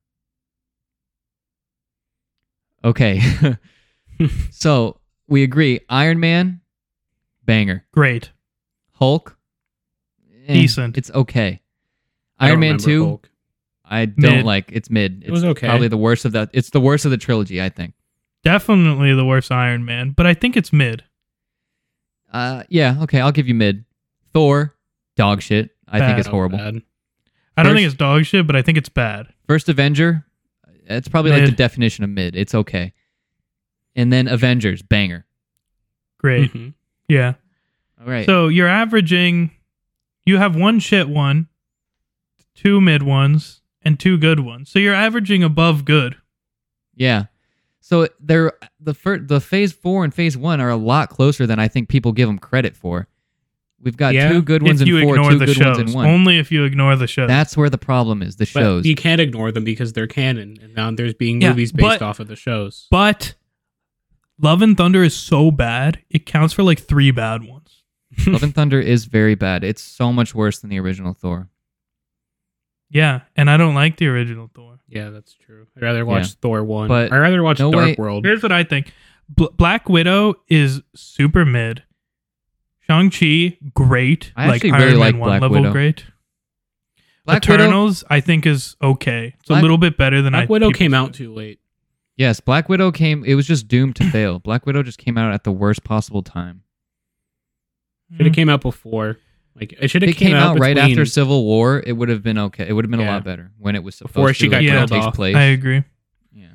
Speaker 1: Okay, so we agree. Iron Man, banger.
Speaker 3: Great.
Speaker 1: Hulk, eh,
Speaker 3: Decent.
Speaker 1: It's okay.
Speaker 2: I don't
Speaker 1: Iron Man
Speaker 2: remember
Speaker 1: two.
Speaker 2: Hulk.
Speaker 1: I don't
Speaker 3: Mid.
Speaker 1: like. It's mid. It's
Speaker 2: was okay.
Speaker 1: Probably the worst of that. It's the worst of the trilogy, I think.
Speaker 3: Definitely the worst Iron Man, but I think it's mid.
Speaker 1: Uh, yeah. Okay, I'll give you mid. Thor, dog shit. I think it's
Speaker 2: Bad.
Speaker 1: horrible.
Speaker 2: Bad.
Speaker 3: I don't
Speaker 1: First-
Speaker 3: think it's dog shit, but I think it's bad.
Speaker 1: First Avenger, it's probably like
Speaker 3: Mid.
Speaker 1: the definition of mid. It's okay. And then Avengers, banger.
Speaker 3: Great.
Speaker 2: Mhm.
Speaker 1: Mm-hmm.
Speaker 3: Yeah.
Speaker 1: All right.
Speaker 3: So you're averaging, you have one shit one, two mid ones, and two good ones. So you're averaging above good.
Speaker 1: yeah. So they're the fir- the phase four and phase one are a lot closer than I think people give them credit for. We've got
Speaker 2: Yeah,
Speaker 1: two good ones
Speaker 3: if
Speaker 1: and
Speaker 3: you
Speaker 1: four,
Speaker 3: ignore
Speaker 1: two
Speaker 3: the
Speaker 1: good
Speaker 3: shows,
Speaker 1: ones and one.
Speaker 3: only if you ignore the shows.
Speaker 1: That's where the problem is. The
Speaker 2: But
Speaker 1: shows.
Speaker 2: you can't ignore them because they're canon, and now there's being
Speaker 3: Yeah,
Speaker 2: movies based
Speaker 3: but-
Speaker 2: off of the shows.
Speaker 3: but Love and Thunder is so bad it counts for like three bad ones.
Speaker 1: Love and Thunder is very bad. It's so much worse than the original Thor.
Speaker 3: Yeah, and I don't like the original Thor.
Speaker 2: yeah, that's true. I'd rather watch
Speaker 1: Yeah.
Speaker 2: Thor one.
Speaker 1: But
Speaker 2: I'd rather watch
Speaker 1: no
Speaker 2: Dark
Speaker 1: way-
Speaker 2: World.
Speaker 3: Here's what I think: Bl- Black Widow is super mid. Shang Chi, great.
Speaker 1: I actually
Speaker 3: like
Speaker 1: really
Speaker 3: Iron
Speaker 1: like
Speaker 3: Man one
Speaker 1: Black
Speaker 3: level,
Speaker 1: Widow.
Speaker 3: great.
Speaker 1: Black Widow.
Speaker 3: Eternals, I think, is okay. It's
Speaker 1: Black-
Speaker 3: a little bit better than I.
Speaker 2: Black Widow
Speaker 3: people
Speaker 2: came out
Speaker 3: said.
Speaker 2: too late.
Speaker 1: Yes, Black Widow came. It was just doomed to fail. Black Widow just came out at the worst possible time.
Speaker 2: Should
Speaker 3: Mm.
Speaker 2: have came out before. Like it should
Speaker 1: If
Speaker 2: have
Speaker 1: it came out right
Speaker 2: between-
Speaker 1: after Civil War, it would have been okay. It would have been a
Speaker 2: Yeah.
Speaker 1: lot better when it was supposed
Speaker 2: Before she
Speaker 1: to,
Speaker 2: got
Speaker 1: like, when it
Speaker 3: killed
Speaker 1: takes
Speaker 2: off.
Speaker 1: place.
Speaker 3: I agree.
Speaker 1: Yeah,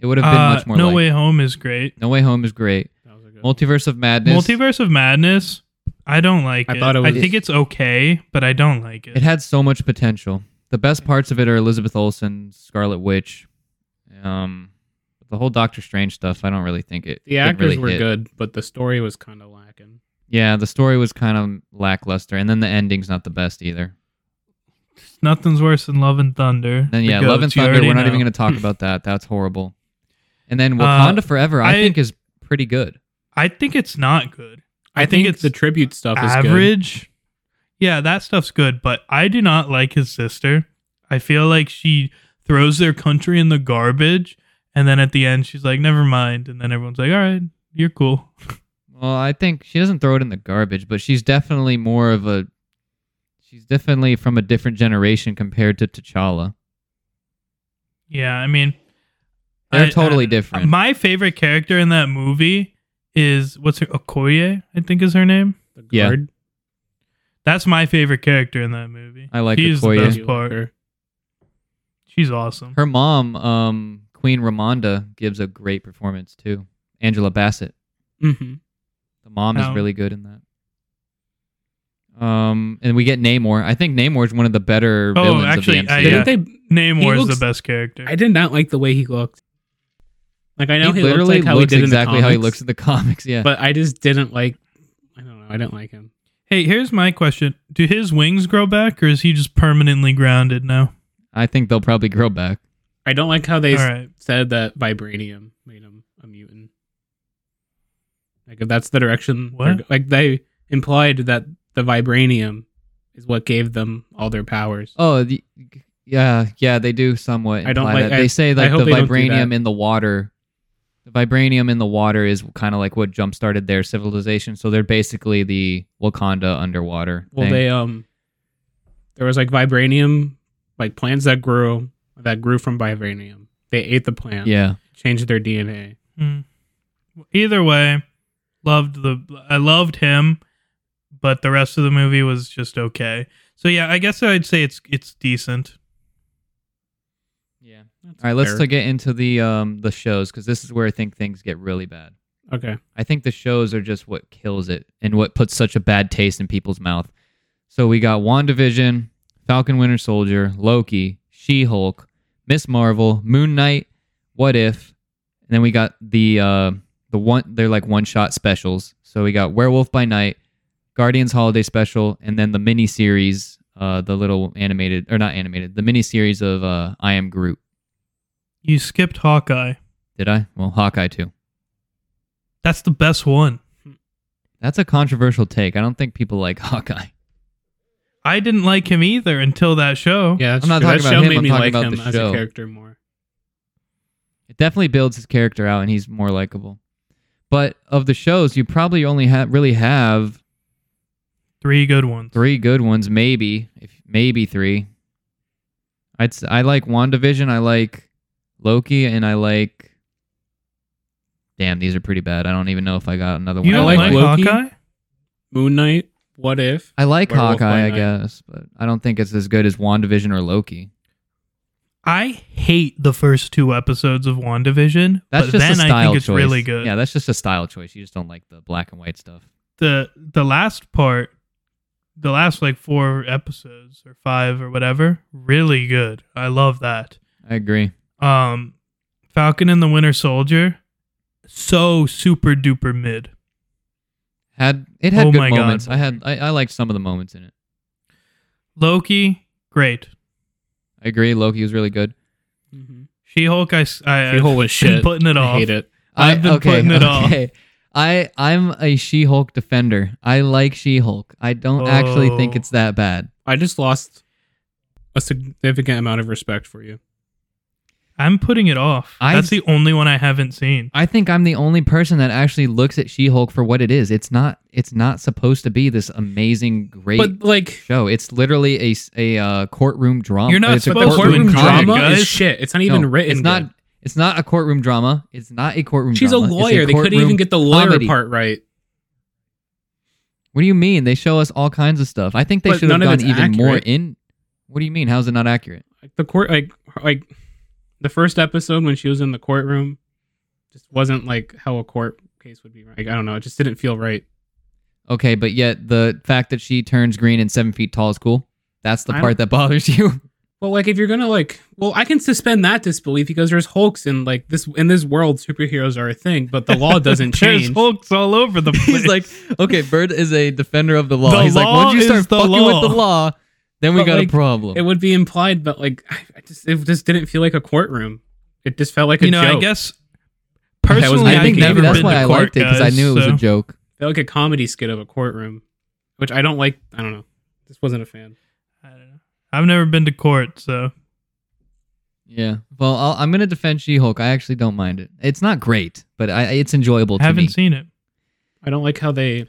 Speaker 1: it would have Mm. been
Speaker 3: Uh,
Speaker 1: much more.
Speaker 3: no
Speaker 1: like-
Speaker 3: Way Home is great.
Speaker 1: No Way Home is great.
Speaker 2: That was a good one.
Speaker 1: Multiverse of Madness.
Speaker 3: Multiverse of Madness, I don't like
Speaker 2: I
Speaker 3: it.
Speaker 2: thought it
Speaker 3: I
Speaker 2: was-
Speaker 3: think it's okay, but I don't like it.
Speaker 1: It had so much potential. The best parts of it are Elizabeth Olsen, Scarlet Witch, um, the whole Doctor Strange stuff. I don't really think it.
Speaker 2: the
Speaker 1: didn't
Speaker 2: actors
Speaker 1: really
Speaker 2: were
Speaker 1: hit.
Speaker 2: good, but the story was kind of lacking.
Speaker 1: Yeah, the story was kind of lackluster, and then the ending's not the best either.
Speaker 3: Nothing's worse than Love and Thunder.
Speaker 1: Then
Speaker 3: The
Speaker 1: yeah, Love and
Speaker 3: goats, you
Speaker 1: Thunder.
Speaker 3: already
Speaker 1: We're not
Speaker 3: know.
Speaker 1: even going to talk about that. That's horrible. And then
Speaker 3: Uh,
Speaker 1: Wakanda Forever, I,
Speaker 3: I-
Speaker 1: think is pretty good.
Speaker 3: I think it's not good.
Speaker 2: I,
Speaker 3: I
Speaker 2: think,
Speaker 3: think
Speaker 2: it's the
Speaker 3: it's
Speaker 2: tribute stuff is good.
Speaker 3: Average. Yeah, that stuff's good, but I do not like his sister. I feel like she throws their country in the garbage, and then at the end she's like, "Never mind," and then everyone's like, "All right, you're cool."
Speaker 1: Well, I think she doesn't throw it in the garbage, but she's definitely more of a. She's definitely from a different generation compared to T'Challa.
Speaker 3: Yeah, I mean,
Speaker 1: They're
Speaker 3: I-
Speaker 1: totally
Speaker 3: I-
Speaker 1: different.
Speaker 3: My favorite character in that movie is what's her Okoye, I think is her name.
Speaker 2: The
Speaker 1: Yeah.
Speaker 2: guard.
Speaker 3: That's my favorite character in that movie.
Speaker 1: I like
Speaker 3: she's
Speaker 1: Okoye.
Speaker 3: the best
Speaker 2: You like
Speaker 3: part.
Speaker 2: her.
Speaker 3: She's awesome.
Speaker 1: Her mom, um, Queen Ramonda, gives a great performance too. Angela Bassett,
Speaker 2: Mhm.
Speaker 1: the mom
Speaker 3: Oh.
Speaker 1: is really good in that. Um, and we get Namor. I think Namor is one of the better
Speaker 3: Oh,
Speaker 1: villains
Speaker 3: actually,
Speaker 1: of the
Speaker 3: I-
Speaker 1: MCU.
Speaker 3: Yeah.
Speaker 2: Didn't they?
Speaker 3: Namor
Speaker 2: He
Speaker 3: is
Speaker 2: looks-
Speaker 3: the best character.
Speaker 2: I did not like the way he looked. Like I know he,
Speaker 1: he literally
Speaker 2: looked like how
Speaker 1: looks
Speaker 2: he did
Speaker 1: exactly
Speaker 2: in the
Speaker 1: how he
Speaker 2: comics,
Speaker 1: looks in the comics. Yeah,
Speaker 2: but I just didn't like. I don't know. I didn't like him.
Speaker 3: Hey, here's my question. Do his wings grow back or is he just permanently grounded now?
Speaker 1: I think they'll probably grow back.
Speaker 2: I don't like how they
Speaker 3: All
Speaker 2: s-
Speaker 3: right.
Speaker 2: said that vibranium made him a mutant. Like if that's the direction, they're
Speaker 3: What?
Speaker 2: go- like they implied that the vibranium is what gave them all their powers.
Speaker 1: Oh, the, yeah, yeah, they do somewhat.
Speaker 2: I don't
Speaker 1: imply
Speaker 2: like-
Speaker 1: that.
Speaker 2: I-
Speaker 1: they say
Speaker 2: I
Speaker 1: like
Speaker 2: hope
Speaker 1: the
Speaker 2: they don't do that.
Speaker 1: vibranium in the water. The vibranium in the water is kind of like what jump started their civilization. So they're basically the Wakanda underwater.
Speaker 2: Well,
Speaker 1: thing.
Speaker 2: they um, there was like vibranium, like plants that grew that grew from vibranium. They ate the plant,
Speaker 1: yeah,
Speaker 2: changed their DNA.
Speaker 3: Hmm. Either way, loved the I loved him, but the rest of the movie was just okay. So yeah, I guess I'd say it's it's decent.
Speaker 1: yeah. All right, let's
Speaker 2: Fair.
Speaker 1: to get into the um the shows because this is where I think things get really bad.
Speaker 2: Okay,
Speaker 1: I think the shows are just what kills it and what puts such a bad taste in people's mouth. So we got WandaVision, Falcon Winter Soldier, Loki, She Hulk, Miss Marvel, Moon Knight, What If, and then we got the uh, the one they're like one shot specials. So we got Werewolf by Night, Guardians Holiday Special, and then the mini series, uh, the little animated or not animated, the mini series of uh, I Am Groot.
Speaker 3: You skipped Hawkeye.
Speaker 1: Did I? Well, Hawkeye too.
Speaker 3: That's the best one.
Speaker 1: That's a controversial take. I don't think people like Hawkeye.
Speaker 3: I didn't like him either until that show.
Speaker 2: yeah, that's
Speaker 1: I'm not
Speaker 2: true.
Speaker 1: talking
Speaker 2: that
Speaker 1: about
Speaker 2: show
Speaker 1: him,
Speaker 2: made
Speaker 1: I'm
Speaker 2: me
Speaker 1: talking
Speaker 2: like
Speaker 1: about
Speaker 2: him
Speaker 1: the
Speaker 2: as
Speaker 1: show.
Speaker 2: a character more.
Speaker 1: It definitely builds his character out, and he's more likable. But of the shows, you probably only ha- really have
Speaker 3: Three good ones.
Speaker 1: three good ones, maybe if maybe three. I'd s- I like WandaVision, I like Loki, and I like. Damn, these are pretty bad. I don't even know if I got another one.
Speaker 3: You don't
Speaker 1: I
Speaker 2: like
Speaker 3: like,
Speaker 2: Loki?
Speaker 3: Hawkeye?
Speaker 2: Moon Knight. What if?
Speaker 1: I like
Speaker 2: Werewolf by
Speaker 1: Hawkeye, I
Speaker 2: Night.
Speaker 1: guess, but I don't think it's as good as WandaVision or Loki.
Speaker 3: I hate the first two episodes of WandaVision,
Speaker 1: That's
Speaker 3: but
Speaker 1: just
Speaker 3: then
Speaker 1: a style
Speaker 3: I think it's
Speaker 1: choice.
Speaker 3: really good.
Speaker 1: Yeah, that's just a style choice. You just don't like the black and white stuff.
Speaker 3: the the last part the last like four episodes or five or whatever really good i love that
Speaker 1: I agree.
Speaker 3: um falcon and the winter soldier so super duper mid
Speaker 1: Had it had
Speaker 3: Oh
Speaker 1: good
Speaker 3: my God.
Speaker 1: moments. I had I, I liked some of the moments in it.
Speaker 3: loki great
Speaker 1: I agree. Loki was really good.
Speaker 3: she hulk i, s- I- I've
Speaker 2: She-Hulk was
Speaker 3: Mm-hmm. been
Speaker 2: shit.
Speaker 3: putting it
Speaker 2: I
Speaker 3: off
Speaker 2: hate it.
Speaker 3: I've been putting it off.
Speaker 1: I I'm a She-Hulk defender. I like She-Hulk. I don't actually think
Speaker 3: Oh.
Speaker 1: it's that bad.
Speaker 2: I just lost a significant amount of respect for you.
Speaker 3: i'm putting it off
Speaker 1: I-
Speaker 3: that's the only one i haven't seen
Speaker 1: I think I'm the only person that actually looks at She-Hulk for what it is. It's not it's not supposed to be this amazing great
Speaker 2: But like
Speaker 1: show. It's literally a s- a uh, courtroom drama.
Speaker 3: You're not
Speaker 1: it's a
Speaker 3: supposed-
Speaker 2: the
Speaker 3: courtroom
Speaker 2: courtroom
Speaker 3: comic,
Speaker 2: drama
Speaker 3: guys.
Speaker 2: is shit. It's not
Speaker 1: No,
Speaker 2: even written.
Speaker 1: It's not.
Speaker 2: good.
Speaker 1: It's not a courtroom drama. It's not a courtroom.
Speaker 2: She's a
Speaker 1: drama. It's
Speaker 2: lawyer. they couldn't even
Speaker 1: courtroom-
Speaker 2: get the lawyer
Speaker 1: comedy.
Speaker 2: part right.
Speaker 1: What do you mean? They show us all kinds of stuff. I think they
Speaker 2: But
Speaker 1: should have
Speaker 2: none of
Speaker 1: gone
Speaker 2: it's
Speaker 1: even more
Speaker 2: accurate.
Speaker 1: in. What do you mean? How's it not accurate?
Speaker 2: Like the court, like like the first episode when she was in the courtroom, just wasn't like how a court case would be. Like I don't know. It just didn't feel right.
Speaker 1: Okay, but yet the fact that she turns green and seven feet tall is cool. That's the
Speaker 2: I
Speaker 1: part that bothers you.
Speaker 2: Well, like if you're gonna like, well, I can suspend that disbelief because there's hulks and like this in this world, superheroes are a thing, but the law doesn't
Speaker 3: there's
Speaker 2: change.
Speaker 3: hulks all over the place
Speaker 1: He's like, okay, Bird is a defender of the law.
Speaker 3: The
Speaker 1: He's like,
Speaker 3: law
Speaker 1: once you
Speaker 3: is
Speaker 1: start
Speaker 3: the
Speaker 1: fucking
Speaker 3: law."
Speaker 1: with the law, then we
Speaker 2: But,
Speaker 1: got
Speaker 2: like,
Speaker 1: a problem.
Speaker 2: It would be implied, but like I, I just it just didn't feel like a courtroom. It just felt like a
Speaker 3: you know
Speaker 2: joke.
Speaker 3: i guess
Speaker 2: That was
Speaker 3: personally
Speaker 2: my
Speaker 1: I
Speaker 3: i've
Speaker 1: think
Speaker 2: thinking.
Speaker 1: maybe
Speaker 3: never
Speaker 1: that's
Speaker 3: been
Speaker 1: why
Speaker 3: to
Speaker 1: I
Speaker 3: court,
Speaker 1: liked it because I
Speaker 3: guys,
Speaker 1: knew it was
Speaker 3: so-
Speaker 1: a joke.
Speaker 2: felt like a comedy skit of a courtroom, which I don't like. I don't know. Just wasn't a fan.
Speaker 3: I don't know. I've never been to court, so
Speaker 1: Yeah. Well, I'll, I'm gonna defend She-Hulk. I actually don't mind it. It's not great, but I, it's enjoyable. To
Speaker 3: haven't
Speaker 1: me.
Speaker 3: seen it.
Speaker 2: I don't like how they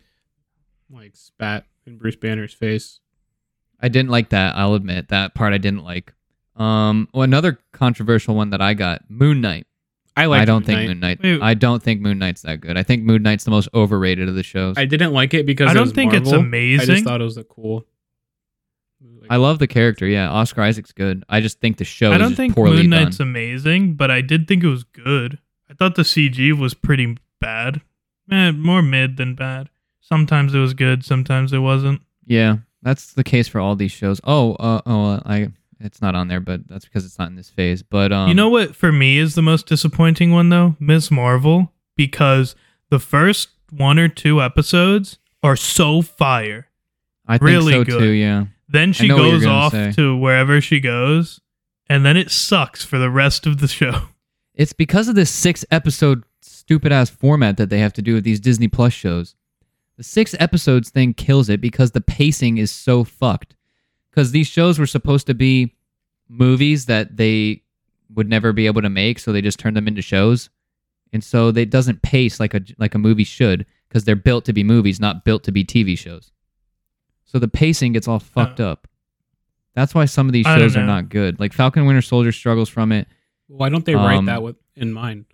Speaker 2: like spat in Bruce Banner's face.
Speaker 1: I didn't like that. I'll admit that part I didn't like. Um, well, another controversial one that I got Moon Knight.
Speaker 2: I like.
Speaker 1: I don't think Moon Knight.
Speaker 3: Wait.
Speaker 1: I don't think Moon Knight's that good. I think Moon Knight's the most overrated of the shows.
Speaker 2: I
Speaker 1: I,
Speaker 2: didn't like it because
Speaker 3: I
Speaker 2: it
Speaker 3: don't
Speaker 2: was
Speaker 3: think it's
Speaker 2: Marvel. I
Speaker 3: amazing.
Speaker 2: just thought it was a cool. like,
Speaker 1: love the character. Yeah, Oscar Isaac's good. I just think the show
Speaker 3: I
Speaker 1: is
Speaker 3: don't
Speaker 1: just
Speaker 3: think
Speaker 1: poorly
Speaker 3: Moon
Speaker 1: done.
Speaker 3: Knight's amazing, but I did think it was good. I thought the CG was pretty bad. Eh, more mid than bad. Sometimes it was good, sometimes it wasn't.
Speaker 1: yeah, that's the case for all these shows. Oh, uh, oh, uh, I. It's not on there, but that's because it's not in this phase. But um,
Speaker 3: you know what for me is the most disappointing one though? Miss Marvel because the first one or two episodes are so fire.
Speaker 1: I think
Speaker 3: really
Speaker 1: so
Speaker 3: good.
Speaker 1: too. Yeah,
Speaker 3: Then she
Speaker 1: know what you're
Speaker 3: goes
Speaker 1: gonna
Speaker 3: off
Speaker 1: say.
Speaker 3: to wherever she goes, and then it sucks for the rest of the show.
Speaker 1: it's because of this six episode stupid ass format that they have to do with these Disney Plus shows. The six episodes thing kills it because the pacing is so fucked. Because these shows were supposed to be movies that they would never be able to make, so they just turned them into shows, and so they it doesn't pace like a like a movie should because they're built to be movies, not built to be TV shows. So the pacing gets all fucked up. That's why some of these
Speaker 3: Uh. I don't
Speaker 1: shows are
Speaker 3: know.
Speaker 1: not good. Like Falcon Winter Soldier struggles from it.
Speaker 2: Why don't they write
Speaker 1: Um,
Speaker 2: that with in mind?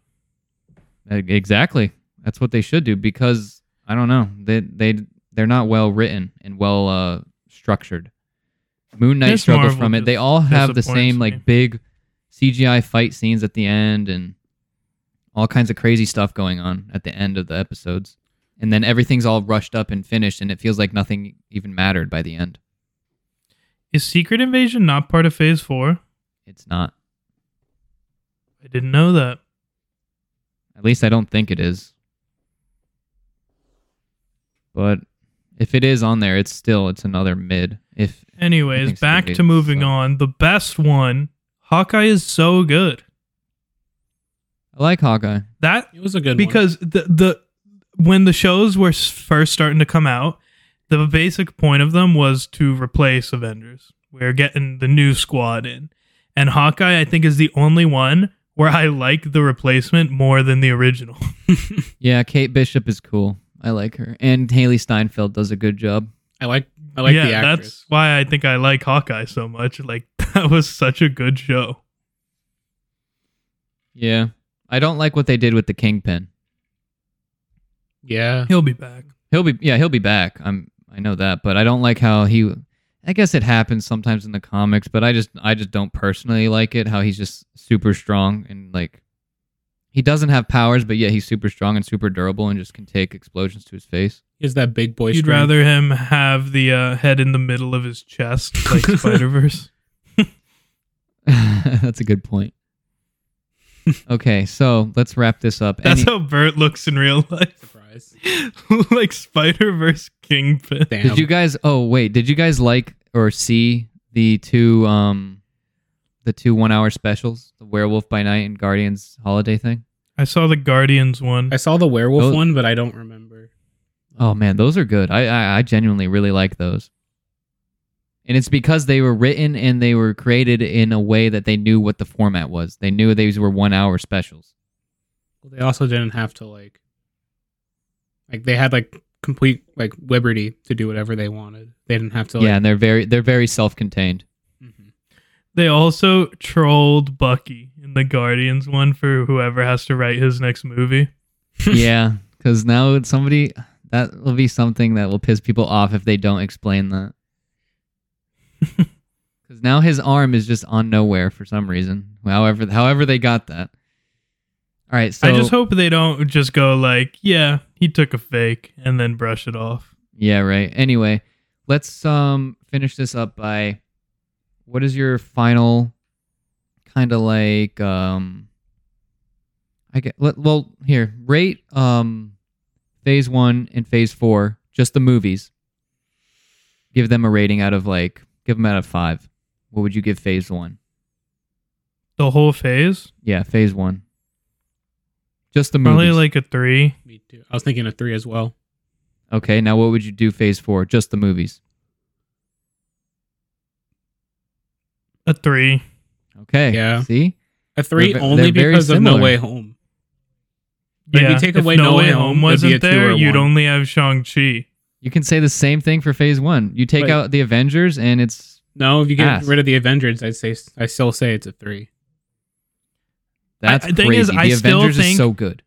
Speaker 1: E- Exactly. That's what they should do because I don't know. They they they're not well written and well uh structured. Moon Knight
Speaker 3: Miss
Speaker 1: struggles
Speaker 3: Marvel
Speaker 1: from it. They
Speaker 3: just
Speaker 1: all have the
Speaker 3: disappoints
Speaker 1: same
Speaker 3: me.
Speaker 1: like big CGI fight scenes at the end and all kinds of crazy stuff going on at the end of the episodes. And then everything's all rushed up and finished and it feels like nothing even mattered by the end.
Speaker 3: Is Secret Invasion not part of Phase 4?
Speaker 1: It's not.
Speaker 3: I didn't know that.
Speaker 1: At least I don't think it is. But if it is on there, it's still it's another mid. If I think
Speaker 3: Anyways,
Speaker 1: Secret
Speaker 3: back to
Speaker 1: Invasion
Speaker 3: moving
Speaker 1: sucked.
Speaker 3: on. The best one, Hawkeye is so good.
Speaker 1: I like Hawkeye.
Speaker 3: That
Speaker 2: It was a good one.
Speaker 3: because the the when the shows were s- first starting to come out, the basic point of them was to replace Avengers. We're getting the new squad in. And Hawkeye I think is the only one where I like the replacement more than the original.
Speaker 1: Yeah, Kate Bishop is cool. I like her. And Haley Steinfeld does a good job.
Speaker 2: I like I like
Speaker 3: yeah,
Speaker 2: the actress.
Speaker 3: that's why I think I like Hawkeye so much. Like that was such a good show.
Speaker 1: Yeah. I don't like what they did with the Kingpin.
Speaker 2: Yeah.
Speaker 3: He'll be back.
Speaker 1: He'll be yeah, he'll be back. I'm I know that, but I don't like how he I guess it happens sometimes in the comics, but I just I just don't personally like it how he's just super strong and like he doesn't have powers, but yet he's super strong and super durable and just can take explosions to his face.
Speaker 2: He's that big boy.
Speaker 3: You'd
Speaker 2: strength.
Speaker 3: rather him have the uh, head in the middle of his chest, like Spider Verse.
Speaker 1: That's a good point. okay, so let's wrap this up.
Speaker 3: That's
Speaker 1: Any-
Speaker 3: how Bert looks in real life,
Speaker 2: surprise.
Speaker 3: like Spider Verse Kingpin.
Speaker 2: Damn.
Speaker 1: did you guys oh wait, did you guys like or see the two um the two one hour specials, the werewolf by night and Guardians holiday thing?
Speaker 3: I saw the Guardians one.
Speaker 2: I saw the werewolf
Speaker 1: Those-
Speaker 2: one, but I don't remember.
Speaker 1: Oh man, those are good. I, I I genuinely really like those. And it's because they were written and they were created in a way that they knew what the format was. They knew these were one hour specials.
Speaker 2: Well, they also didn't have to like, like they had like complete like liberty to do whatever they wanted. They didn't have to. Like,
Speaker 1: yeah, and they're very they're very self contained.
Speaker 2: Mhm.
Speaker 3: They also trolled Bucky in the Guardians one for whoever has to write his next movie.
Speaker 1: yeah, because now it's somebody that will be something that will piss people off if they don't explain that. Because now his arm is just on nowhere for some reason. However, however they got that. All right, so
Speaker 3: I just hope they don't just go like, yeah, he took a fake and then brush it off.
Speaker 1: Yeah, right. Anyway, let's um finish this up by what is your final kind of like um I get let, well here, rate um phase 1 and phase 4, just the movies. Give them a rating out of like give them out of 5. What would you give phase 1?
Speaker 3: The whole phase?
Speaker 1: Yeah, phase 1. Just the
Speaker 3: Probably
Speaker 1: movies.
Speaker 3: like a three.
Speaker 2: Me too. I was thinking of three as well.
Speaker 1: okay, now what would you do phase 4? Just the movies.
Speaker 3: A three.
Speaker 1: Okay.
Speaker 2: Yeah.
Speaker 1: See?
Speaker 2: A 3
Speaker 1: They're ve-
Speaker 2: only
Speaker 1: they're very
Speaker 2: because of No
Speaker 1: similar.
Speaker 2: Way Home. But if you take away No Way Home, it'd be
Speaker 3: wasn't
Speaker 2: a two
Speaker 3: there,
Speaker 2: or
Speaker 3: you'd
Speaker 2: one.
Speaker 3: only have Shang-Chi.
Speaker 1: You can say the same thing for phase one. You take
Speaker 2: Wait.
Speaker 1: out the Avengers and it's
Speaker 2: No, if you get
Speaker 1: Ass.
Speaker 2: rid of the Avengers, I'd say I still say it's a three.
Speaker 1: that's
Speaker 3: I- the thing
Speaker 1: crazy.
Speaker 3: is,
Speaker 1: the
Speaker 3: I
Speaker 1: Avengers
Speaker 3: still
Speaker 1: is
Speaker 3: think-
Speaker 1: so good.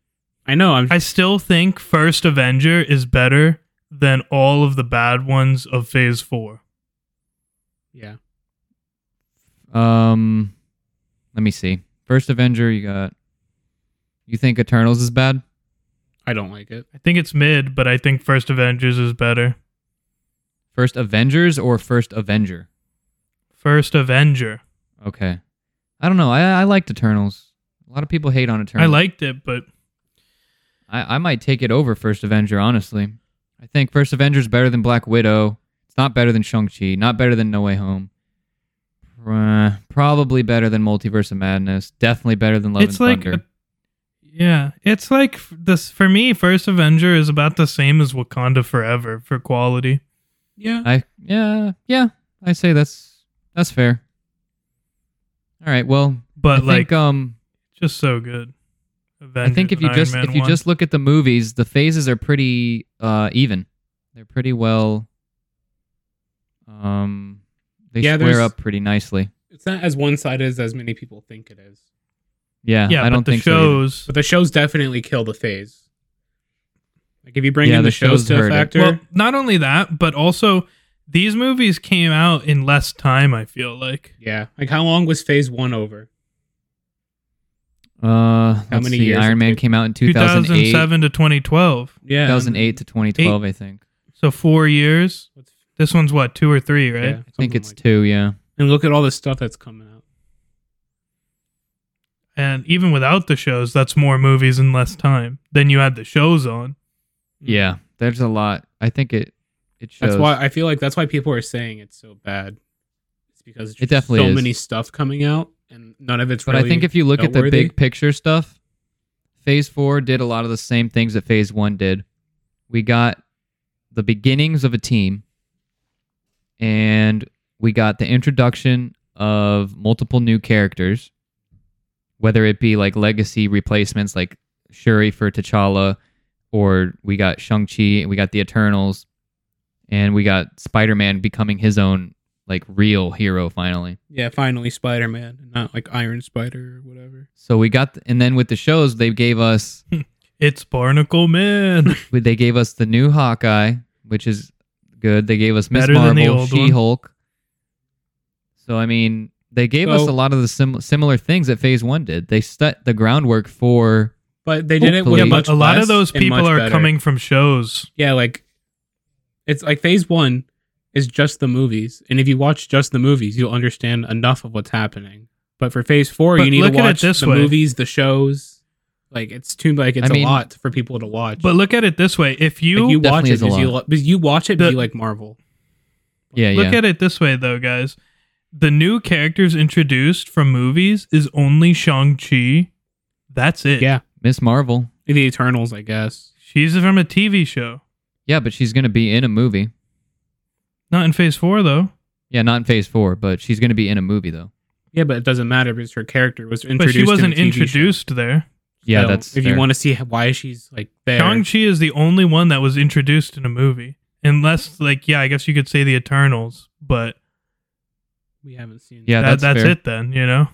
Speaker 2: I know. I'm.
Speaker 3: I still think First Avenger is better than all of the bad ones of phase four.
Speaker 2: yeah.
Speaker 1: Um, let me see. First Avenger, you got. You think Eternals is bad?
Speaker 2: I don't like it.
Speaker 3: I think it's mid, but I think First Avengers is better.
Speaker 1: First Avengers or First Avenger?
Speaker 3: First Avenger.
Speaker 1: Okay, I don't know. I I liked Eternals. A lot of people hate on Eternals.
Speaker 3: I liked it, but
Speaker 1: I, I might take it over First Avenger, honestly. I think First Avenger is better than Black Widow. It's not better than Shang-Chi, not better than No Way Home. Pro- Probably better than Multiverse of Madness. Definitely better than Love
Speaker 3: it's
Speaker 1: and
Speaker 3: like
Speaker 1: Thunder.
Speaker 3: a- yeah, it's like f- this for me. First Avenger is about the same as Wakanda Forever for quality.
Speaker 2: Yeah.
Speaker 1: I yeah yeah. I say that's that's fair. All right. Well, I
Speaker 3: But
Speaker 1: think
Speaker 3: like,
Speaker 1: um,
Speaker 3: just so good.
Speaker 1: I
Speaker 3: Avengers
Speaker 1: think if
Speaker 3: and
Speaker 1: you
Speaker 3: Iron
Speaker 1: just
Speaker 3: Man
Speaker 1: if you
Speaker 3: 1.
Speaker 1: just look at the movies, the phases are pretty uh even. They're pretty well. Um, they
Speaker 2: Yeah,
Speaker 1: square
Speaker 2: there's-
Speaker 1: up pretty nicely.
Speaker 2: It's not as one sided as many people think it is.
Speaker 1: Yeah,
Speaker 3: yeah,
Speaker 1: I
Speaker 3: but
Speaker 1: don't
Speaker 3: the
Speaker 1: think so either.
Speaker 3: shows.
Speaker 2: But the shows definitely kill the phase. Like if you bring
Speaker 1: Yeah,
Speaker 2: in
Speaker 1: the
Speaker 2: the, shows,
Speaker 1: shows
Speaker 2: to a
Speaker 1: hurt it.
Speaker 2: factor,
Speaker 3: Well, not only that, but also these movies came out in less time. I feel like
Speaker 2: yeah. Like how long was phase one over?
Speaker 1: Uh, how
Speaker 2: many
Speaker 1: see,
Speaker 2: years it
Speaker 1: Iron Man
Speaker 2: took?
Speaker 1: came out in 2008,
Speaker 3: 2007 to 2012,
Speaker 2: Yeah.
Speaker 1: 2008 to 2012, I think.
Speaker 3: so four years.
Speaker 2: What's-
Speaker 3: This one's what two or three,
Speaker 2: yeah,
Speaker 3: right?
Speaker 1: I think
Speaker 2: something
Speaker 1: it's
Speaker 2: like that.
Speaker 1: two. Yeah,
Speaker 2: And look at all the stuff that's coming out.
Speaker 3: And even without the shows, that's more movies in less time than you had the shows on.
Speaker 1: yeah. There's a lot. I think it it shows.
Speaker 2: That's why I feel like that's why people are saying it's so bad. It's because
Speaker 1: It definitely
Speaker 2: so
Speaker 1: is.
Speaker 2: many stuff coming out and none of it's
Speaker 1: but
Speaker 2: really
Speaker 1: I think if you look at the
Speaker 2: noteworthy.
Speaker 1: big picture stuff, Phase Four did a lot of the same things that Phase One did. We got the beginnings of a team, and we got the introduction of multiple new characters, whether it be like legacy replacements like Shuri for T'Challa, or we got Shang Chi, we got the Eternals, and we got Spider Man becoming his own like real hero finally.
Speaker 2: Yeah, finally Spider Man, not like Iron Spider or whatever.
Speaker 1: So we got, th- and then with the shows, they gave us
Speaker 3: It's Barnacle Man.
Speaker 1: they gave us the new Hawkeye, which is good. They gave us Miss
Speaker 3: Better than the
Speaker 1: Marvel,
Speaker 3: old one.
Speaker 1: She Hulk. So I mean, they gave us
Speaker 2: So-
Speaker 1: a lot of the sim- similar things that Phase One did. They set the groundwork for
Speaker 2: But they did it
Speaker 1: Hopefully.
Speaker 2: with
Speaker 1: Yeah,
Speaker 3: yeah,
Speaker 1: but
Speaker 3: but a
Speaker 2: much
Speaker 3: lot of
Speaker 2: less
Speaker 3: those
Speaker 2: and
Speaker 3: people
Speaker 2: much
Speaker 3: are
Speaker 2: better.
Speaker 3: coming from shows.
Speaker 2: Yeah, like it's like phase one is just the movies, and if you watch just the movies, you'll understand enough of what's happening. But for phase four,
Speaker 3: But
Speaker 2: you need
Speaker 3: look
Speaker 2: to
Speaker 3: at it
Speaker 2: watch
Speaker 3: this
Speaker 2: the
Speaker 3: way.
Speaker 2: movies, the shows. Like it's too like it's
Speaker 1: I mean-
Speaker 2: a lot for people to watch.
Speaker 3: But look at it this way: if you,
Speaker 2: like, you watch
Speaker 1: Definitely
Speaker 2: it
Speaker 1: is a
Speaker 2: because you,
Speaker 1: lot.
Speaker 2: lo- because you watch it because
Speaker 3: The-
Speaker 2: you like Marvel.
Speaker 1: yeah,
Speaker 3: look
Speaker 1: yeah.
Speaker 3: at it this way, though, guys, the new characters introduced from movies is only Shang Chi. That's it.
Speaker 2: Yeah,
Speaker 1: Miss Marvel.
Speaker 2: the Eternals, I guess.
Speaker 3: she's from a TV show,
Speaker 1: Yeah, but she's gonna be in a movie.
Speaker 3: not in Phase Four though.
Speaker 1: Yeah, not in Phase Four, but she's gonna be in a movie though.
Speaker 2: Yeah, but it doesn't matter because her character was introduced.
Speaker 3: But she
Speaker 2: in the
Speaker 3: wasn't
Speaker 2: TV show.
Speaker 3: introduced there.
Speaker 1: Yeah,
Speaker 2: So,
Speaker 1: that's
Speaker 2: if
Speaker 1: fair.
Speaker 2: you want to see why she's like there.
Speaker 3: Shang Chi is the only one that was introduced in a movie, unless, like, yeah, I guess you could say the Eternals, but
Speaker 2: we haven't seen.
Speaker 1: Yeah,
Speaker 3: that,
Speaker 1: that's,
Speaker 3: that's
Speaker 1: fair.
Speaker 3: it then. You know,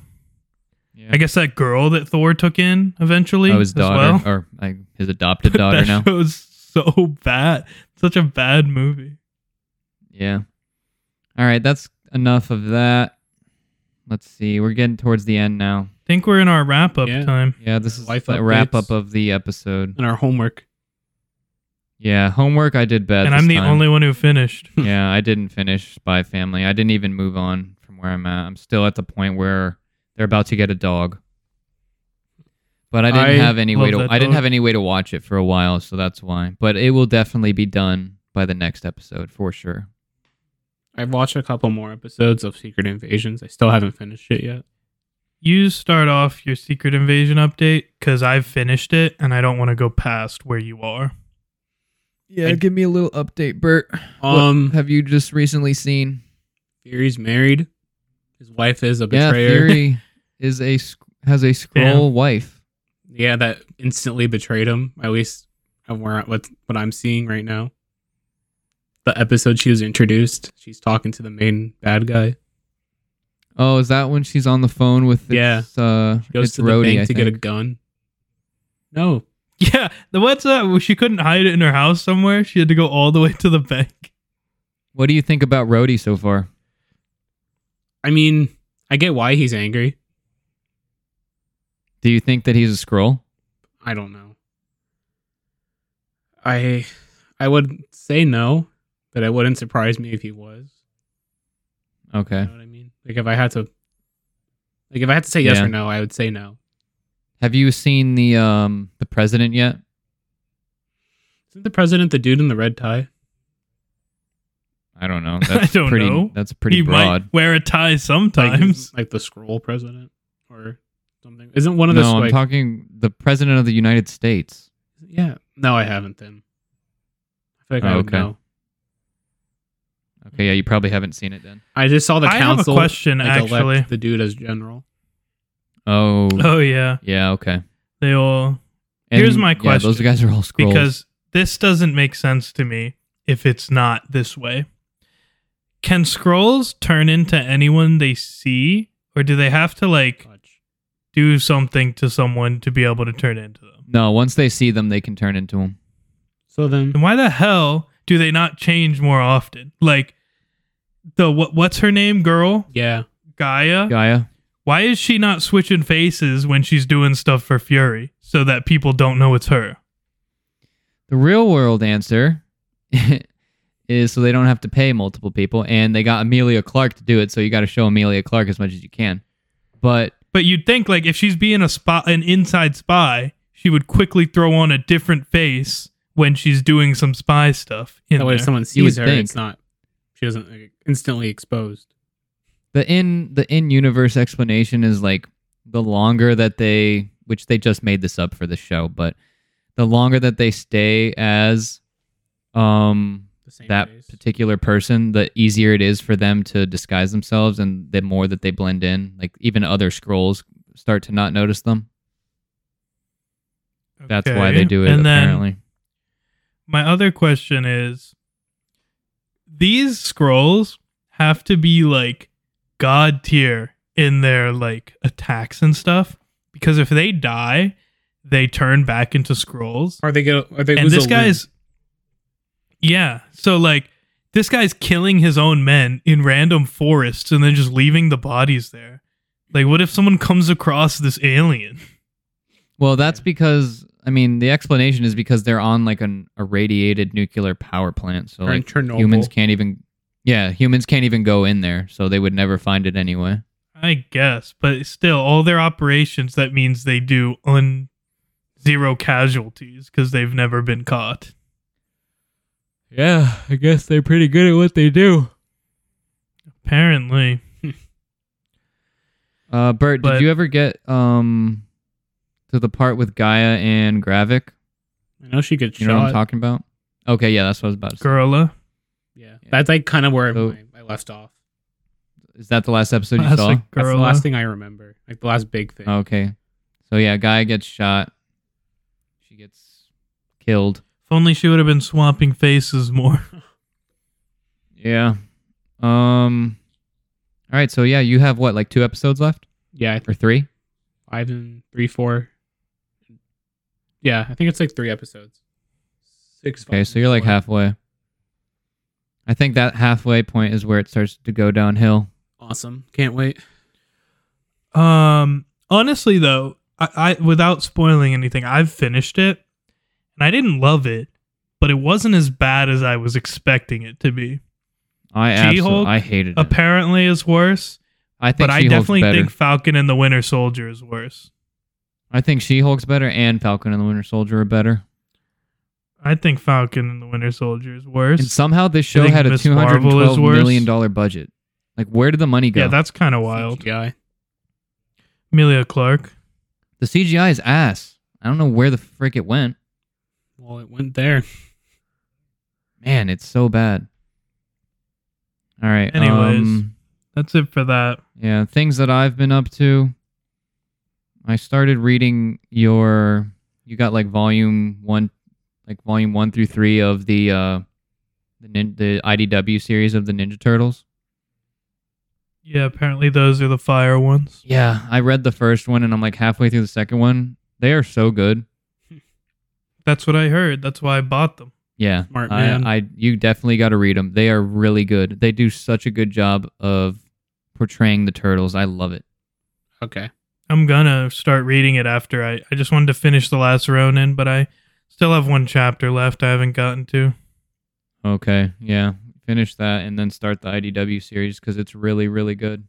Speaker 1: Yeah.
Speaker 3: I guess that girl that Thor took in eventually
Speaker 1: Oh, his
Speaker 3: as
Speaker 1: daughter
Speaker 3: well.
Speaker 1: or like, his adopted
Speaker 3: But
Speaker 1: daughter
Speaker 3: that
Speaker 1: now.
Speaker 3: show's so bad. Such a bad movie.
Speaker 1: Yeah. All right, that's enough of that. Let's see. We're getting towards the end now.
Speaker 3: Think we're in our wrap up
Speaker 2: Yeah.
Speaker 3: time.
Speaker 1: Yeah, this is
Speaker 2: Life
Speaker 1: the wrap
Speaker 2: updates.
Speaker 1: up of the episode.
Speaker 2: and our homework.
Speaker 1: Yeah, homework I did bad.
Speaker 3: and
Speaker 1: this
Speaker 3: I'm the
Speaker 1: time.
Speaker 3: only one who finished.
Speaker 1: yeah, I didn't finish Spy Family. I didn't even move on from where I'm at. I'm still at the point where they're about to get a dog. But I didn't
Speaker 2: I
Speaker 1: have any way
Speaker 3: love
Speaker 1: to
Speaker 3: that
Speaker 1: I didn't
Speaker 3: dog.
Speaker 1: have any way to watch it for a while, so that's why. But it will definitely be done by the next episode for sure.
Speaker 2: I've watched a couple more episodes of Secret Invasions. I still haven't finished it yet.
Speaker 3: You start off your secret invasion update because I've finished it and I don't want to go past where you are.
Speaker 1: Yeah,
Speaker 2: I-
Speaker 1: give me a little update, Bert.
Speaker 2: Um,
Speaker 1: have you just recently seen?
Speaker 2: Fury's married. His wife is a
Speaker 1: Yeah,
Speaker 2: betrayer. Yeah,
Speaker 1: Fury is a sc- has a scroll wife.
Speaker 2: that instantly betrayed him. At least of where what what I'm seeing right now. The episode she was introduced, she's talking to the main bad guy.
Speaker 1: Oh, is that when she's on the phone with?
Speaker 2: Yeah.
Speaker 1: its, uh,
Speaker 2: She goes
Speaker 1: its
Speaker 2: to the
Speaker 1: Rhodey,
Speaker 2: bank
Speaker 1: I
Speaker 2: to get a
Speaker 1: think.
Speaker 2: gun. No,
Speaker 3: Yeah, the what's that? Well, She couldn't hide it in her house somewhere. She had to go all the way to the bank.
Speaker 1: What do you think about Rhodey so far?
Speaker 2: I mean I get why he's angry.
Speaker 1: Do you think that he's a scroll?
Speaker 2: I don't know. I I would say no, but it wouldn't surprise me if he was. You
Speaker 1: Okay.
Speaker 2: know what I mean? Like if I had to, like if I had to say yes
Speaker 1: Yeah.
Speaker 2: or no, I would say no.
Speaker 1: Have you seen the um the president yet?
Speaker 2: Isn't the president the dude in the red tie?
Speaker 1: I don't know.
Speaker 3: I
Speaker 1: That's
Speaker 3: don't
Speaker 1: pretty,
Speaker 3: know.
Speaker 1: That's pretty
Speaker 3: he
Speaker 1: broad.
Speaker 3: might wear a tie
Speaker 2: Like,
Speaker 3: sometimes.
Speaker 2: like the scroll president or something. Isn't one of
Speaker 1: no,
Speaker 2: those
Speaker 1: I'm
Speaker 2: like?
Speaker 1: talking the president of the United States.
Speaker 2: yeah, no, I haven't. Then I feel like I
Speaker 1: Oh,
Speaker 2: would
Speaker 1: okay.
Speaker 2: know.
Speaker 1: Okay, yeah, you probably haven't seen it then.
Speaker 2: I just saw the
Speaker 3: I have a
Speaker 2: council.
Speaker 3: question
Speaker 2: like, elect
Speaker 3: actually.
Speaker 2: the dude as general.
Speaker 1: Oh,
Speaker 3: Oh yeah,
Speaker 1: yeah, okay.
Speaker 3: they all Here's my
Speaker 1: yeah, those
Speaker 3: question.
Speaker 1: guys are all scrolls.
Speaker 3: because this doesn't make sense to me if it's not this way. Can scrolls turn into anyone they see, or do they have to like
Speaker 2: Touch.
Speaker 3: do something to someone to be able to turn into them?
Speaker 1: no, once they see them, they can turn into them.
Speaker 2: So then,
Speaker 3: And why the hell do they not change more often? Like the what what's her name girl
Speaker 2: yeah,
Speaker 3: Gaia?
Speaker 1: Gaia.
Speaker 3: Why is she not switching faces when she's doing stuff for Fury so that people don't know it's her?
Speaker 1: The real world answer is so they don't have to pay multiple people, and they got Amelia Clark to do it. So you got to show Amelia Clark as much as you can. But
Speaker 3: But you'd think like if she's being a spot an inside spy, she would quickly throw on a different face when she's doing some spy stuff. In
Speaker 2: that way, if
Speaker 3: there.
Speaker 2: someone
Speaker 1: You would
Speaker 2: sees her,
Speaker 1: think.
Speaker 2: it's not. She doesn't like, instantly exposed.
Speaker 1: the in the in universe explanation is like the longer that they, which they just made this up for the show, but the longer that they stay as um
Speaker 2: The same
Speaker 1: that
Speaker 2: face.
Speaker 1: particular person, the easier it is for them to disguise themselves, and the more that they blend in, like even other scrolls start to not notice them. That's why
Speaker 3: Okay.
Speaker 1: they do it.
Speaker 3: And then
Speaker 1: apparently.
Speaker 3: my other question is: these scrolls have to be like god tier in their like attacks and stuff because if they die, they turn back into scrolls.
Speaker 2: Are they go? Are they?
Speaker 3: and
Speaker 2: lose a
Speaker 3: this
Speaker 2: limb?
Speaker 3: guy's yeah so like this guy's killing his own men in random forests and then just leaving the bodies there like what if someone comes across this alien
Speaker 1: Well, that's because I mean the explanation is because they're on like an a radiated nuclear power plant, so
Speaker 2: Or in
Speaker 1: like
Speaker 2: Chernobyl.
Speaker 1: humans can't even yeah humans can't even go in there, so they would never find it anyway.
Speaker 3: i guess but still all their operations that means they do un zero casualties because they've never been caught
Speaker 1: Yeah, I guess they're pretty good at what they do.
Speaker 3: apparently
Speaker 1: Uh, Bert,
Speaker 3: But-
Speaker 1: did you ever get um to the part with Gaia and Gravik?
Speaker 2: I know she gets
Speaker 1: You
Speaker 2: shot.
Speaker 1: know what I'm talking about? Okay, yeah, that's what I was about. To say.
Speaker 3: gorilla
Speaker 2: yeah.
Speaker 1: Yeah.
Speaker 2: that's like kind of where
Speaker 1: So-
Speaker 2: my, I left off.
Speaker 1: Is that the last episode you saw?
Speaker 3: Classic
Speaker 2: That's the
Speaker 3: gorilla.
Speaker 2: last thing I remember. Like the last big thing.
Speaker 1: Okay, so yeah, Gaia gets shot. She gets killed.
Speaker 3: if only she would have been swapping faces more
Speaker 1: Yeah. Um. All right. So yeah, you have what, like two episodes left
Speaker 2: Yeah, I
Speaker 1: or three?
Speaker 2: five and three, four. Yeah, I think it's like three episodes. Six.
Speaker 1: Okay,
Speaker 2: five,
Speaker 1: so you're like
Speaker 2: four.
Speaker 1: halfway. I think that halfway point is where it starts to go downhill.
Speaker 2: Awesome. Can't wait.
Speaker 3: Um, honestly, though, I, I without spoiling anything, I've finished it, and I didn't love it, but it wasn't as bad as I was expecting it to be.
Speaker 1: I absolutely,
Speaker 3: She-Hulk
Speaker 1: I hated it.
Speaker 3: Apparently, is worse,
Speaker 1: I think
Speaker 3: but I
Speaker 1: She-Hulk's
Speaker 3: definitely
Speaker 1: better.
Speaker 3: think Falcon and the Winter Soldier is worse.
Speaker 1: I think She-Hulk's better and Falcon and the Winter Soldier are better.
Speaker 3: I think Falcon and the Winter Soldier is worse.
Speaker 1: And somehow this show
Speaker 3: think
Speaker 1: had a
Speaker 3: Miss
Speaker 1: two
Speaker 3: Marvel
Speaker 1: hundred twelve
Speaker 3: is worse.
Speaker 1: million dollar budget. Like, where did the money go?
Speaker 3: yeah, that's kind of wild.
Speaker 2: guy.
Speaker 3: Amelia Clark.
Speaker 1: the CGI is ass. I don't know where the frick it went.
Speaker 2: Well, it went there.
Speaker 1: Man, it's so bad. All right.
Speaker 3: Anyways.
Speaker 1: um,
Speaker 3: That's it for that.
Speaker 1: Yeah, things that I've been up to. I started reading your you got like volume 1 like volume 1 through 3 of the uh the nin- the IDW series of the Ninja Turtles.
Speaker 3: Yeah, apparently those are the fire ones.
Speaker 1: Yeah, I read the first one and I'm like halfway through the second one. They are so good.
Speaker 3: That's what I heard. That's why I bought them.
Speaker 1: Yeah.
Speaker 2: Smart
Speaker 1: I,
Speaker 2: man.
Speaker 1: I you definitely got to read them. They are really good. They do such a good job of portraying the turtles. I love it.
Speaker 2: Okay.
Speaker 3: I'm gonna start reading it after I. I just wanted to finish the last Ronin, but I still have one chapter left I haven't gotten to.
Speaker 1: Okay. Yeah. Finish that and then start the IDW series because it's really, really good.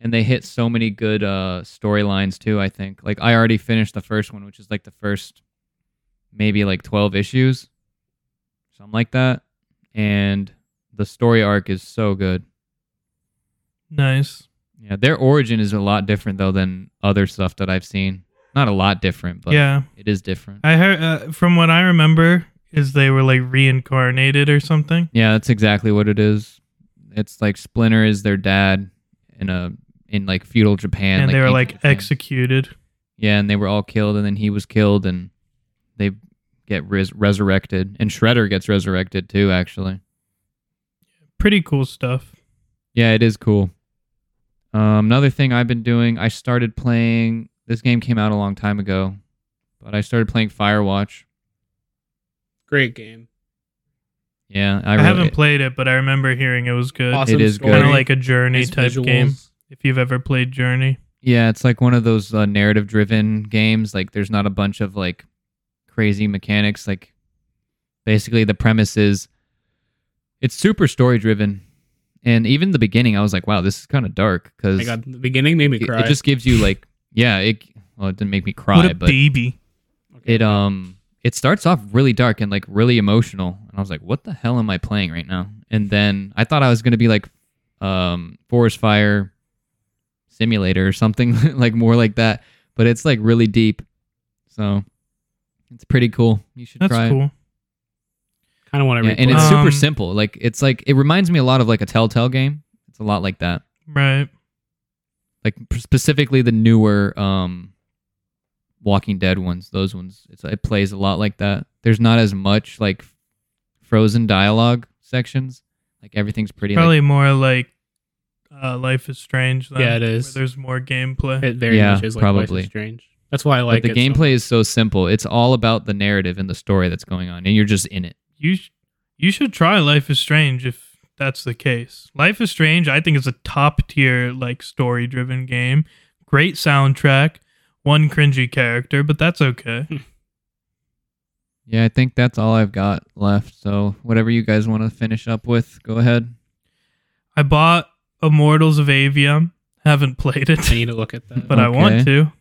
Speaker 1: And they hit so many good uh, storylines too, I think. Like, I already finished the first one, which is like the first maybe like 12 issues, something like that. And the story arc is so good.
Speaker 3: Nice.
Speaker 1: Yeah. Their origin is a lot different though than other stuff that I've seen. Not a lot different, but
Speaker 3: yeah,
Speaker 1: it is different.
Speaker 3: I heard uh, from what I remember is they were like reincarnated or something.
Speaker 1: Yeah, that's exactly what it is. It's like Splinter is their dad in a in like feudal Japan,
Speaker 3: And, they were
Speaker 1: ancient
Speaker 3: like
Speaker 1: Japan.
Speaker 3: executed.
Speaker 1: Yeah, and they were all killed, and then he was killed, and they get res- resurrected, and Shredder gets resurrected too. Actually,
Speaker 3: Pretty cool stuff.
Speaker 1: yeah, it is cool. Um, another thing I've been doing, I started playing. This game came out a long time ago, but I started playing Firewatch.
Speaker 2: Great game.
Speaker 1: Yeah, I,
Speaker 3: I,
Speaker 1: really-
Speaker 3: haven't played it, but I remember hearing it was good.
Speaker 2: Awesome
Speaker 1: is
Speaker 2: story.
Speaker 1: good.
Speaker 3: Kind of like a Journey
Speaker 2: nice
Speaker 3: type
Speaker 2: visuals.
Speaker 3: game. If you've ever played Journey,
Speaker 1: Yeah, it's like one of those uh, narrative driven games. Like there's not a bunch of like crazy mechanics. Like basically the premise is it's super story driven. And even the beginning, I was like, wow, this is kind of dark because
Speaker 2: I got the beginning made me
Speaker 1: it, it
Speaker 2: cry.
Speaker 1: just gives you like, yeah, it, well, it didn't make me
Speaker 3: what
Speaker 1: cry,
Speaker 3: a
Speaker 1: but
Speaker 3: baby!
Speaker 1: it,
Speaker 2: uh,
Speaker 1: um, it starts off really dark and like really emotional. And I was like, what the hell am I playing right now? And then I thought I was going to be like, um, forest fire simulator or something like more like that but it's like really deep. So it's pretty cool. You should
Speaker 3: That's
Speaker 1: try. it.
Speaker 3: cool.
Speaker 2: kind of want to
Speaker 1: Yeah,
Speaker 2: read.
Speaker 1: and it's
Speaker 3: Um,
Speaker 1: super simple. Like it's like it reminds me a lot of like a Telltale game. It's a lot like that.
Speaker 3: Right.
Speaker 1: Like p- specifically the newer um Walking Dead ones. Those ones. It's it plays a lot like that. There's not as much like frozen dialogue sections. Like everything's pretty. like-
Speaker 3: Probably more like uh, Life is Strange. Then,
Speaker 2: Yeah, it is.
Speaker 3: Where there's more gameplay.
Speaker 2: It very
Speaker 1: Yeah,
Speaker 2: much is like probably.
Speaker 1: probably.
Speaker 2: Strange. That's why I like
Speaker 1: but
Speaker 2: it
Speaker 1: the
Speaker 2: so
Speaker 1: gameplay is so simple. It's all about the narrative and the story that's going on, and you're just in it.
Speaker 3: you sh- you should try Life is Strange if that's the case. Life is Strange, I think, is a top tier like story driven game. Great soundtrack, one cringy character, but that's okay.
Speaker 1: Yeah, I think that's all I've got left. So whatever you guys want to finish up with, go ahead.
Speaker 3: I bought Immortals of Avia, haven't played it.
Speaker 2: I need to look at that.
Speaker 3: but I want
Speaker 1: Okay.
Speaker 3: to.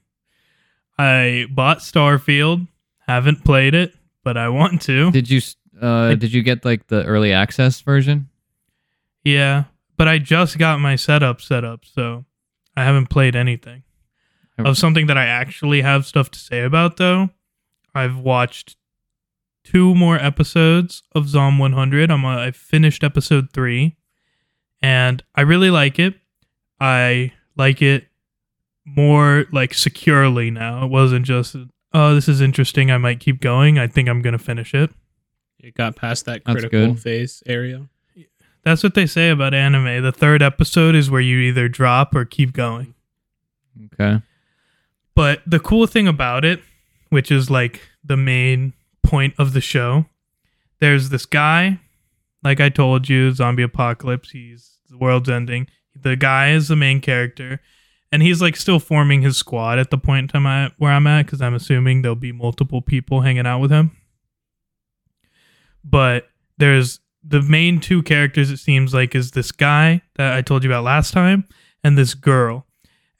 Speaker 3: I bought Starfield, haven't played it, but I want to.
Speaker 2: Oh.
Speaker 1: Did you s- uh, did you get like the early access version?
Speaker 3: yeah, but I just got my setup set up, so I haven't played anything.
Speaker 1: I-
Speaker 3: Of something that I actually have stuff to say about, though, I've watched two more episodes of Zom 100. I'm a, I finished episode three, and I really like it. I like it more like securely now. It wasn't just oh, this is interesting. I might keep going. I think I'm gonna finish it.
Speaker 2: it got past that
Speaker 1: That's
Speaker 2: critical
Speaker 1: good.
Speaker 2: phase area.
Speaker 3: That's what they say about anime. The third episode is where you either drop or keep going.
Speaker 1: Okay.
Speaker 3: But the cool thing about it, which is like the main point of the show, there's this guy, like I told you, zombie apocalypse, he's the world's ending. The guy is the main character, and he's like still forming his squad at the point in time I, where I'm at, because I'm assuming there'll be multiple people hanging out with him. But there's the main two characters, it seems like, is this guy that I told you about last time, and this girl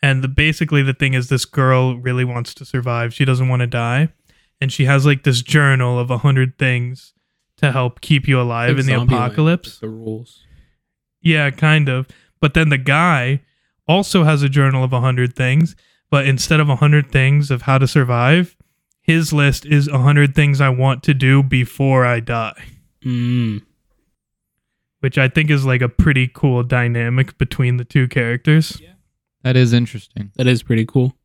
Speaker 3: and the basically the thing is this girl really wants to survive she doesn't want to die and she has like this journal of a hundred things to help keep you alive in the
Speaker 2: Zombieland,
Speaker 3: apocalypse
Speaker 2: The rules.
Speaker 3: yeah kind of but then the guy also has a journal of a hundred things but instead of a hundred things of how to survive his list is a hundred things i want to do before i die
Speaker 2: Mm.
Speaker 3: which i think is like a pretty cool dynamic between the two characters
Speaker 1: That is interesting.
Speaker 2: That is pretty cool.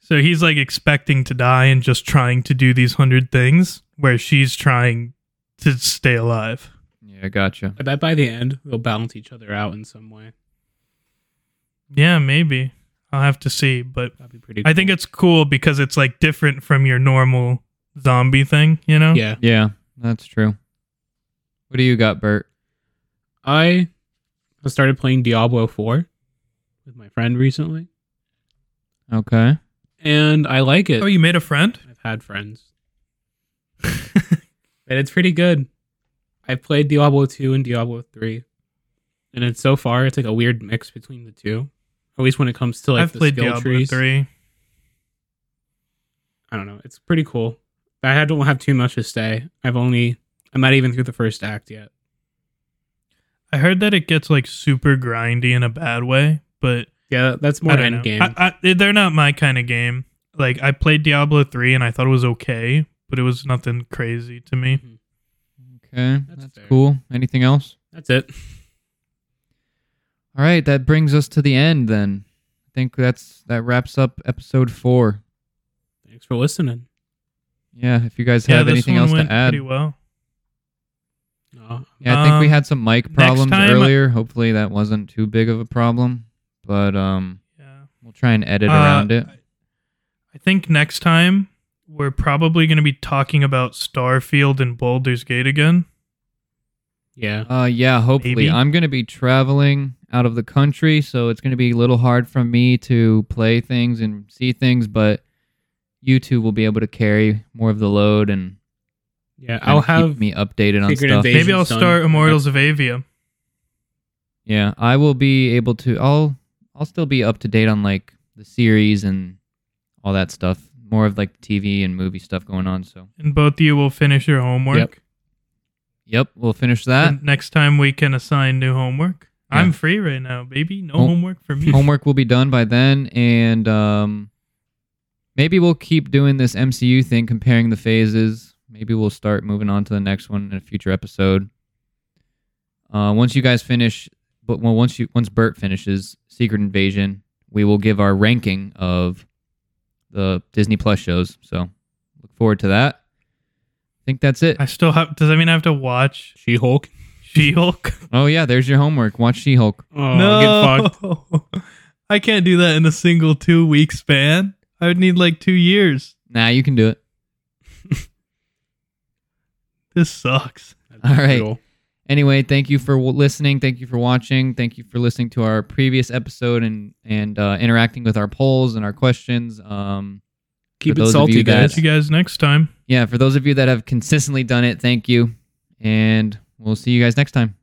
Speaker 3: So he's like expecting to die and just trying to do these hundred things, where she's trying to stay alive.
Speaker 1: Yeah, gotcha.
Speaker 2: I bet by the end they'll balance each other out in some way.
Speaker 3: Yeah, maybe. I'll have to see. But
Speaker 2: That'd be pretty.
Speaker 3: I think it's cool because it's like different from your normal zombie thing, you know?
Speaker 2: yeah.
Speaker 1: Yeah, that's true. What do you got, Bert?
Speaker 2: I started playing Diablo Four with my friend recently,
Speaker 1: Okay.
Speaker 2: and I like it.
Speaker 3: Oh, you made a friend?
Speaker 2: I've had friends. and it's pretty good. I've played Diablo 2 and Diablo 3. And it's so far, it's like a weird mix between the two. At least when it comes to like
Speaker 3: I've
Speaker 2: the
Speaker 3: played
Speaker 2: skill
Speaker 3: Diablo
Speaker 2: trees.
Speaker 3: 3.
Speaker 2: I don't know. It's pretty cool. I don't have too much to say. I've only I'm not even through the first act yet.
Speaker 3: I heard that it gets like super grindy in a bad way, but
Speaker 2: Yeah, that's more
Speaker 3: I don't
Speaker 2: end
Speaker 3: know.
Speaker 2: game.
Speaker 3: I, I, they're not my kind of game. Like, I played Diablo 3 and I thought it was okay, but it was nothing crazy to me.
Speaker 1: Okay.
Speaker 2: That's
Speaker 1: That's,
Speaker 2: fair.
Speaker 1: cool. Anything else?
Speaker 2: that's it.
Speaker 1: All right, that brings us to the end then. I think that's that wraps up episode 4.
Speaker 2: Thanks for listening.
Speaker 1: Yeah, if you guys
Speaker 3: yeah,
Speaker 1: have
Speaker 3: this
Speaker 1: anything
Speaker 3: one
Speaker 1: else to
Speaker 3: went
Speaker 1: add.
Speaker 3: pretty well.
Speaker 2: No,
Speaker 1: Yeah, I think we
Speaker 3: Um,
Speaker 1: had some mic
Speaker 3: next
Speaker 1: problems
Speaker 3: time-
Speaker 1: earlier. Hopefully that wasn't too big of a problem, but um
Speaker 3: Yeah.
Speaker 1: we'll try and edit
Speaker 3: Uh,
Speaker 1: around it.
Speaker 3: I think next time we're probably going to be talking about Starfield and Baldur's Gate again.
Speaker 2: yeah.
Speaker 1: Uh yeah, hopefully.
Speaker 3: maybe.
Speaker 1: I'm going to be traveling out of the country, so it's going to be a little hard for me to play things and see things, but you two will be able to carry more of the load and
Speaker 2: Yeah,
Speaker 1: kinda
Speaker 2: I'll
Speaker 1: keep
Speaker 2: have
Speaker 1: me updated on
Speaker 2: Secret
Speaker 1: stuff.
Speaker 2: Invasion.
Speaker 3: Maybe I'll
Speaker 2: done.
Speaker 3: start Immortals of Avia.
Speaker 1: Yeah, I will be able to. I'll I'll still be up to date on like the series and all that stuff. More of like TV and movie stuff going on. So,
Speaker 3: And both of you will finish your homework.
Speaker 2: Yep.
Speaker 1: yep, we'll finish that.
Speaker 3: And next time we can assign new homework.
Speaker 1: Yeah.
Speaker 3: I'm free right now, baby. No
Speaker 1: Home-
Speaker 3: homework for me.
Speaker 1: Homework will be done by then, and um, maybe we'll keep doing this MCU thing, comparing the phases. Maybe we'll start moving on to the next one in a future episode. Uh, once you guys finish, but well, once you once Bert finishes Secret Invasion, we will give our ranking of the Disney Plus shows. So look forward to that. I think that's it.
Speaker 3: I still have. Does that mean I have to watch
Speaker 2: She Hulk.
Speaker 3: She Hulk.
Speaker 1: Oh yeah, there's your homework. Watch She-Hulk.
Speaker 2: Oh, get fucked.
Speaker 3: no, I can't do that in a single two week span. I would need like two years.
Speaker 1: Nah, you can do it.
Speaker 3: This sucks.
Speaker 1: All right.
Speaker 2: Brutal.
Speaker 1: Anyway, thank you for w- listening. Thank you for watching. Thank you for listening to our previous episode and and uh, interacting with our polls and our questions. Um,
Speaker 2: Keep it
Speaker 1: those of you
Speaker 2: salty,
Speaker 1: that-
Speaker 2: guys.
Speaker 3: See you guys next time.
Speaker 1: yeah, for those of you that have consistently done it, thank you, and we'll see you guys next time.